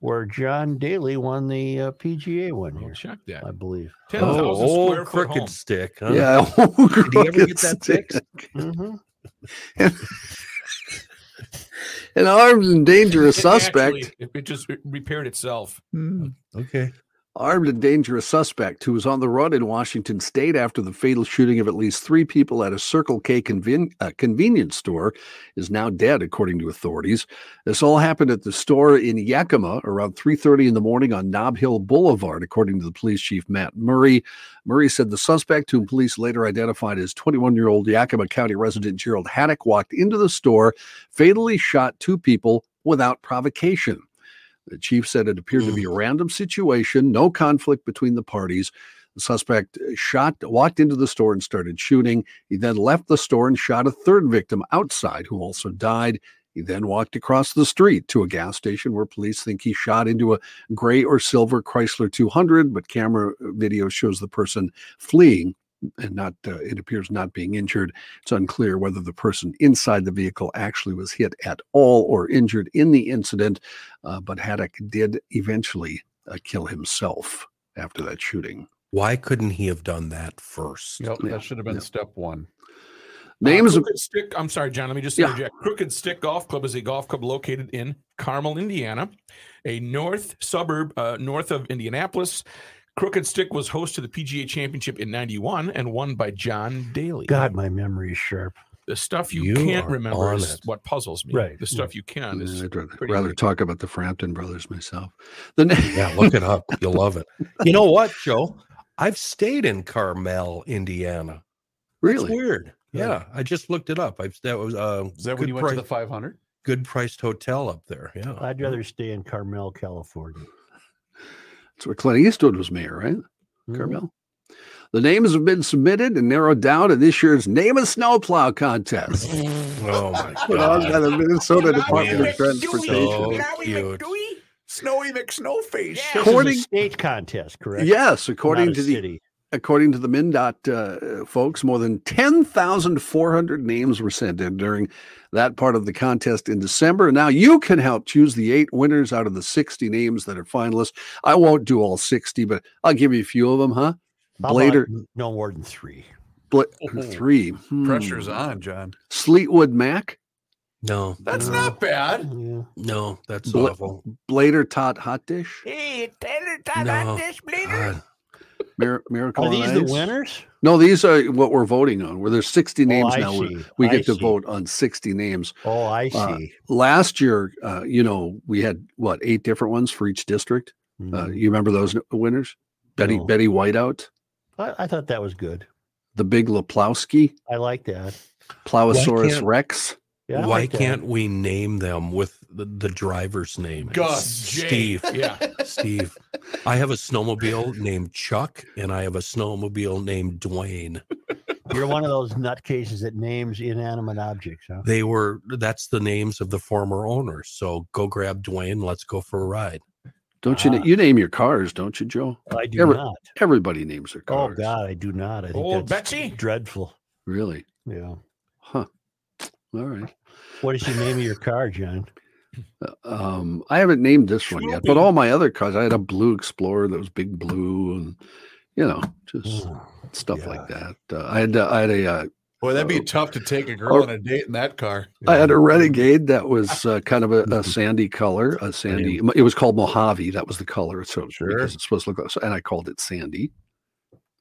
Speaker 1: where John Daly won the uh, PGA one
Speaker 6: Well,
Speaker 1: year,
Speaker 6: check that.
Speaker 1: I believe.
Speaker 6: 10,000
Speaker 4: Oh,
Speaker 2: old
Speaker 6: square foot
Speaker 2: oh, crooked
Speaker 6: home.
Speaker 2: stick. Huh?
Speaker 3: Yeah. *laughs*
Speaker 2: Did he ever get that fixed?
Speaker 1: Mhm.
Speaker 3: An armed
Speaker 2: *laughs*
Speaker 3: and dangerous
Speaker 6: It actually-
Speaker 3: suspect,
Speaker 6: it, it just it repaired itself.
Speaker 2: Okay.
Speaker 3: armed and dangerous suspect who was on the run in Washington state after the fatal shooting of at least three people at a Circle K conven- uh, convenience store, is now dead, according to authorities. This all happened at the store in Yakima around 3:30 in the morning on Knob Hill Boulevard, according to the police chief Matt Murray. Murray said the suspect, whom police later identified as 21-year-old Yakima County resident Gerald Haddock, walked into the store, fatally shot two people without provocation. The chief said it appeared to be a random situation, no conflict between the parties. The suspect shot, walked into the store and started shooting. He then left the store and shot a third victim outside who also died. He then walked across the street to a gas station where police think he shot into a gray or silver Chrysler 200, but camera video shows the person fleeing and not, uh, it appears, not being injured. It's unclear whether the person inside the vehicle actually was hit at all or injured in the incident uh, but Haddock did eventually uh, kill himself after that shooting.
Speaker 2: Why couldn't he have done that first?
Speaker 4: Yep,
Speaker 3: Yeah,
Speaker 4: that should have been
Speaker 3: yeah.
Speaker 4: step one.
Speaker 3: Names
Speaker 6: uh,
Speaker 3: of
Speaker 6: crooked stick. I'm sorry, John. Let me just
Speaker 3: Yeah.
Speaker 6: interject. Crooked Stick Golf Club is a golf club located in Carmel, Indiana, a north suburb uh, north of Indianapolis. Crooked Stick was host to the PGA Championship in '91 and won by John Daly.
Speaker 1: God, my memory is sharp.
Speaker 6: the stuff you,
Speaker 2: You
Speaker 6: can't
Speaker 2: are
Speaker 6: remember
Speaker 2: on
Speaker 6: is
Speaker 2: it.
Speaker 6: what puzzles me.
Speaker 1: Right.
Speaker 6: The stuff you can is
Speaker 3: I'd rather,
Speaker 6: pretty
Speaker 3: rather
Speaker 6: good.
Speaker 3: talk about the Frampton brothers myself. The na-
Speaker 2: Yeah, look it up. You'll love it. You know what, Joe? I've stayed in Carmel, Indiana. It's
Speaker 3: *laughs* really
Speaker 2: weird. Yeah. I just looked it up. I've that was uh,
Speaker 4: Is that when
Speaker 2: good
Speaker 4: you went to
Speaker 2: price-
Speaker 4: the 500?
Speaker 2: good priced hotel up there. Yeah.
Speaker 1: I'd rather stay in Carmel, California.
Speaker 3: that's where Clint Eastwood was mayor, right?
Speaker 1: Mhm.
Speaker 3: Carmel. The names have been submitted and narrowed down to this year's Name a Snowplow contest.
Speaker 2: Oh my
Speaker 3: Put on by
Speaker 2: god.
Speaker 3: the Minnesota Department
Speaker 2: Weird.
Speaker 3: of Transportation.
Speaker 2: So cute.
Speaker 5: Snowy McSnowface.
Speaker 1: This is
Speaker 3: According-
Speaker 1: a state contest, correct?
Speaker 3: Yes, according
Speaker 1: Not a
Speaker 3: to the
Speaker 1: city.
Speaker 3: according to the MnDOT uh, folks, more than 10,400 names were sent in during that part of the contest in December. Now you can help choose the eight winners out of the 60 names that are finalists. I won't do all 60, but I'll give you a few of them, huh?
Speaker 1: How about
Speaker 3: Blader-
Speaker 1: n- no more than three.
Speaker 3: Bl-
Speaker 4: Oh.
Speaker 3: three. Hmm.
Speaker 4: Pressure's on, John.
Speaker 3: Fleetwood Mac,
Speaker 2: No,
Speaker 5: That's not bad.
Speaker 1: Mm. Yeah.
Speaker 2: no, that's
Speaker 3: Bl-
Speaker 2: awful.
Speaker 3: Blader Tot Hot Dish,
Speaker 5: Hey,
Speaker 2: No. God.
Speaker 3: Mir- Miracle
Speaker 1: Are
Speaker 3: on
Speaker 1: these the
Speaker 3: Ice.
Speaker 1: winners?
Speaker 3: No, these are what we're voting on. Where there's 60 names
Speaker 1: oh, I
Speaker 3: now, we-
Speaker 1: see.
Speaker 3: we
Speaker 1: I
Speaker 3: get to
Speaker 1: see.
Speaker 3: vote on 60 names.
Speaker 1: Oh, I see.
Speaker 3: Uh, last year, uh, you know, we had what eight different ones for each district. Uh,
Speaker 1: Mhm.
Speaker 3: you remember those n- winners? Betty
Speaker 1: No.
Speaker 3: Betty Whiteout,
Speaker 1: I, I thought that was good.
Speaker 3: the Big Laplowski,
Speaker 1: I like that.
Speaker 3: Plowosaurus
Speaker 2: can't-
Speaker 3: Rex,
Speaker 1: Yeah, I
Speaker 2: Why
Speaker 1: like that.
Speaker 2: can't we name them with the, the driver's name?
Speaker 6: Gus J. *laughs*
Speaker 2: Steve.
Speaker 4: *laughs*
Speaker 6: Yeah.
Speaker 2: Steve. I have a snowmobile named Chuck, and I have a snowmobile named Dwayne.
Speaker 1: *laughs* You're one of those nutcases that names inanimate objects, huh?
Speaker 2: They were that's the names of the former owners. So go grab Dwayne. Let's go for a ride.
Speaker 3: Don't you? na-
Speaker 1: Ah.
Speaker 3: You name your cars, don't you, Joe?
Speaker 1: I do
Speaker 3: Every-
Speaker 1: not.
Speaker 3: Everybody names their
Speaker 1: Oh
Speaker 3: cars.
Speaker 1: God, I do not. I think
Speaker 6: Old
Speaker 1: that's
Speaker 6: Betsy.
Speaker 1: dreadful.
Speaker 3: Really?
Speaker 1: Yeah.
Speaker 3: Huh. All right.
Speaker 1: What is the name of your car, John?
Speaker 3: Uh, Um, I haven't named this one yet, but all my other cars, I had a blue Explorer that was big blue, and you know, just
Speaker 1: Mm,
Speaker 3: stuff like that. Uh, I had uh, I had a uh,
Speaker 4: Boy, that'd be tough to take a girl
Speaker 3: Or-
Speaker 4: on a date in that car.
Speaker 3: I had a Renegade that was uh, kind of a, a sandy color, a sandy. It was called Mojave. That was the color. So because it's supposed to look like, and I called it Sandy.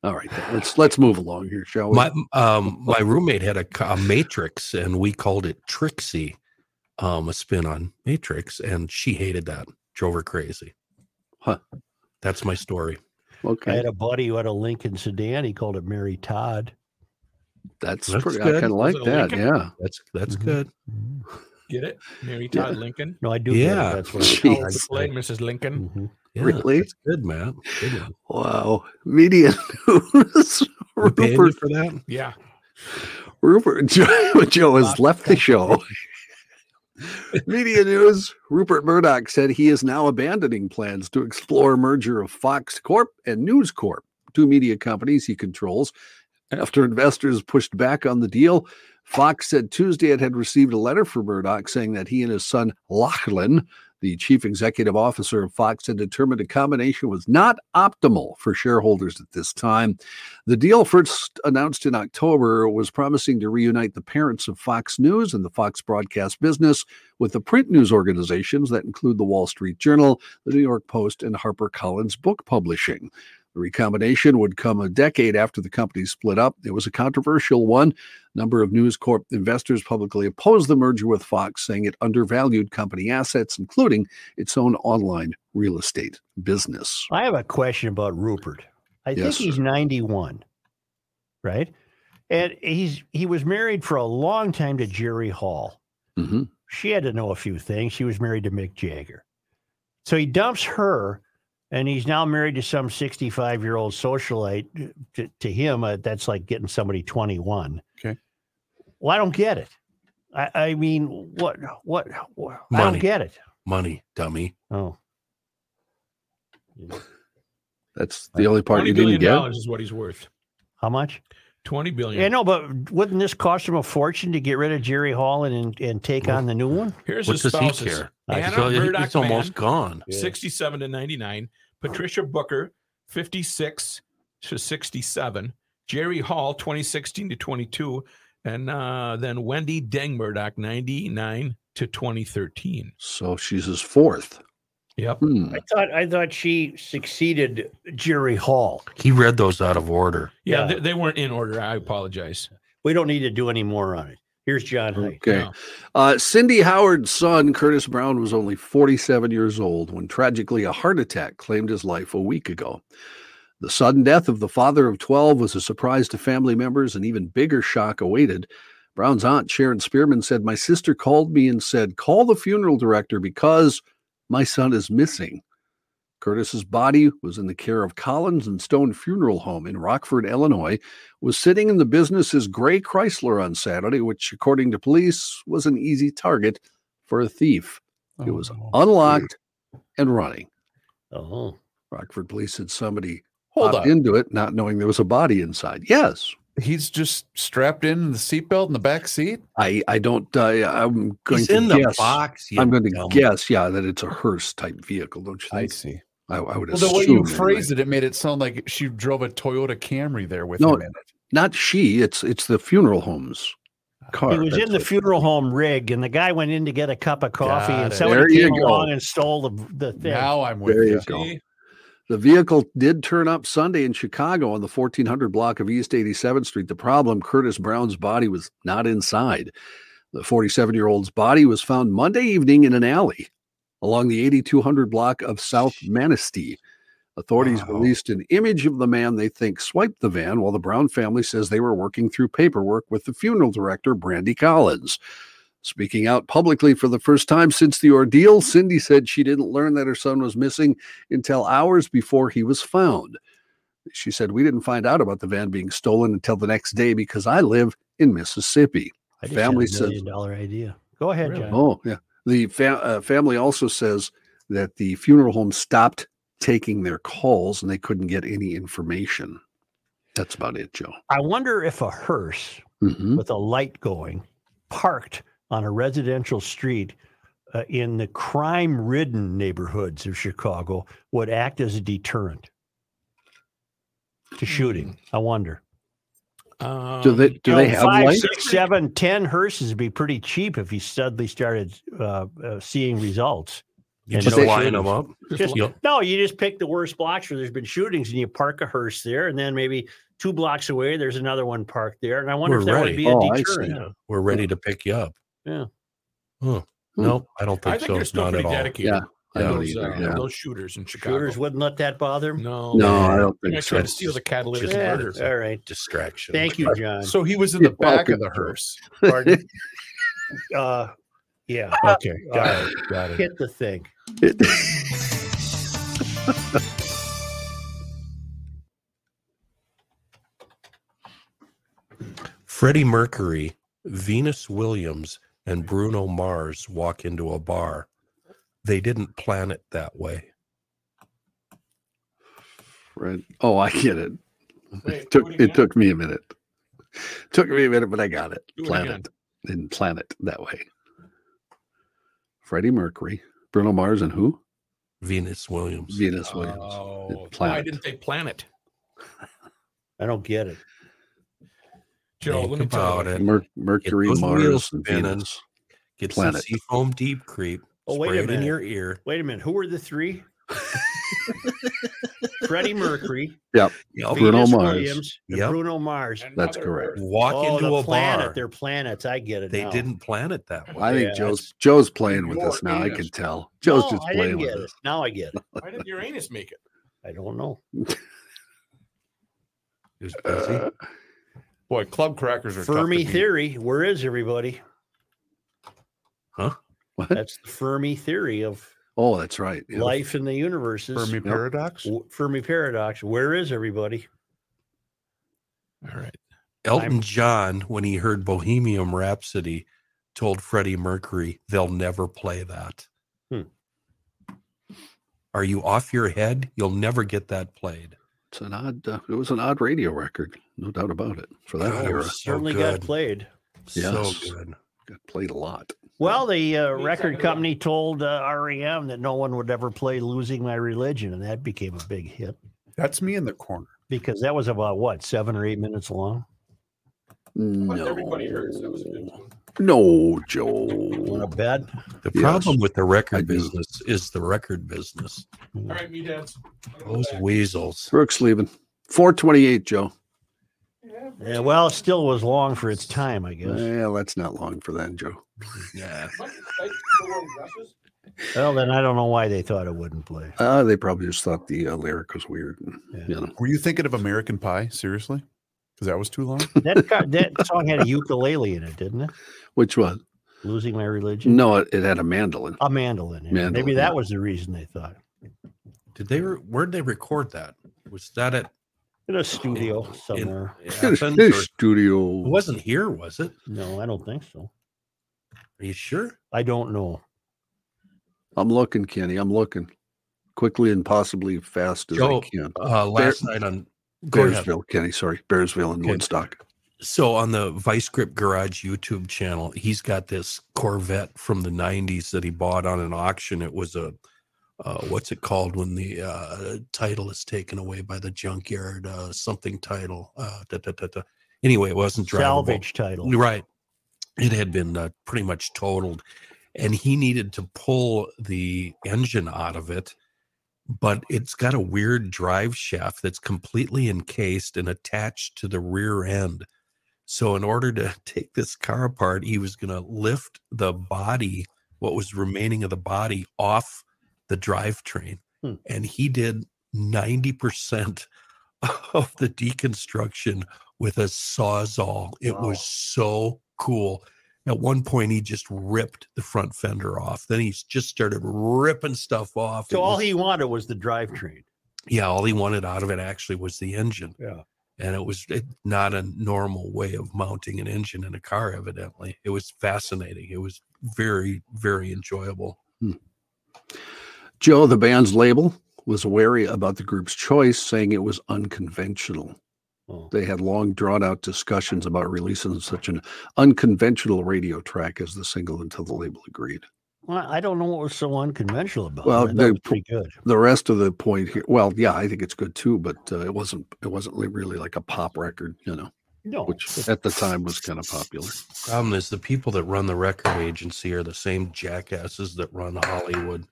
Speaker 3: All right, then, let's let's move along here,
Speaker 1: Oh,
Speaker 3: shall we?
Speaker 2: My um
Speaker 1: *laughs*
Speaker 2: my roommate had a, ca- a Matrix, and we called it Trixie, um a spin on Matrix, and she hated that. Drove her crazy.
Speaker 3: Huh.
Speaker 2: That's my story.
Speaker 1: I
Speaker 3: okay,
Speaker 1: had a buddy who had a Lincoln sedan. He called it Mary Todd.
Speaker 3: that's,
Speaker 2: That's
Speaker 3: pretty.
Speaker 2: good.
Speaker 3: I kind
Speaker 2: Was
Speaker 3: of like
Speaker 6: it a
Speaker 3: that.
Speaker 6: Lincoln?
Speaker 3: Yeah.
Speaker 2: That's that's
Speaker 1: Mhm.
Speaker 2: good.
Speaker 6: Get it? Mary Todd Lincoln.
Speaker 4: *laughs*
Speaker 1: No, I do. get it.
Speaker 2: Yeah.
Speaker 1: That's what it's
Speaker 3: Jeez.
Speaker 1: called.
Speaker 6: The play, Mrs. Lincoln.
Speaker 4: Mm.
Speaker 1: Mhm.
Speaker 2: Yeah,
Speaker 3: Really?
Speaker 2: That's good, man. Good
Speaker 3: *laughs*
Speaker 2: one.
Speaker 3: Wow. Media *laughs* news.
Speaker 2: We paying you
Speaker 3: Rupert,
Speaker 2: for that?
Speaker 6: Yeah.
Speaker 3: Rupert, *laughs* Joe, Joe has left the show. *laughs* Media news Rupert Murdoch said he is now abandoning plans to explore merger of Fox Corp and News Corp, two media companies he controls. After investors pushed back on the deal, Fox said Tuesday it had received a letter from Murdoch saying that he and his son Lachlan, the chief executive officer of Fox, had determined a combination was not optimal for shareholders at this time. The deal, first announced in October, was promising to reunite the parents of Fox News and the Fox broadcast business with the print news organizations that include the Wall Street Journal, the New York Post, and HarperCollins Book Publishing. The recombination would come a decade after the company split up. It was a controversial one. A number of News Corp investors publicly opposed the merger with Fox, saying it undervalued company assets, including its own online real estate business.
Speaker 1: I have a question about Rupert. I think
Speaker 3: Yes,
Speaker 1: he's 91, right? And he's he was married for a long time to Jerry Hall.
Speaker 3: hmm
Speaker 1: she had to know a few things. She was married to Mick Jagger. So he dumps her and he's now married to some 65 year old socialite. To, to him, uh, that's like getting somebody 21.
Speaker 4: Okay.
Speaker 1: Well, I don't get it. I, I mean, what, what, what- I
Speaker 2: Money.
Speaker 1: don't get it.
Speaker 2: Money, dummy.
Speaker 1: Oh,
Speaker 3: That's the only part
Speaker 6: Twenty
Speaker 3: you
Speaker 6: billion
Speaker 3: didn't get.
Speaker 6: dollars is what he's worth.
Speaker 1: how much?
Speaker 6: Twenty billion.
Speaker 1: Yeah, no, but wouldn't this cost him a fortune to get rid of Jerry Hall and, and, and take on the new one?
Speaker 6: Here's
Speaker 2: What
Speaker 6: his
Speaker 2: does he
Speaker 6: spouses.
Speaker 2: care?
Speaker 6: Anna
Speaker 2: So it-
Speaker 6: Murdoch
Speaker 2: it's almost
Speaker 6: Mann,
Speaker 2: gone.
Speaker 6: sixty-seven to ninety-nine. Patricia Booker, fifty-six to sixty-seven. Jerry Hall, twenty sixteen to twenty-two, and uh, then Wendy Deng Murdoch, ninety-nine to twenty thirteen.
Speaker 3: So she's his fourth.
Speaker 6: Yep.
Speaker 3: Hmm.
Speaker 1: I thought, I thought she succeeded Jerry Hall.
Speaker 2: He read those out of order.
Speaker 6: Yeah,
Speaker 1: Yeah.
Speaker 6: They, they weren't in order. I apologize.
Speaker 1: We don't need to do any more on it. Here's John Haidt.
Speaker 3: Okay.
Speaker 6: No.
Speaker 3: Uh, Cindy Howard's son, Curtis Brown, was only 47 years old when tragically a heart attack claimed his life a week ago. The sudden death of the father of 12 was a surprise to family members, and even bigger shock awaited. Brown's aunt, Sharon Spearman, said, My sister called me and said, Call the funeral director because my son is missing. Curtis's body was in the care of Collins and Stone Funeral Home in Rockford, Illinois was sitting in the business's gray Chrysler on Saturday, which, according to police, was an easy target for a thief. it
Speaker 4: Oh,
Speaker 3: was unlocked and running.
Speaker 1: Oh,
Speaker 3: Rockford police said somebody
Speaker 4: Hold
Speaker 3: hopped
Speaker 4: up.
Speaker 3: into it, not knowing there was a body inside. Yes,
Speaker 4: He's just strapped in the seatbelt in the back seat.
Speaker 3: I, I don't. Uh, I'm going
Speaker 2: He's
Speaker 3: to
Speaker 2: in the
Speaker 3: guess.
Speaker 2: box. you
Speaker 3: I'm going to
Speaker 2: dumb.
Speaker 3: guess, yeah, that it's a hearse type vehicle, don't you think?
Speaker 4: see.
Speaker 3: I, I would
Speaker 4: Well,
Speaker 3: assume.
Speaker 4: the way you
Speaker 3: anyway.
Speaker 4: phrased it, it made it sound like she drove a Toyota Camry there with
Speaker 3: No,
Speaker 4: him in it.
Speaker 3: Not she. It's it's the funeral home's car.
Speaker 1: he was
Speaker 3: that's
Speaker 1: in the
Speaker 3: what-
Speaker 1: funeral home rig, and the guy went in to get a cup of coffee,
Speaker 4: Got
Speaker 1: and
Speaker 4: it.
Speaker 1: somebody
Speaker 3: There you
Speaker 1: came
Speaker 3: go.
Speaker 1: along and stole the, the thing.
Speaker 4: Now I'm with
Speaker 3: There
Speaker 4: you.
Speaker 3: you go. The vehicle did turn up Sunday in Chicago on the 1400 block of East 87th Street. The problem Curtis Brown's body was not inside. The 47 year old's body was found Monday evening in an alley along the 8200 block of South Manistee. Authorities
Speaker 4: Wow.
Speaker 3: released an image of the man they think swiped the van, while the Brown family says they were working through paperwork with the funeral director, Brandy Collins. Speaking out publicly for the first time since the ordeal, Cindy said she didn't learn that her son was missing until hours before he was found. She said, We didn't find out about the van being stolen until the next day because I live in Mississippi.
Speaker 1: I just
Speaker 3: Family
Speaker 1: had a
Speaker 3: says,
Speaker 1: million dollar idea. Go ahead, John.
Speaker 3: Oh, yeah. The fa- uh, family also says that the funeral home stopped taking their calls and they couldn't get any information. That's about it, Joe.
Speaker 1: I wonder if a hearse
Speaker 3: Mhm.
Speaker 1: with a light going parked on a residential street uh, in the crime ridden neighborhoods of Chicago would act as a deterrent
Speaker 3: Hmm.
Speaker 1: to shooting. I wonder.
Speaker 6: Um,
Speaker 3: Do they do
Speaker 1: You
Speaker 3: they
Speaker 1: know,
Speaker 3: have
Speaker 1: five,
Speaker 3: light?
Speaker 1: six, seven, ten hearses would be pretty cheap if you suddenly started uh, uh, seeing results.
Speaker 2: You
Speaker 1: And
Speaker 2: just
Speaker 1: no
Speaker 2: line
Speaker 1: shootings.
Speaker 2: them up.
Speaker 1: Just-
Speaker 2: Yep.
Speaker 1: No, you just pick the worst blocks where there's been shootings, and you park a hearse there, and then maybe two blocks away there's another one parked there, and I wonder
Speaker 2: We're
Speaker 1: if that
Speaker 2: ready.
Speaker 1: would be a
Speaker 3: Oh, I see.
Speaker 1: deterrent.
Speaker 2: We're ready to pick you up.
Speaker 1: Yeah.
Speaker 2: Huh.
Speaker 3: Hmm.
Speaker 2: Nope, I don't think
Speaker 6: I think
Speaker 2: so.
Speaker 6: they're still
Speaker 2: Not at
Speaker 6: pretty
Speaker 2: all.
Speaker 6: dedicated.
Speaker 3: Yeah, I don't
Speaker 6: those,
Speaker 3: either,
Speaker 6: uh,
Speaker 3: yeah.
Speaker 6: those shooters in Chicago.
Speaker 1: Shooters wouldn't let that bother them.
Speaker 6: no,
Speaker 3: No, I don't
Speaker 6: They're gonna
Speaker 3: think
Speaker 6: try
Speaker 3: so.
Speaker 6: to steal the catalytic
Speaker 2: Just
Speaker 1: Yeah,
Speaker 6: converter.
Speaker 2: murder.
Speaker 1: all right.
Speaker 2: Distraction.
Speaker 1: Thank you,
Speaker 2: *laughs*
Speaker 1: John.
Speaker 4: So he was in the
Speaker 3: Yeah,
Speaker 4: back
Speaker 3: welcome.
Speaker 4: of the hearse.
Speaker 1: Pardon? uh,
Speaker 2: *laughs*
Speaker 1: yeah,
Speaker 4: Okay,
Speaker 1: got
Speaker 4: it. Got
Speaker 1: hit the thing.
Speaker 2: Freddie Mercury, Venus Williams, and Bruno Mars walk into a bar. They didn't plan it that way.
Speaker 3: *laughs* Right. Oh, I get it.
Speaker 6: Wait,
Speaker 3: It took
Speaker 6: do it
Speaker 3: it
Speaker 6: again.
Speaker 3: took me a minute. Took me a minute, but I got it.
Speaker 6: Do it again.
Speaker 3: Planet. Didn't plan it that way. Freddie Mercury, Bruno Mars, and who?
Speaker 2: Venus Williams.
Speaker 3: Venus Williams.
Speaker 6: Oh, why
Speaker 3: Planet.
Speaker 6: didn't they plan it?
Speaker 1: I don't get it.
Speaker 6: Joe,
Speaker 2: Think
Speaker 6: let me tell
Speaker 2: about
Speaker 6: you.
Speaker 2: it.
Speaker 3: Mer- Mercury,
Speaker 2: those
Speaker 3: Mars,
Speaker 2: wheels
Speaker 3: and
Speaker 2: spinning.
Speaker 3: Venus.
Speaker 2: Get
Speaker 3: Planet.
Speaker 2: some seafoam deep creep.
Speaker 1: Oh, wait a
Speaker 2: spray it in
Speaker 1: minute.
Speaker 2: your ear.
Speaker 1: Wait a minute. Who were the
Speaker 2: *laughs*
Speaker 1: three? Freddie Mercury,
Speaker 2: Yep.
Speaker 3: Bruno
Speaker 1: Venus
Speaker 3: Mars.
Speaker 1: Williams, and
Speaker 2: Yep.
Speaker 1: Bruno Mars.
Speaker 6: Another
Speaker 3: That's correct.
Speaker 2: Walk
Speaker 1: oh,
Speaker 2: into
Speaker 1: the
Speaker 2: a
Speaker 1: planet.
Speaker 2: bar.
Speaker 1: They're planets. I get it.
Speaker 2: They
Speaker 1: now.
Speaker 2: didn't plan it that way.
Speaker 3: I think
Speaker 1: Yeah,
Speaker 3: Joe's Joe's playing with
Speaker 6: Your
Speaker 3: us now. I
Speaker 6: Venus.
Speaker 3: can tell. Joe's
Speaker 1: No,
Speaker 3: just
Speaker 1: Oh, I
Speaker 3: playing
Speaker 1: didn't
Speaker 3: with
Speaker 1: get it.
Speaker 3: us.
Speaker 1: Now I get it.
Speaker 6: Why did Uranus make it?
Speaker 1: I don't know.
Speaker 2: It
Speaker 3: *laughs*
Speaker 2: was busy.
Speaker 3: Uh,
Speaker 4: Boy, club crackers are tough to
Speaker 1: Fermi
Speaker 4: beat.
Speaker 1: theory. Where is
Speaker 3: *laughs*
Speaker 1: everybody?
Speaker 2: Huh?
Speaker 3: What?
Speaker 1: That's the Fermi theory of
Speaker 3: Oh, that's right. Yeah.
Speaker 1: life in the universes.
Speaker 4: Fermi
Speaker 1: Fermi,
Speaker 4: paradox.
Speaker 1: Fermi paradox. Where is everybody?
Speaker 6: All right.
Speaker 2: Elton John, when he heard Bohemian Rhapsody, told Freddie Mercury, they'll never play that.
Speaker 1: Hmm.
Speaker 2: Are you off your head? You'll never get that played.
Speaker 3: It's an odd. Uh, it was an odd radio record, no doubt about it. For that
Speaker 2: God, it
Speaker 3: era,
Speaker 2: was Oh, so
Speaker 1: Certainly
Speaker 2: good.
Speaker 1: got played.
Speaker 3: Yes.
Speaker 2: So good.
Speaker 3: got played a lot.
Speaker 1: Well, the uh,
Speaker 6: Wait a
Speaker 1: record
Speaker 6: second.
Speaker 1: company told uh, REM that no one would ever play "Losing My Religion," and that became a big hit
Speaker 4: That's me in the corner.
Speaker 1: because that was about what seven or eight minutes long.
Speaker 6: What
Speaker 3: No,
Speaker 6: everybody heard. That was a good one.
Speaker 3: no,
Speaker 1: Want
Speaker 3: Joe.
Speaker 1: to bet?
Speaker 2: The
Speaker 3: Yes.
Speaker 2: problem with the
Speaker 3: I
Speaker 2: record
Speaker 3: do.
Speaker 2: business is the record business.
Speaker 6: All right, me dads.
Speaker 2: Those weasels.
Speaker 3: Brooks leaving. Four twenty-eight, Joe.
Speaker 1: Yeah, well, it still was long for its time, I guess.
Speaker 3: Yeah, that's not long for that, Joe.
Speaker 2: Yeah.
Speaker 6: *laughs*
Speaker 1: Well, then I don't know why they thought it wouldn't play.
Speaker 3: Uh, they probably just thought the uh, lyric was weird. and,
Speaker 1: Yeah.
Speaker 3: You know,
Speaker 4: Were you thinking of American Pie? Seriously? Because that was too
Speaker 3: *laughs*
Speaker 4: long.
Speaker 1: That co- that song had a ukulele in it, didn't it?
Speaker 3: which one?
Speaker 1: "Losing My Religion."
Speaker 3: No, it, it had a mandolin.
Speaker 1: A mandolin. yeah.
Speaker 3: Mandolin,
Speaker 1: Maybe
Speaker 3: yeah.
Speaker 1: that was the reason they thought.
Speaker 2: Did they re- where'd they record that? Was that
Speaker 3: *laughs*
Speaker 2: at
Speaker 1: In a
Speaker 3: Oh,
Speaker 1: studio somewhere.
Speaker 3: His,
Speaker 2: Athens
Speaker 3: his
Speaker 2: or-
Speaker 3: studio.
Speaker 2: it wasn't here, was it?
Speaker 1: No, I don't think so.
Speaker 2: Are you sure?
Speaker 1: I don't know.
Speaker 3: I'm looking, Kenny. I'm looking quickly and possibly fast as
Speaker 2: Joe,
Speaker 3: I can.
Speaker 2: Uh last night on go ahead.
Speaker 3: Bearsville, Kenny. Sorry, Bearsville and
Speaker 2: Okay.
Speaker 3: Woodstock.
Speaker 2: so on the Vice Grip Garage YouTube channel, he's got this Corvette from the '90s that he bought on an auction. It was a uh, what's it called when the uh, title is taken away by the junkyard? Uh, something title. Uh, da, da, da, da. Anyway, it wasn't drivable.
Speaker 1: Salvage title.
Speaker 2: Right. It had been uh, pretty much totaled. And he needed to pull the engine out of it. But it's got a weird drive shaft that's completely encased and attached to the rear end. So, in order to *laughs* take this car apart, he was going to lift the body, what was remaining of the body, off the drivetrain.
Speaker 1: Hmm.
Speaker 2: And he did 90% *laughs* of the deconstruction with a sawzall. It
Speaker 1: Wow.
Speaker 2: was so cool. At one point, he just ripped the front fender off. Then he just started ripping stuff off.
Speaker 1: So
Speaker 2: It
Speaker 1: all
Speaker 2: was-
Speaker 1: he wanted was the drivetrain.
Speaker 2: yeah, all he wanted out of it actually was the engine.
Speaker 1: Yeah.
Speaker 2: And it was it, not a normal way of mounting an engine in a car, evidently. It was fascinating. It was very, very enjoyable.
Speaker 3: Joe, the band's label, was wary about the group's choice, saying it was unconventional. They had long drawn out discussions about releasing such an unconventional radio track as the single until the label agreed.
Speaker 1: Well, I don't know what was so unconventional about
Speaker 3: Well,
Speaker 1: it.
Speaker 3: they
Speaker 1: That was
Speaker 3: pro-
Speaker 1: pretty good.
Speaker 3: The rest of the point here, well, yeah, I think it's good too, but uh, it wasn't it wasn't li- really like a pop record, you know,
Speaker 1: No,
Speaker 3: which at the time was kind of popular.
Speaker 2: Problem is, the people that run the record agency are the same jackasses that run Hollywood.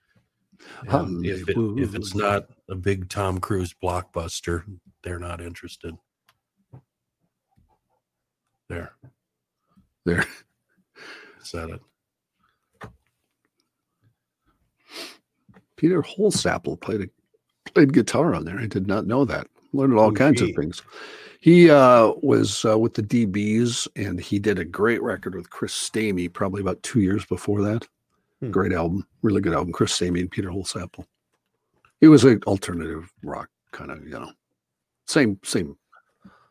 Speaker 2: And If, it, if it's not a big Tom Cruise blockbuster, they're not interested. There,
Speaker 3: There.
Speaker 2: said it.
Speaker 3: Peter Holsapple played a, played guitar on there. I did not know that. Learned
Speaker 4: Oh,
Speaker 3: all kinds of
Speaker 1: gee.
Speaker 3: things. He uh, was uh, with the DBs, and he did a great record with Chris Stamey, probably about two years before that.
Speaker 1: Hmm.
Speaker 3: Great album, really good album. Chris Stamey and Peter Holsapple. It was an alternative rock kind of, you know, same same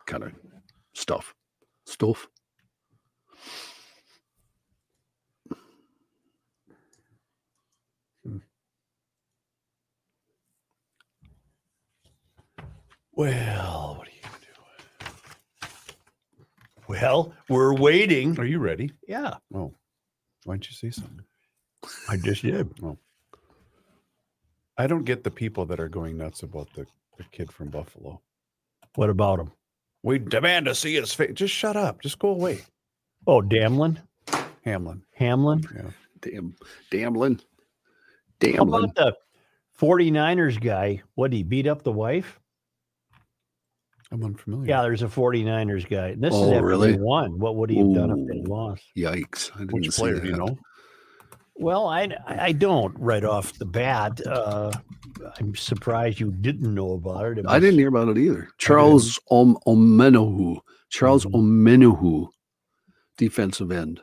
Speaker 3: kind of stuff. Stuff.
Speaker 1: Well, what are you gonna do? Well, we're waiting.
Speaker 4: Are you ready?
Speaker 1: Yeah,
Speaker 4: Why don't you say something?
Speaker 1: I just did.
Speaker 4: I don't get the people that are going nuts about the, the kid from Buffalo.
Speaker 1: What about him?
Speaker 4: We demand to see his face. Just shut up. Just go away,
Speaker 1: Oh, Damlin,
Speaker 4: Hamlin.
Speaker 1: Hamlin.
Speaker 3: Damn, damlin.
Speaker 1: How
Speaker 3: Damlin.
Speaker 1: about the 49ers guy? What he beat up the wife?
Speaker 4: I'm unfamiliar.
Speaker 1: Yeah, there's a 49ers guy. This
Speaker 3: Oh,
Speaker 1: is after
Speaker 3: really?
Speaker 1: they won. What would he have done if they
Speaker 3: Ooh.
Speaker 1: lost?
Speaker 3: Yikes. I didn't
Speaker 4: Which
Speaker 3: see
Speaker 4: player do you
Speaker 3: that.
Speaker 4: know?
Speaker 1: Well, I I don't right off the bat. Uh, I'm surprised you didn't know about it. It
Speaker 3: I didn't hear about it either. Charles Om- Omenohu. Charles Omenohu, defensive end.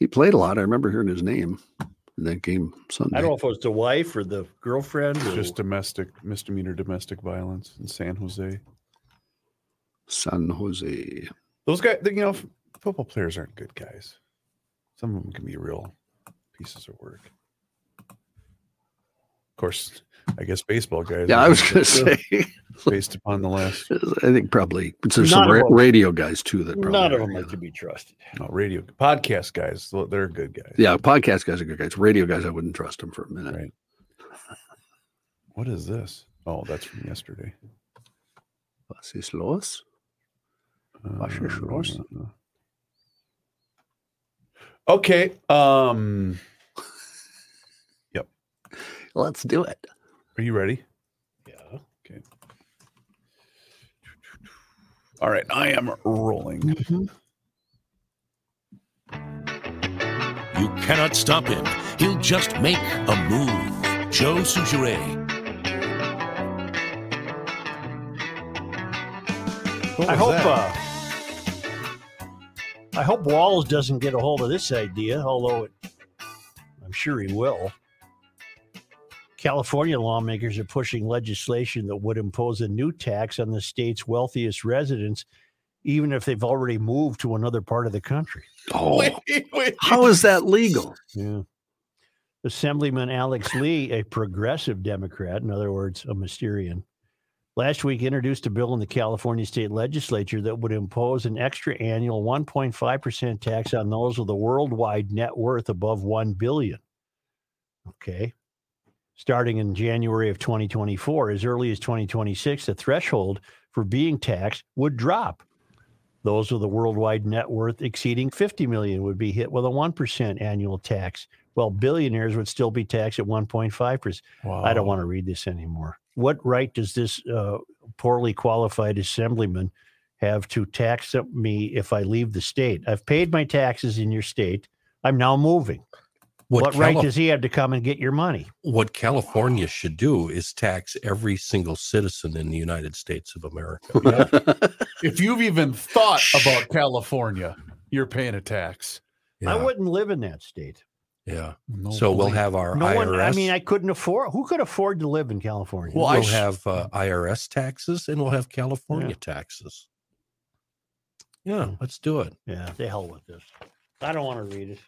Speaker 3: He played a lot. I remember hearing his name in that game Sunday.
Speaker 1: I don't know if it was the wife or the girlfriend. Or,
Speaker 4: Just domestic misdemeanor domestic violence in San Jose.
Speaker 3: San Jose.
Speaker 4: Those guys, you know, f- football players aren't good guys. Some of them can be real pieces of work. Of course, I guess baseball guys.
Speaker 3: Yeah,
Speaker 4: are
Speaker 3: I was
Speaker 4: good *laughs*
Speaker 3: going to
Speaker 4: too,
Speaker 3: say. *laughs*
Speaker 4: based upon the last
Speaker 3: I think probably but there's some
Speaker 1: None of
Speaker 3: ra-
Speaker 1: them-
Speaker 3: radio guys too that probably
Speaker 1: none of
Speaker 3: are,
Speaker 1: them
Speaker 3: yeah.
Speaker 1: are to be trusted.
Speaker 4: no, radio podcast guys. tho- They're good guys.
Speaker 3: Yeah, podcast guys are good guys. Radio guys, I wouldn't trust them for a minute.
Speaker 4: Right. What is this? Oh, that's from yesterday.
Speaker 3: Was ist los? Was ist los?
Speaker 4: Uh, Okay. Um,
Speaker 3: Let's do it.
Speaker 4: are you ready?
Speaker 1: Yeah.
Speaker 4: All right, I am rolling.
Speaker 8: You cannot stop him. He'll just make a move. Joe Souchere.
Speaker 1: I hope. Uh, I hope Walls doesn't get a hold of this idea, although it, I'm sure he will. California lawmakers are pushing legislation that would impose a new tax on the state's wealthiest residents, even if they've already moved to another part of the country.
Speaker 3: Oh, how is that legal?
Speaker 1: Yeah. Assemblyman Alex *laughs* Lee, a progressive Democrat, in other words, a Mysterian, last week introduced a bill in the California state legislature that would impose an extra annual 1.5% tax on those with a worldwide net worth above 1 billion. Okay. Starting in January of 2024, as early as 2026, the threshold for being taxed would drop. Those with a worldwide net worth exceeding 50 million would be hit with a 1% annual tax, while billionaires would still be taxed at 1.5%.
Speaker 4: Wow.
Speaker 1: I don't
Speaker 2: Oh.
Speaker 1: want to read this anymore. What right does this uh, poorly qualified assemblyman have to tax up me if I leave the state? I've paid my taxes in your state. I'm now moving.
Speaker 2: What,
Speaker 1: what right
Speaker 2: Cali-
Speaker 1: does he have to come and get your money?
Speaker 2: what California should do is tax every single citizen in the United States of America.
Speaker 4: If you've even thought about California, you're paying a tax.
Speaker 1: I
Speaker 2: Yeah,
Speaker 1: wouldn't live in that state.
Speaker 2: Yeah. so we'll have our
Speaker 1: No
Speaker 2: IRS.
Speaker 1: one. I mean, I couldn't afford. Who could afford to live in California?
Speaker 2: we'll have uh, IRS taxes and we'll have California taxes.
Speaker 1: Hmm.
Speaker 2: Yeah, let's do it.
Speaker 1: Yeah, the hell with this. I don't want to read it.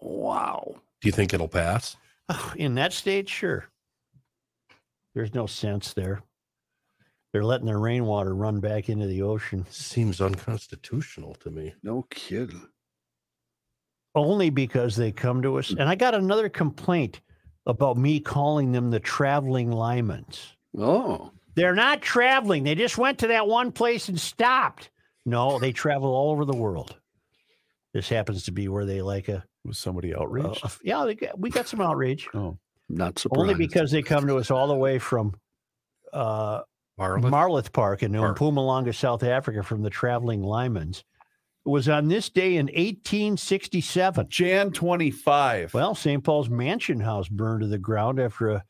Speaker 3: Wow.
Speaker 2: Do you think it'll pass?
Speaker 1: *sighs* In that state, sure. There's no sense there. They're letting their rainwater run back into the ocean.
Speaker 2: Seems unconstitutional to me.
Speaker 3: No kidding.
Speaker 1: only because they come to us. And I got another complaint about me calling them the traveling Lymans.
Speaker 3: Oh,
Speaker 1: They're not traveling. They just went to that one place and stopped. No, they travel all over the world. This happens to be where they like a,
Speaker 4: Was somebody
Speaker 1: a-
Speaker 4: outraged?
Speaker 1: a- yeah. They got, we got some outrage
Speaker 4: oh,
Speaker 3: not surprised.
Speaker 1: only because they come to us all the way from uh,
Speaker 2: Marla?
Speaker 1: Marloth Park in
Speaker 2: Park.
Speaker 1: Mpumalanga, South Africa, from the traveling Lymans. It was on this day in 1867.
Speaker 4: Jan 25.
Speaker 1: Well, St. Paul's mansion house burned to the ground after a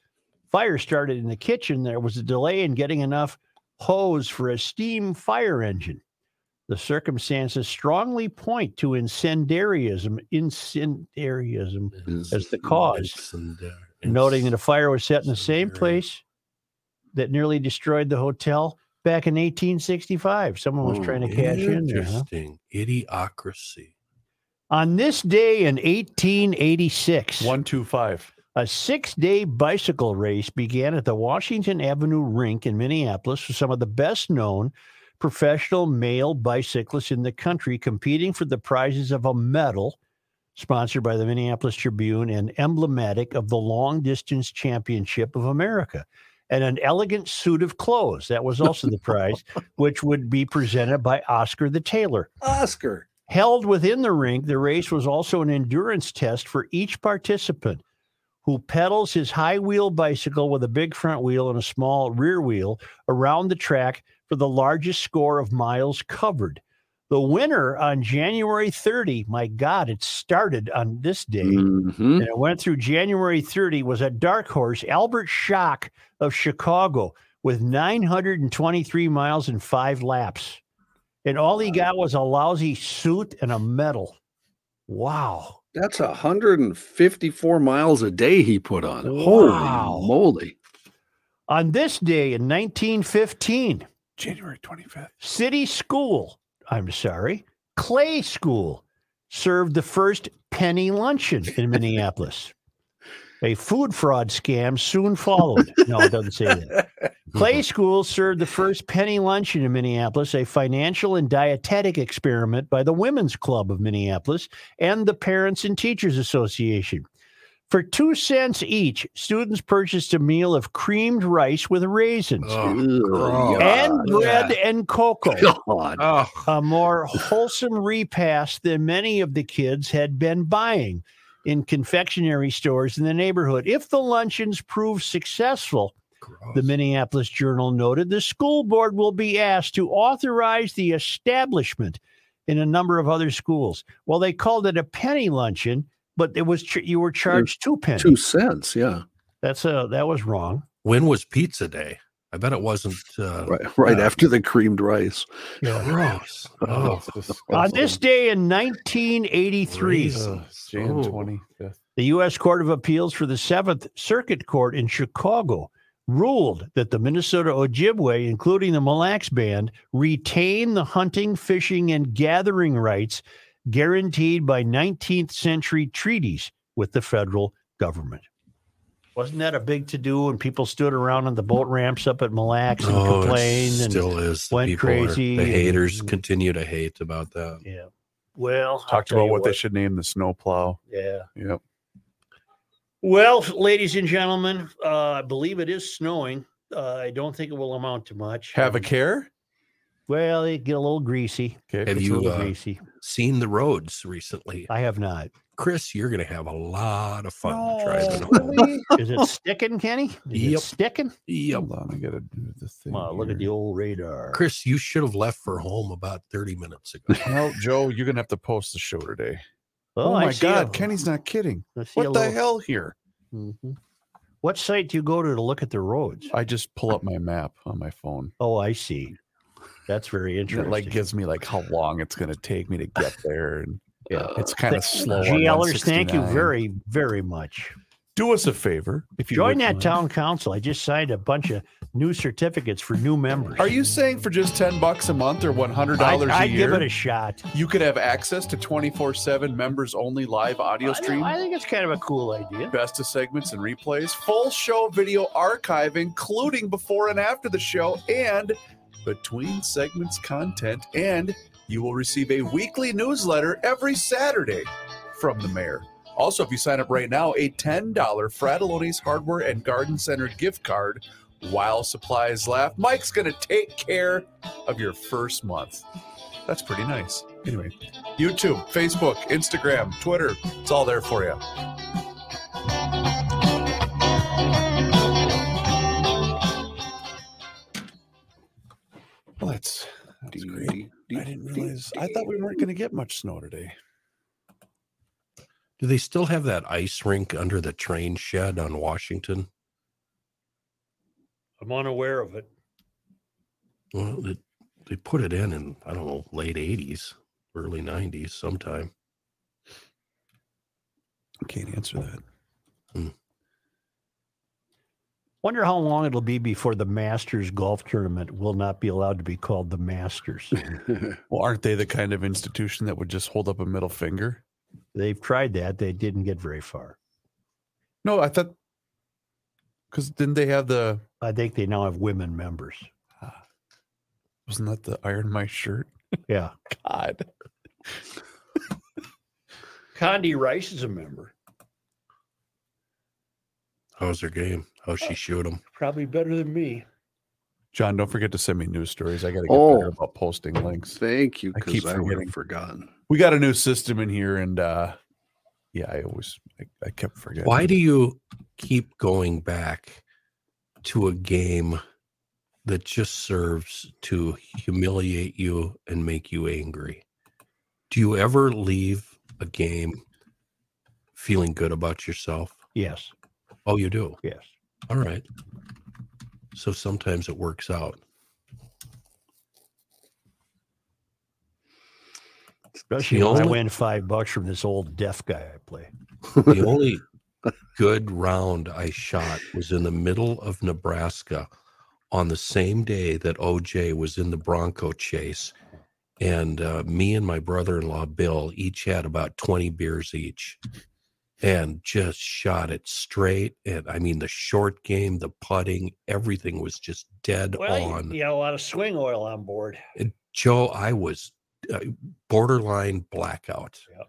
Speaker 1: fire started in the kitchen. There was a delay in getting enough hose for a steam fire engine. The circumstances strongly point to incendiarism, incendiarism, as the cause. noting that a fire was set in the same
Speaker 2: Incendiary.
Speaker 1: place that nearly destroyed the hotel back in 1865. Someone was
Speaker 3: Oh,
Speaker 1: trying to cash in there. huh?
Speaker 2: Interesting. Idiocracy.
Speaker 1: On this day in 1886,
Speaker 4: 125.
Speaker 1: A six day bicycle race began at the Washington Avenue Rink in Minneapolis with some of the best known professional male bicyclists in the country competing for the prizes of a medal sponsored by the Minneapolis Tribune and emblematic of the Long Distance Championship of America. And an elegant suit of clothes. That was also the prize, which would be presented by Oscar the Tailor.
Speaker 3: Oscar.
Speaker 1: Held within the rink, the race was also an endurance test for each participant who pedals his high wheel bicycle with a big front wheel and a small rear wheel around the track for the largest score of miles covered. The winner on January 30, my God, it started on this day.
Speaker 4: Mm-hmm.
Speaker 3: Mhm.
Speaker 1: And it went through January 30 was a dark horse, Albert Schock of Chicago, with 923 miles and five laps. And all he got was a lousy suit and a medal. Wow.
Speaker 3: That's 154 miles a day he put on.
Speaker 1: Wow.
Speaker 3: Holy moly.
Speaker 1: On this day in 1915,
Speaker 4: January 25th.
Speaker 1: City School, I'm sorry, Clay School served the first penny luncheon in Minneapolis. A food fraud scam soon followed. No, it doesn't say that. Clay School served the first penny luncheon in Minneapolis, a financial and dietetic experiment by the Women's Club of Minneapolis and the Parents and Teachers Association. For two cents each, students purchased a meal of creamed rice with raisins
Speaker 4: Oh,
Speaker 3: Ugh,
Speaker 1: and bread and
Speaker 3: *laughs*
Speaker 1: cocoa
Speaker 3: God.
Speaker 2: Oh,
Speaker 1: a more wholesome repast than many of the kids had been buying in confectionery stores in the neighborhood. If the luncheons prove successful, the Minneapolis Journal noted, the school board will be asked to authorize the establishment in a number of other schools. Well, they called it a penny luncheon, but it was ch- you were charged two pennies.
Speaker 3: Two cents. Yeah.
Speaker 1: That's a that was wrong.
Speaker 2: when was pizza day? I bet it wasn't. Uh,
Speaker 3: Right, right after the creamed rice.
Speaker 2: Gross. Oh,
Speaker 1: *laughs* On this day in 1983,
Speaker 2: Jesus.
Speaker 4: Jan
Speaker 2: Oh.
Speaker 4: 25th.
Speaker 1: The U.S. Court of Appeals for the Seventh Circuit Court in Chicago ruled that the Minnesota Ojibwe, including the Mille Lacs Band, retain the hunting, fishing, and gathering rights guaranteed by 19th century treaties with the federal government. Wasn't that a big to do when people stood around on the boat ramps up at Mille Lacs and
Speaker 2: Oh, it
Speaker 1: complained? And,
Speaker 2: still is. The
Speaker 1: went
Speaker 2: people are-
Speaker 1: crazy
Speaker 2: the
Speaker 1: and-
Speaker 2: haters continue to hate about that.
Speaker 1: yeah. Well, I'll
Speaker 4: Talked
Speaker 1: tell
Speaker 4: about
Speaker 1: you
Speaker 4: what they should name the snowplow.
Speaker 1: Yeah.
Speaker 4: Yep.
Speaker 1: Well, ladies and gentlemen, uh, I believe it is snowing. Uh, I don't think it will amount to much.
Speaker 4: Have a care.
Speaker 1: Well, it get a little greasy.
Speaker 4: Okay.
Speaker 2: Have
Speaker 1: It's a
Speaker 2: you
Speaker 1: little
Speaker 2: uh,
Speaker 1: greasy?
Speaker 2: seen the roads recently?
Speaker 1: I have not.
Speaker 2: Chris, you're going to have a lot of fun driving home. *laughs*
Speaker 1: Is *laughs* it sticking, Kenny? Is it
Speaker 2: Yep.
Speaker 1: sticking?
Speaker 2: Yep.
Speaker 4: Hold on. I got to do the thing.
Speaker 1: Wow, look at the
Speaker 4: here.
Speaker 1: old radar.
Speaker 2: Chris, you should have left for home about 30 minutes ago.
Speaker 4: Well, Joe, you're going to have to post the show today.
Speaker 1: Oh,
Speaker 4: Oh,
Speaker 1: I
Speaker 4: my
Speaker 1: see a-
Speaker 4: God. Kenny's not kidding.
Speaker 1: I see a
Speaker 4: What the
Speaker 1: little-
Speaker 4: hell here?
Speaker 1: Mhm. What site do you go to to look at the roads?
Speaker 4: I just pull up my map on my phone.
Speaker 1: Oh, I see. That's very
Speaker 4: And
Speaker 1: interesting.
Speaker 4: it like gives me like how long it's going to take me to get there. And Yeah, it's kind of slow. on
Speaker 1: GLers, thank you
Speaker 4: 169.
Speaker 1: very, very much.
Speaker 4: Do us a favor if you
Speaker 1: Join
Speaker 4: would
Speaker 1: that
Speaker 4: mind.
Speaker 1: town council. I just signed a bunch of new certificates for new members.
Speaker 4: Are you saying for just ten bucks a month or one hundred
Speaker 1: I,
Speaker 4: dollars a
Speaker 1: I'd
Speaker 4: year,
Speaker 1: give it a shot.
Speaker 4: you could have access to twenty four seven members only live audio
Speaker 1: I,
Speaker 4: stream?
Speaker 1: I think it's kind of a cool idea.
Speaker 4: Best of segments and replays, full show video archive, including before and after the show, and between segments content. And you will receive a weekly newsletter every Saturday from the mayor. Also, if you sign up right now, a $10 Fratelloni's Hardware and Garden Center gift card while supplies last. Mike's going to take care of your first month. That's pretty nice. Anyway, YouTube, Facebook, Instagram, Twitter, it's all there for you. Well, that's, that's great. I didn't realize. I thought we weren't going to get much snow today.
Speaker 2: Do they still have that ice rink under the train shed on Washington?
Speaker 1: I'm unaware of it.
Speaker 2: Well, they, they put it in in, I don't know, late 80s, early 90s sometime.
Speaker 4: I can't answer that.
Speaker 1: Wonder how long it'll be before the Masters golf tournament will not be allowed to be called the *laughs* Masters.
Speaker 4: Well, aren't they the kind of institution that would just hold up a middle finger?
Speaker 1: They've tried that. They didn't get very far.
Speaker 4: No, I thought because didn't they have the
Speaker 1: I think they now have women members.
Speaker 4: wasn't that the iron my shirt?
Speaker 1: Yeah.
Speaker 4: God,
Speaker 1: Condi Rice is a member.
Speaker 2: How's her game? How's she shoot 'em?
Speaker 1: Probably better than me.
Speaker 4: John, don't forget to send me news stories. I got to get
Speaker 3: Oh.
Speaker 4: better about posting links.
Speaker 3: *laughs* Thank you,
Speaker 4: I keep
Speaker 3: because I, would
Speaker 4: forgetting.
Speaker 3: have
Speaker 4: *laughs*
Speaker 3: forgotten.
Speaker 4: We got a new system in here, and uh yeah, I always I, I kept forgetting.
Speaker 2: Why do you keep going back to a game that just serves to humiliate you and make you angry? Do you ever leave a game feeling good about yourself?
Speaker 1: Yes.
Speaker 2: Oh, you do?
Speaker 1: Yes.
Speaker 2: All right. So sometimes it works out.
Speaker 1: Especially
Speaker 2: The
Speaker 1: when I
Speaker 2: only-
Speaker 1: win five bucks from this old deaf guy I play.
Speaker 2: The only good round I shot was in the middle of Nebraska on the same day that OJ was in the Bronco chase. And uh, me and my brother in law, Bill, each had about 20 beers each and just shot it straight. And I mean, the short game, the putting, everything was just dead on.
Speaker 1: got a lot of swing oil on board.
Speaker 2: Joe, I was uh, borderline blackout.
Speaker 1: Yep.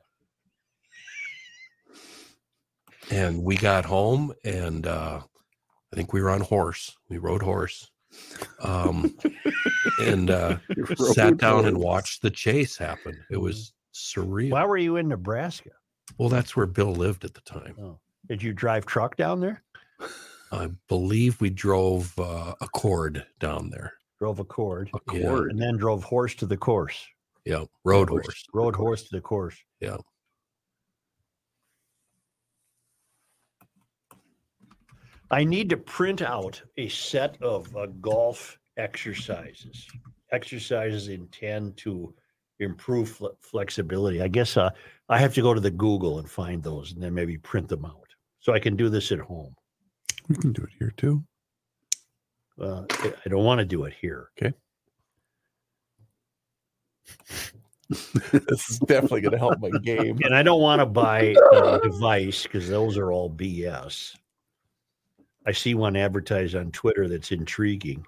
Speaker 2: And we got home, and uh, I think we were on horse. We rode horse, um, and uh, sat down and watched the chase happen. It was surreal.
Speaker 1: Why were you in Nebraska?
Speaker 2: Well, that's where Bill lived at the time.
Speaker 1: Did you drive truck down there?
Speaker 2: I believe we drove uh, a cord down there.
Speaker 1: Drove a cord.
Speaker 2: A
Speaker 1: Yeah.
Speaker 2: cord.
Speaker 1: And then drove horse to the course.
Speaker 2: Yeah, road horse.
Speaker 1: Rode horse to the course.
Speaker 2: Yeah.
Speaker 1: I need to print out a set of uh, golf exercises, exercises intend to improve fle- flexibility. I guess uh, I have to go to the Google and find those and then maybe print them out so I can do this at home.
Speaker 4: we can do it here too.
Speaker 1: Uh, I I don't want to do it here.
Speaker 4: this is definitely going to help my *laughs* game.
Speaker 1: And I don't want to buy a device because those are all BS. I see one advertised on Twitter that's intriguing.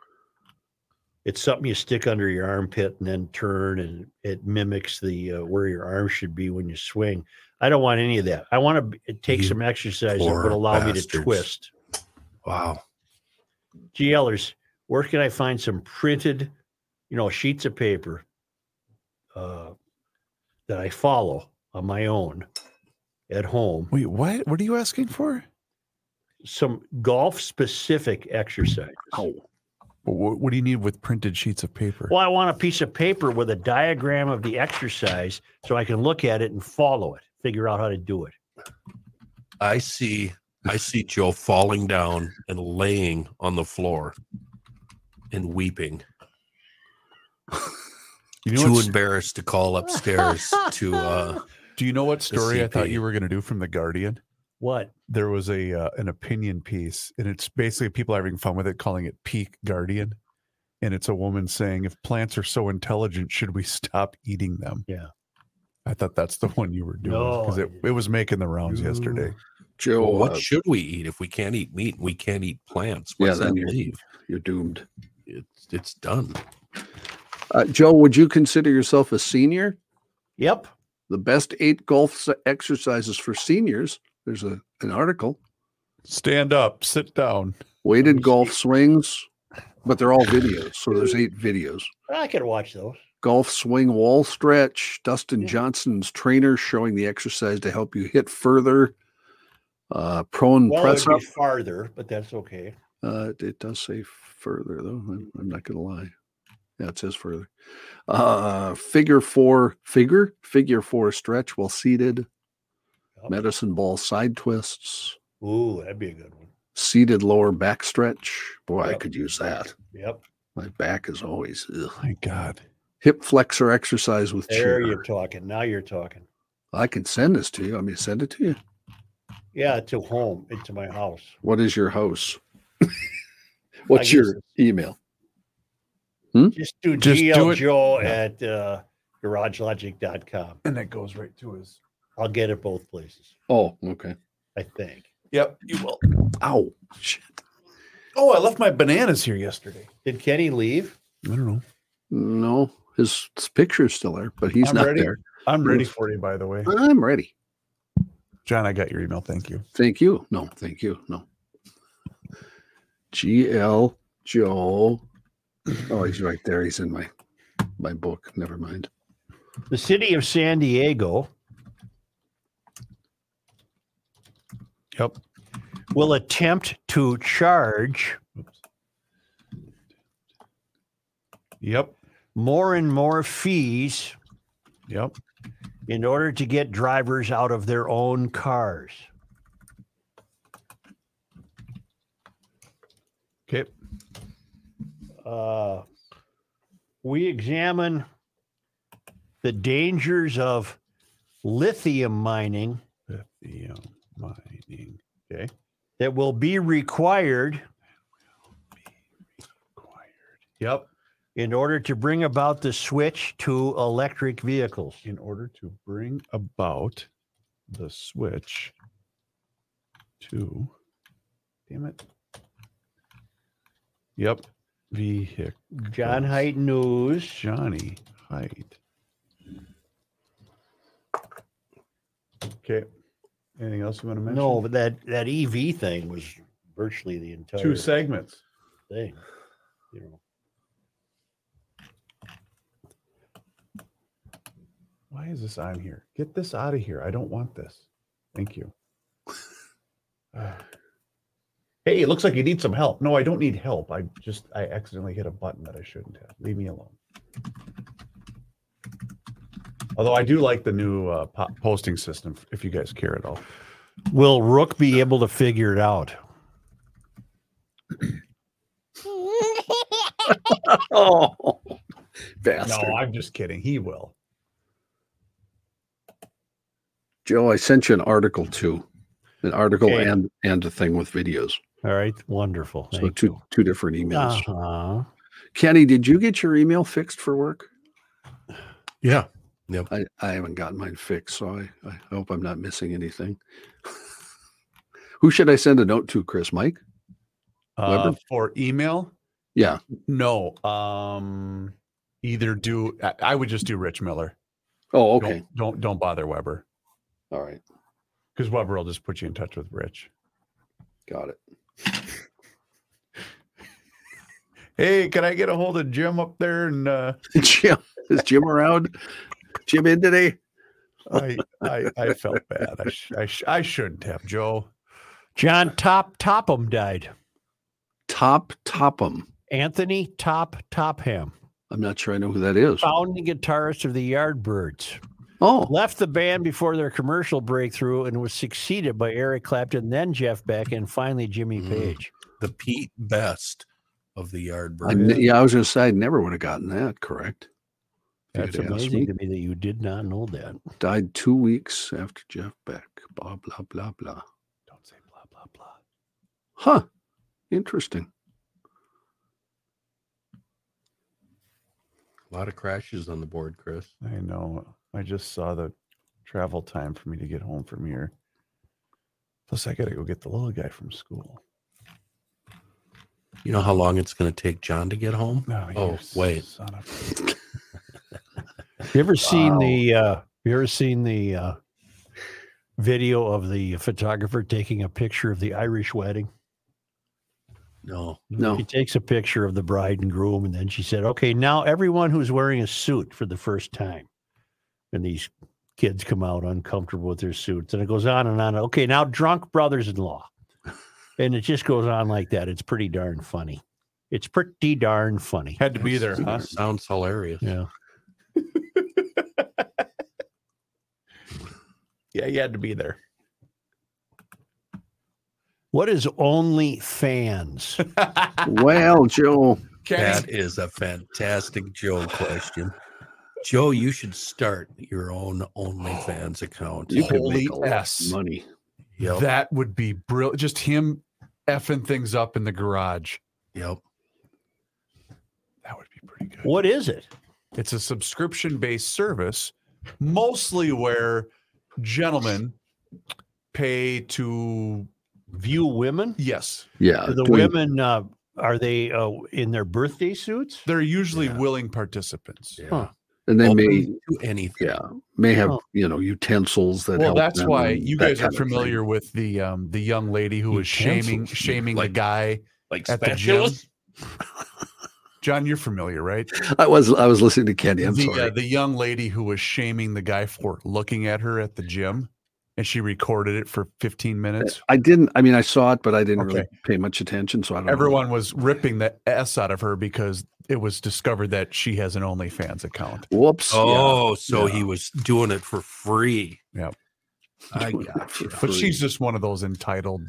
Speaker 1: It's something you stick under your armpit and then turn, and it mimics the uh, where your arm should be when you swing. I don't want any of that. I want to take
Speaker 2: You
Speaker 1: some exercise that
Speaker 2: poor
Speaker 1: would allow me to
Speaker 2: bastards.
Speaker 1: twist.
Speaker 2: Wow.
Speaker 1: GLers, where can I find some printed, you know, sheets of paper uh, that I follow on my own at home?
Speaker 4: Wait, what? What are you asking for?
Speaker 1: Some golf specific exercises.
Speaker 4: Oh. What, what do you need with printed sheets of paper?
Speaker 1: Well, I want a piece of paper with a diagram of the exercise so I can look at it and follow it, figure out how to do it.
Speaker 2: I see I see Joe falling down and laying on the floor and weeping.
Speaker 4: You know
Speaker 2: Too
Speaker 4: what's- *laughs*
Speaker 2: embarrassed to call upstairs to uh
Speaker 4: Do you know what story I thought
Speaker 8: CP.
Speaker 4: you were going to do from the Guardian?
Speaker 1: What?
Speaker 4: There was a uh, an opinion piece, and it's basically people having fun with it, calling it Peak Guardian, and it's a woman saying, "If plants are so intelligent, should we *laughs* stop eating them?"
Speaker 1: Yeah.
Speaker 4: I thought that's the one you were doing
Speaker 1: No,
Speaker 4: because
Speaker 1: I
Speaker 4: it, it was making the rounds yesterday.
Speaker 3: Joe,
Speaker 2: Well,
Speaker 3: uh,
Speaker 2: what should we eat if we can't eat meat and we can't eat plants?
Speaker 3: Yeah,
Speaker 2: What's
Speaker 3: then
Speaker 2: that
Speaker 3: you're-
Speaker 2: leave?
Speaker 3: you're doomed.
Speaker 2: It's it's done.
Speaker 3: Uh, Joe, would you consider yourself a senior?
Speaker 1: Yep.
Speaker 3: The best eight golf s- exercises for seniors. There's a, an article.
Speaker 4: Stand up, sit down.
Speaker 3: Weighted golf swings, but
Speaker 1: *laughs*
Speaker 3: they're all videos. So there's eight videos.
Speaker 1: I could watch those.
Speaker 3: Golf swing wall stretch. Dustin Johnson's trainer showing the exercise to help you hit further. Uh, prone
Speaker 1: Well,
Speaker 3: press
Speaker 1: it'd
Speaker 3: up.
Speaker 1: be farther, but that's okay.
Speaker 3: Uh, it does say further though. I'm, I'm not gonna lie. Yeah, it says further. Uh, figure four, figure, figure four stretch while seated.
Speaker 1: Yep.
Speaker 3: Medicine ball side twists,
Speaker 1: Ooh, that'd be a good one.
Speaker 3: seated lower back stretch. Boy, I
Speaker 1: Yep.
Speaker 3: could use that.
Speaker 1: Yep.
Speaker 3: My back is always ugh.
Speaker 4: My God,
Speaker 3: hip flexor exercise with
Speaker 1: There
Speaker 3: chair.
Speaker 1: you're talking. Now you're talking.
Speaker 3: I can send this to you. I mean, send it to you.
Speaker 1: Yeah, to home, into my house.
Speaker 3: What is your house? *laughs* What's your
Speaker 1: guess-
Speaker 3: email?
Speaker 1: Just do
Speaker 4: Just do
Speaker 1: GL
Speaker 4: it.
Speaker 1: Joe at uh, garagelogic.com.
Speaker 4: and that goes right to his.
Speaker 1: I'll get it both places,
Speaker 3: Oh, okay.
Speaker 1: I think.
Speaker 4: Yep, you will.
Speaker 3: Ow. Shit.
Speaker 4: Oh, I left my bananas here yesterday.
Speaker 1: Did Kenny leave?
Speaker 4: I don't know.
Speaker 3: No, his, his picture is still there, but he's
Speaker 4: I'm
Speaker 3: not
Speaker 4: ready.
Speaker 3: there.
Speaker 4: I'm ready
Speaker 3: Oof.
Speaker 4: for you, by the way.
Speaker 3: I'm ready.
Speaker 4: John, I got your email. Thank you.
Speaker 3: Thank you. No, thank you. No. GL Joe. Oh, he's right there. He's in my my book. Never mind.
Speaker 1: The city of San Diego
Speaker 4: Yep.
Speaker 1: will attempt to charge
Speaker 4: Yep.
Speaker 1: more and more fees
Speaker 4: Yep.
Speaker 1: in order to get drivers out of their own cars.
Speaker 4: Okay.
Speaker 1: uh, we examine the dangers of lithium mining
Speaker 4: Lithium E mining
Speaker 1: that will be required
Speaker 4: acquired. Yep.
Speaker 1: in order to bring about the switch to electric vehicles.
Speaker 4: In order to bring about the switch to, damn it. Yep. Vehicle.
Speaker 1: John Height News.
Speaker 4: Johnny Height. Okay. Anything else you want to mention?
Speaker 1: No, but that that EV thing was virtually the entire
Speaker 4: Two segments.
Speaker 1: thing. You know,
Speaker 4: Why is this on here? Get this out of here. I don't want this. Thank you. *sighs* Ah. hey, it looks like you need some help. No, I don't need help. I just I accidentally hit a button that I shouldn't have. Leave me alone. Although I do like the new uh, po- posting system, if you guys care at all.
Speaker 1: will Rook be able to figure it out?
Speaker 3: Oh, bastard.
Speaker 4: No, I'm just kidding. He will.
Speaker 3: Joe, I sent you an article too. An article
Speaker 1: Okay.
Speaker 3: and and a thing with videos.
Speaker 1: All right, wonderful.
Speaker 3: So
Speaker 1: Thank
Speaker 3: two
Speaker 1: you.
Speaker 3: two different emails.
Speaker 1: Uh-huh.
Speaker 3: Kenny, did you get your email fixed for work?
Speaker 2: Yeah.
Speaker 3: I, I haven't gotten mine fixed, so I, I hope I'm not missing anything. *laughs* Who should I send a note to, Chris? Mike?
Speaker 4: Uh,
Speaker 3: Weber?
Speaker 4: for email,
Speaker 3: Yeah.
Speaker 4: no. Um, either do I, I would just do Rich Miller.
Speaker 3: Oh, okay.
Speaker 4: Don't don't, don't bother Weber.
Speaker 3: All right.
Speaker 4: Because Weber will just put you in touch with Rich.
Speaker 1: *laughs*
Speaker 3: Got it.
Speaker 4: Hey, can I get a hold of Jim up there? And uh,
Speaker 3: Jim, is Jim around? Jim in today?
Speaker 4: I, I, I felt bad. I, sh- I, sh- I shouldn't have, Joe.
Speaker 1: John Top Topham died.
Speaker 3: Top Topham.
Speaker 1: Anthony Top Topham.
Speaker 3: I'm not sure I know who that is.
Speaker 1: founding guitarist of the Yardbirds,
Speaker 3: Oh,
Speaker 1: left the band before their commercial breakthrough and was succeeded by Eric Clapton, then Jeff Beck, and finally Jimmy
Speaker 2: Mm.
Speaker 1: Page.
Speaker 2: The Pete Best of the
Speaker 3: I
Speaker 2: Yardbirds.
Speaker 3: ne- yeah, I was going to say I never would have gotten that correct.
Speaker 1: That's
Speaker 3: Good ass
Speaker 1: amazing
Speaker 3: week.
Speaker 1: to me that you did not know that.
Speaker 3: Died two weeks after Jeff Beck. Blah blah blah blah.
Speaker 4: Don't say blah blah blah.
Speaker 3: Huh. Interesting.
Speaker 2: A lot of crashes on the board, Chris.
Speaker 4: I know. I just saw the travel time for me to get home from here. Plus, I got to go get the little guy from school.
Speaker 2: You know how long it's going to take John to get home?
Speaker 4: No,
Speaker 2: Oh, wait.
Speaker 4: Son of
Speaker 1: You ever seen the? Uh, you ever seen the uh, video of the photographer taking a picture of the Irish wedding?
Speaker 2: No.
Speaker 3: No.
Speaker 4: *laughs*
Speaker 1: She takes a picture of the bride and groom, and then she said, "Okay, now everyone who's wearing a suit for the first time," and these kids come out uncomfortable with their suits, and it goes on and on. Okay, now drunk brothers-in-law, and it just goes on like that. It's pretty darn funny. It's pretty darn funny.
Speaker 4: Had to be there, huh?
Speaker 2: That sounds hilarious.
Speaker 1: Yeah.
Speaker 6: Yeah, you had to be there.
Speaker 1: What is OnlyFans?
Speaker 3: Well, Joe.
Speaker 6: Kenny,
Speaker 2: That is a fantastic Joe question. Joe, you should start your own OnlyFans account.
Speaker 3: You could
Speaker 4: Holy
Speaker 3: make a lot of
Speaker 4: S.
Speaker 3: money.
Speaker 2: Yep.
Speaker 4: That would be brilliant. Just him effing things up in the garage.
Speaker 2: yep.
Speaker 4: That would be pretty good.
Speaker 1: what is it?
Speaker 4: It's a subscription based service, mostly where gentlemen pay to,
Speaker 1: View women?
Speaker 4: yes,
Speaker 3: Yeah.
Speaker 1: Do the
Speaker 3: doing-
Speaker 1: women uh, are they uh, in their birthday suits?
Speaker 4: they're usually
Speaker 2: Yeah.
Speaker 4: willing participants.
Speaker 2: Yeah.
Speaker 1: Huh.
Speaker 3: and they
Speaker 2: Open
Speaker 3: may
Speaker 2: to anything.
Speaker 3: yeah may have
Speaker 1: Oh.
Speaker 3: you know utensils that
Speaker 4: well
Speaker 3: help
Speaker 4: that's
Speaker 3: them
Speaker 4: why
Speaker 3: and
Speaker 4: you
Speaker 3: that
Speaker 4: guys are
Speaker 3: kind of thing.
Speaker 4: familiar with the um the young lady who was shaming
Speaker 2: Utensils,
Speaker 4: shaming
Speaker 2: like-
Speaker 4: the guy
Speaker 2: Like
Speaker 4: at the gym
Speaker 2: spatulas?
Speaker 4: *laughs* john you're familiar right
Speaker 3: i was i was listening to kenny i'm
Speaker 4: the,
Speaker 3: sorry
Speaker 4: Uh, the young lady who was shaming the guy for looking at her at the gym and she recorded it for 15 minutes
Speaker 3: i didn't i mean i saw it but i didn't really
Speaker 4: Okay.
Speaker 3: pay much attention so i
Speaker 1: Mm-hmm.
Speaker 3: don't
Speaker 4: everyone was ripping the s out of her because it was discovered that she has an onlyfans account
Speaker 3: know. whoops
Speaker 2: Oh, so
Speaker 3: Yeah.
Speaker 2: he was doing it for free.
Speaker 4: Yep.
Speaker 3: *laughs*
Speaker 2: I
Speaker 3: Doing it
Speaker 2: got
Speaker 3: for
Speaker 2: you.
Speaker 4: but
Speaker 3: free.
Speaker 4: she's just one of those entitled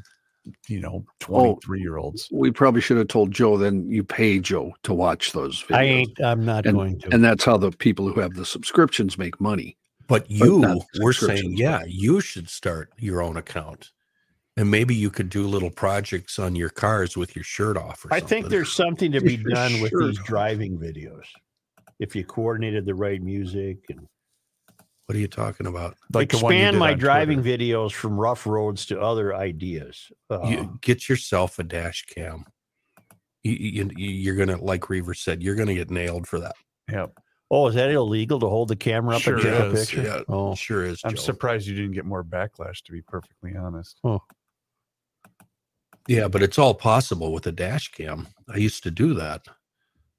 Speaker 4: you know
Speaker 3: Oh.
Speaker 4: 23 year olds
Speaker 3: we probably should have told joe then you pay joe to watch those videos
Speaker 1: I ain't. I'm not going to.
Speaker 3: and that's how the people who have the subscriptions make money
Speaker 2: But you
Speaker 3: not
Speaker 2: were saying,
Speaker 3: subscriptions,
Speaker 2: yeah, you should start your own account. And maybe you could do little projects on your cars with your shirt off. Or
Speaker 1: I think
Speaker 2: something.
Speaker 1: there's something to be
Speaker 3: Your
Speaker 1: done with
Speaker 3: shirt
Speaker 1: these
Speaker 3: off.
Speaker 1: driving videos. If you coordinated the right music and
Speaker 2: What are you talking about?
Speaker 4: like the one you
Speaker 1: expand
Speaker 4: did
Speaker 1: my
Speaker 4: on
Speaker 1: driving
Speaker 4: Twitter.
Speaker 1: videos from rough roads to other ideas. Uh,
Speaker 2: you get yourself a dash cam. You, you, you- you're gonna, like Reaver said, you're gonna get nailed for that.
Speaker 4: yep
Speaker 1: oh, is that illegal to hold the camera up and
Speaker 4: Sure
Speaker 1: take a
Speaker 4: is,
Speaker 1: picture?
Speaker 2: yeah.
Speaker 1: Oh,
Speaker 2: Sure is.
Speaker 4: i'm
Speaker 2: Joe.
Speaker 4: surprised you didn't get more backlash to be perfectly honest
Speaker 2: yeah, but it's all possible with a dash cam. I used to do that,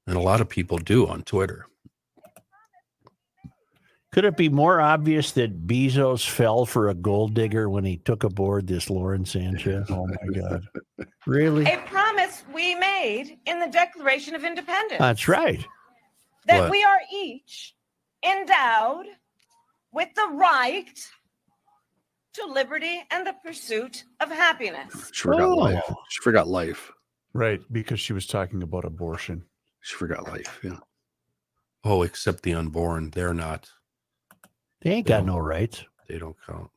Speaker 2: and a lot of people do on Twitter.
Speaker 1: could it be more obvious that Bezos fell for a gold digger when he took aboard this Lauren Sanchez?
Speaker 4: oh *laughs* my god
Speaker 1: Really?
Speaker 10: A promise we made in the Declaration of Independence
Speaker 1: That's right.
Speaker 10: that
Speaker 2: What?
Speaker 10: we are each endowed with the right to liberty and the pursuit of happiness.
Speaker 3: she forgot life
Speaker 1: Oh.
Speaker 3: she forgot life
Speaker 4: Right, because she was talking about abortion.
Speaker 3: she forgot life yeah
Speaker 2: Oh, except the unborn, they're not.
Speaker 1: They ain't got no rights.
Speaker 2: They don't count.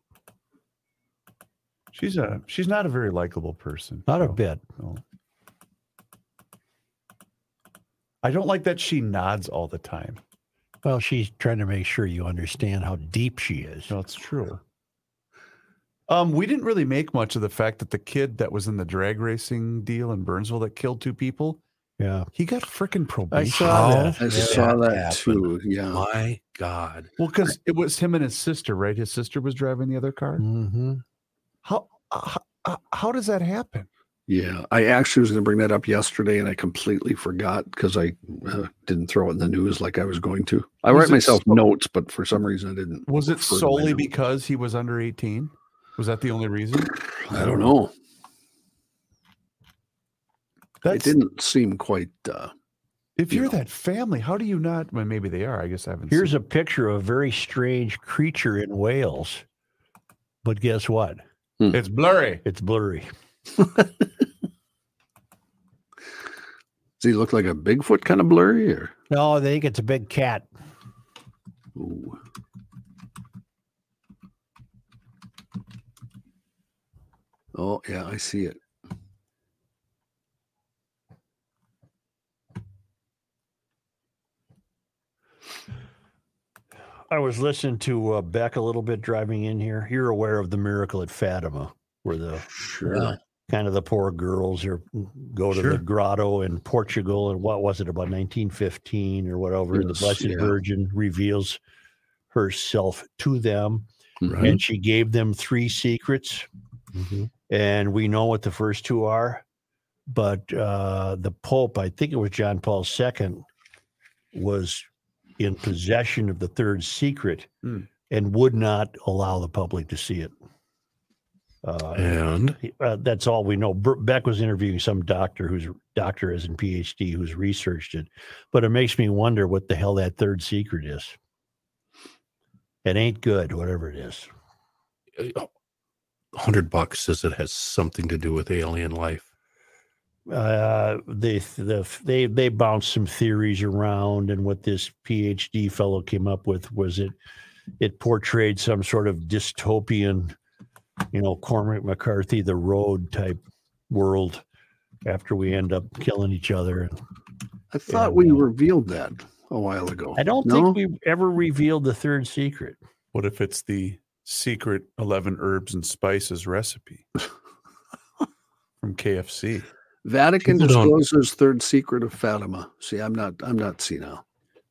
Speaker 4: She's a she's not a very likable person.
Speaker 1: Not a
Speaker 4: so,
Speaker 1: bit.
Speaker 4: no. I don't like that she nods all the time.
Speaker 1: Well, she's trying to make sure you understand how deep she is.
Speaker 4: No, it's true. Um, we didn't really make much of the fact that the kid that was in the drag racing deal in Burnsville that killed two people,
Speaker 1: Yeah.
Speaker 4: he got freaking probation.
Speaker 1: I saw
Speaker 2: How
Speaker 1: that.
Speaker 3: Oh, i
Speaker 2: did
Speaker 3: saw that
Speaker 2: happen?
Speaker 3: too yeah
Speaker 2: My God,
Speaker 4: Well, because it was him and his sister, right? His sister was driving the other car.
Speaker 1: Mm-hmm.
Speaker 4: How uh, how, how does that happen?
Speaker 3: Yeah, I actually was going to bring that up yesterday, and I completely forgot because I uh, didn't throw it in the news like I was going to. I
Speaker 4: Was
Speaker 3: write
Speaker 4: it
Speaker 3: myself
Speaker 4: so-
Speaker 3: notes, but for some reason I didn't.
Speaker 4: Was it
Speaker 3: refer to my
Speaker 4: solely
Speaker 3: notes.
Speaker 4: because he was under eighteen? Was that the only reason?
Speaker 3: I don't know.
Speaker 4: That's,
Speaker 3: It didn't seem quite. Uh,
Speaker 4: If
Speaker 3: you
Speaker 4: you're
Speaker 3: know.
Speaker 4: that family, how do you not? Well, maybe they are. I guess I haven't.
Speaker 1: Here's
Speaker 4: seen.
Speaker 1: a picture of a very strange creature in Wales. But guess what?
Speaker 4: It's blurry.
Speaker 1: It's blurry.
Speaker 3: does he look like a Bigfoot kind of blurry? Or
Speaker 1: No, they think it's a big cat.
Speaker 3: Ooh. Oh, yeah, I see it.
Speaker 1: I was listening to uh, Beck a little bit driving in here. You're aware of the miracle at Fatima, where the
Speaker 3: Sure.
Speaker 1: kind of the poor girls are go to
Speaker 3: Sure.
Speaker 1: the grotto in Portugal, and what was it about 1915 or whatever? and the
Speaker 3: Yes,
Speaker 1: Blessed
Speaker 3: yeah.
Speaker 1: Virgin reveals herself to them,
Speaker 3: Right.
Speaker 1: and she gave them three secrets, and we know what the first two are. But uh, the Pope, I think it was John Paul II, was in possession of the third secret and would not allow the public to see it. Uh,
Speaker 2: And
Speaker 1: he- uh, that's all we know. Br- Beck was interviewing some doctor whose doctor is in PhD who's researched it, but it makes me wonder what the hell that third secret is. It ain't good, whatever it is.
Speaker 2: eh, 100 oh, bucks says it has something to do with alien life.
Speaker 1: Uh, they the they they bounced some theories around, and what this PhD fellow came up with was it it portrayed some sort of dystopian, you know, Cormac McCarthy, the road type world after we end up killing each other and
Speaker 3: I thought we revealed that a while ago.
Speaker 1: I don't
Speaker 3: No?
Speaker 1: think we ever revealed the third secret.
Speaker 4: What if it's the secret 11 herbs and
Speaker 2: *laughs*
Speaker 4: spices recipe from KFC?
Speaker 3: Vatican
Speaker 2: People don't-
Speaker 3: discloses third secret of Fatima. See, I'm not I'm not senile.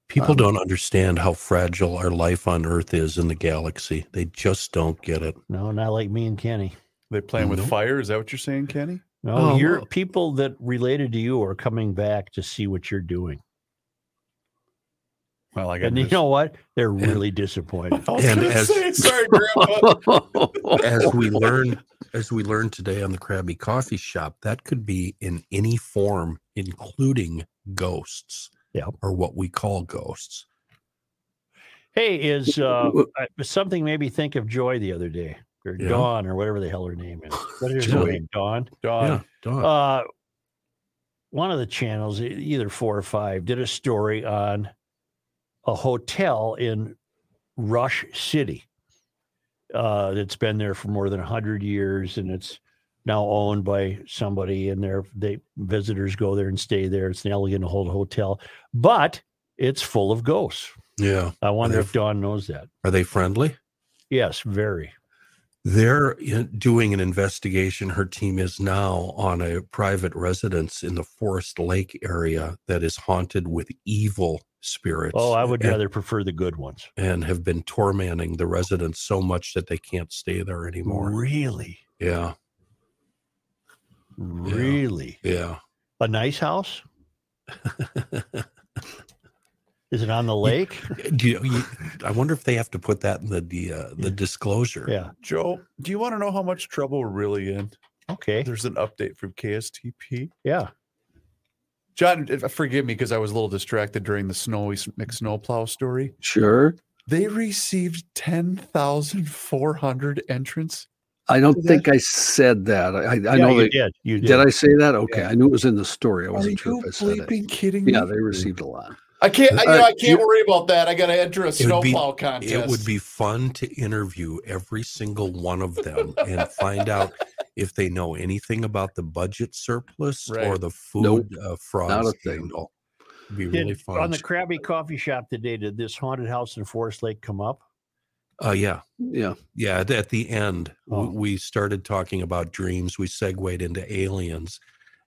Speaker 2: People
Speaker 3: Um,
Speaker 2: don't understand how fragile our life on Earth is in the galaxy. They just don't get it.
Speaker 1: No, not like me and Kenny.
Speaker 4: They playing with
Speaker 2: Nope.
Speaker 4: fire? Is that what you're saying, Kenny?
Speaker 1: No,
Speaker 2: Oh,
Speaker 1: your
Speaker 2: well.
Speaker 1: people that related to you are coming back to see what you're doing.
Speaker 4: Well, I got
Speaker 1: And you
Speaker 4: news.
Speaker 1: know what? *laughs* They're really disappointed.
Speaker 2: And as *laughs*
Speaker 6: sorry, Grandpa.
Speaker 2: as
Speaker 1: *laughs*
Speaker 2: we learned as we learned today on the Krabby Coffee Shop, that could be in any form, including ghosts.
Speaker 1: Yeah.
Speaker 2: Or what we call ghosts.
Speaker 1: Hey, is uh,
Speaker 3: W-
Speaker 1: I- something made me think of Joy the other day, or
Speaker 2: Yeah.
Speaker 1: Dawn, or whatever the hell her name
Speaker 2: *laughs*
Speaker 1: is. What is her
Speaker 2: Joy.
Speaker 1: name? Dawn.
Speaker 4: Dawn,
Speaker 2: yeah. Dawn.
Speaker 1: Uh, one of the channels, e- either four or five, did a story on a hotel in Rush City uh, that's been there for more than hundred years, and it's now owned by somebody, and there they visitors go there and stay there. It's an elegant old hotel, but it's full of ghosts.
Speaker 2: yeah.
Speaker 1: I wonder
Speaker 2: They've-
Speaker 1: if Dawn knows that.
Speaker 2: Are they friendly?
Speaker 1: Yes, very.
Speaker 2: They're in- doing an investigation, her team is now on a private residence in the Forest Lake area that is haunted with evil spirits.
Speaker 1: Oh, I would
Speaker 2: and-
Speaker 1: rather prefer the good ones.
Speaker 2: and have been tormenting the residents so much that they can't stay there anymore.
Speaker 1: Really,
Speaker 2: Yeah.
Speaker 1: really.
Speaker 2: Yeah.
Speaker 1: A nice
Speaker 3: *laughs*
Speaker 1: house? Is it on the lake?
Speaker 2: Do you, you, I wonder if they have to put that in the the, uh, the disclosure.
Speaker 1: Yeah.
Speaker 4: Joe, do you want to know how much trouble we're really in?
Speaker 1: Okay.
Speaker 4: There's an update from KSTP.
Speaker 1: Yeah.
Speaker 4: John, if- uh, forgive me because I was a little distracted during the snowy s- McSnowplow story.
Speaker 3: Sure.
Speaker 4: They received 10,400 entrants.
Speaker 3: I don't
Speaker 4: Is
Speaker 3: think I said that. I I, I
Speaker 1: Yeah,
Speaker 3: know
Speaker 1: you
Speaker 3: they,
Speaker 1: did. You
Speaker 3: did.
Speaker 1: did.
Speaker 3: I say that? Okay. I knew it was in the story. I
Speaker 4: Are you
Speaker 3: wasn't sure if I said it.
Speaker 4: bleeping kidding me?
Speaker 3: Yeah, they received a lot.
Speaker 4: I can't. I, you know,
Speaker 3: Uh,
Speaker 4: I can't
Speaker 3: you-
Speaker 4: worry about that. I got to enter a
Speaker 2: It would be-
Speaker 4: snowplow contest.
Speaker 2: It would be fun to interview every single one of them
Speaker 4: *laughs*
Speaker 2: and find out if they know anything about the budget surplus or
Speaker 4: Right.
Speaker 2: the food
Speaker 3: Nope.
Speaker 2: uh, fraud
Speaker 3: Not a thing.
Speaker 2: scandal. It'd be
Speaker 1: Did-
Speaker 2: really fun.
Speaker 1: on the Krabby Coffee Shop today, did this haunted house in Forest Lake come up?
Speaker 2: uh, yeah.
Speaker 3: Yeah.
Speaker 2: Yeah, at- at the end,
Speaker 1: Oh.
Speaker 2: w we started talking about dreams. We segued into aliens,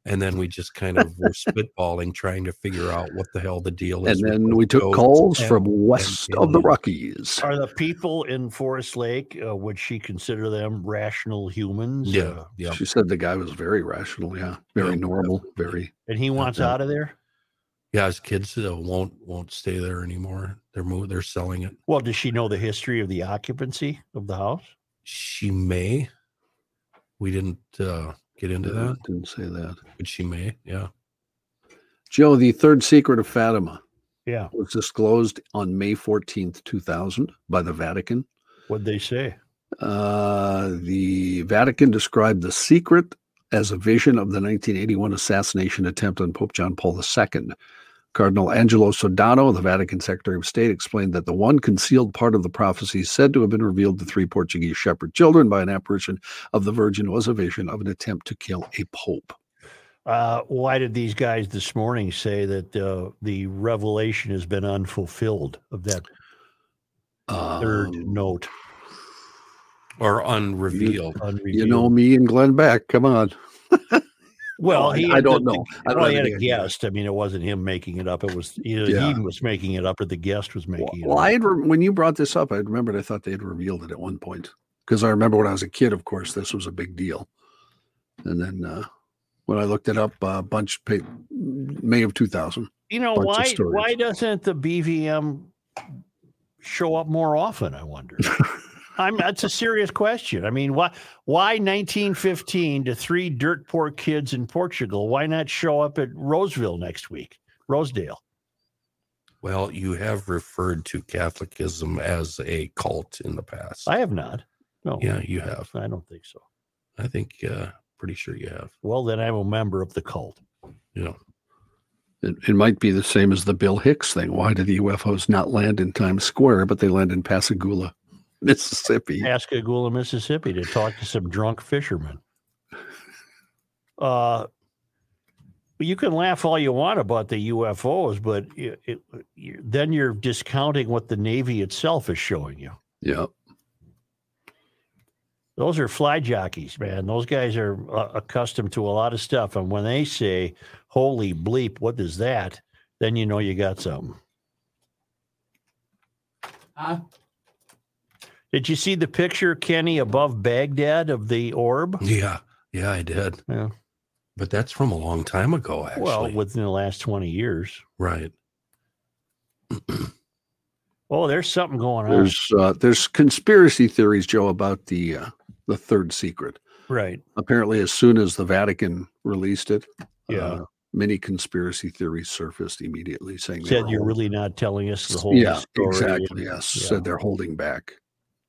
Speaker 2: and then we just kind of
Speaker 3: *laughs*
Speaker 2: were spitballing, trying to figure out what the hell the deal is.
Speaker 3: And
Speaker 2: with
Speaker 3: then
Speaker 2: those
Speaker 3: we took
Speaker 2: ghosts
Speaker 3: calls
Speaker 2: and-
Speaker 3: from west of the
Speaker 2: aliens.
Speaker 3: Rockies.
Speaker 1: Are the people in Forest Lake, uh, would she consider them rational humans?
Speaker 2: Yeah,
Speaker 1: Uh,
Speaker 2: yeah.
Speaker 3: She said the guy was very rational. Yeah. Very
Speaker 2: Yeah.
Speaker 3: normal. Very.
Speaker 1: and he wants
Speaker 2: Yeah.
Speaker 1: out of there?
Speaker 2: Yeah, his kids uh, won't won't stay there anymore. They're move, they're selling it.
Speaker 1: Well, does she know the history of the occupancy of the house?
Speaker 2: She may. We didn't uh, get into
Speaker 3: uh,
Speaker 2: that,
Speaker 3: Didn't say that.
Speaker 2: but she may. Yeah.
Speaker 3: Joe, the third secret of Fatima
Speaker 1: Yeah.
Speaker 3: was disclosed on May 14th, 2000 by the Vatican.
Speaker 1: What'd they say?
Speaker 3: Uh, the Vatican described the secret as a vision of the 1981 assassination attempt on Pope John Paul II. Cardinal Angelo Sodano, the Vatican Secretary of State, explained that the one concealed part of the prophecy said to have been revealed to three Portuguese shepherd children by an apparition of the Virgin was a vision of an attempt to kill a pope.
Speaker 1: Uh, why did these guys this morning say that uh, the revelation has been unfulfilled of that
Speaker 3: Oh.
Speaker 1: third
Speaker 3: Um,
Speaker 1: note?
Speaker 2: Or unrevealed.
Speaker 3: You know me and Glenn Beck. Come on.
Speaker 1: Well,
Speaker 3: I-
Speaker 1: he
Speaker 3: I
Speaker 1: had
Speaker 3: don't
Speaker 1: the-
Speaker 3: know. I
Speaker 1: Well,
Speaker 3: don't
Speaker 1: he
Speaker 3: have
Speaker 1: had
Speaker 3: any
Speaker 1: a guest. I mean, it wasn't him making it up. It was either
Speaker 3: Yeah.
Speaker 1: he was making it up or the guest was making it
Speaker 3: Well,
Speaker 1: up.
Speaker 3: I had re- when you brought this up, I remembered I thought they had revealed it at one point because I remember when I was a kid, of course, this was a big deal. And then uh, when I looked it up, a uh, bunch pa- May of two thousand.
Speaker 1: You know
Speaker 3: bunch of
Speaker 1: why?
Speaker 3: stories.
Speaker 1: Why doesn't the BVM show up more often? I wonder. I'm. That's a serious question. I mean, why? Why 1915 to three dirt poor kids in Portugal? Why not show up at Roseville next week? Rosedale.
Speaker 2: Well, you have referred to Catholicism as a cult in the past.
Speaker 1: I have not. No.
Speaker 2: Yeah, you have.
Speaker 1: I don't think so.
Speaker 2: I think, uh, pretty sure you have.
Speaker 1: Well, then I'm a member of the cult.
Speaker 2: Yeah.
Speaker 3: It, it might be the same as the Bill Hicks thing. Why did the UFOs not land in Times Square, but they land in Pascagoula, *laughs* Mississippi?
Speaker 1: Pascagoula, Mississippi, to talk to some drunk fishermen. Uh, you can laugh all you want about the UFOs, but it, it, you, then you're discounting what the Navy itself is showing you.
Speaker 3: Yeah.
Speaker 1: Those are fly jockeys, man. Those guys are uh, accustomed to a lot of stuff, and when they say "Holy bleep, what is that?" then you know you got something.
Speaker 5: Huh?
Speaker 1: Did you see the picture, Kenny, above Baghdad of the orb?
Speaker 2: Yeah. Yeah, I did.
Speaker 1: Yeah.
Speaker 2: But that's from a long time ago, actually.
Speaker 1: Well, within the last 20 years.
Speaker 2: right.
Speaker 1: Oh, there's something going on.
Speaker 3: There's uh, there's conspiracy theories, Joe, about the uh, the third secret.
Speaker 1: right.
Speaker 3: Apparently, as soon as the Vatican released it,
Speaker 1: Yeah.
Speaker 3: uh, many conspiracy theories surfaced immediately, saying they
Speaker 1: Said
Speaker 3: were
Speaker 1: you're
Speaker 3: holding-
Speaker 1: really not telling us the whole
Speaker 3: yeah,
Speaker 1: story.
Speaker 3: exactly.
Speaker 1: and-
Speaker 3: Yes,
Speaker 1: yeah.
Speaker 3: said they're holding back,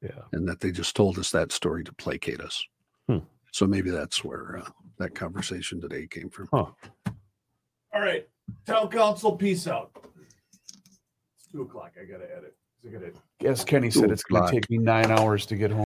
Speaker 1: Yeah.
Speaker 3: and that they just told us that story to placate us.
Speaker 1: Hmm.
Speaker 3: So maybe that's where uh, that conversation today came from.
Speaker 1: Huh.
Speaker 5: All right. Town council, peace out. It's two o'clock. I gotta edit. I gotta.
Speaker 4: Yes, Kenny
Speaker 3: Two
Speaker 4: said it's going
Speaker 3: o'clock.
Speaker 4: to take me nine hours to get home.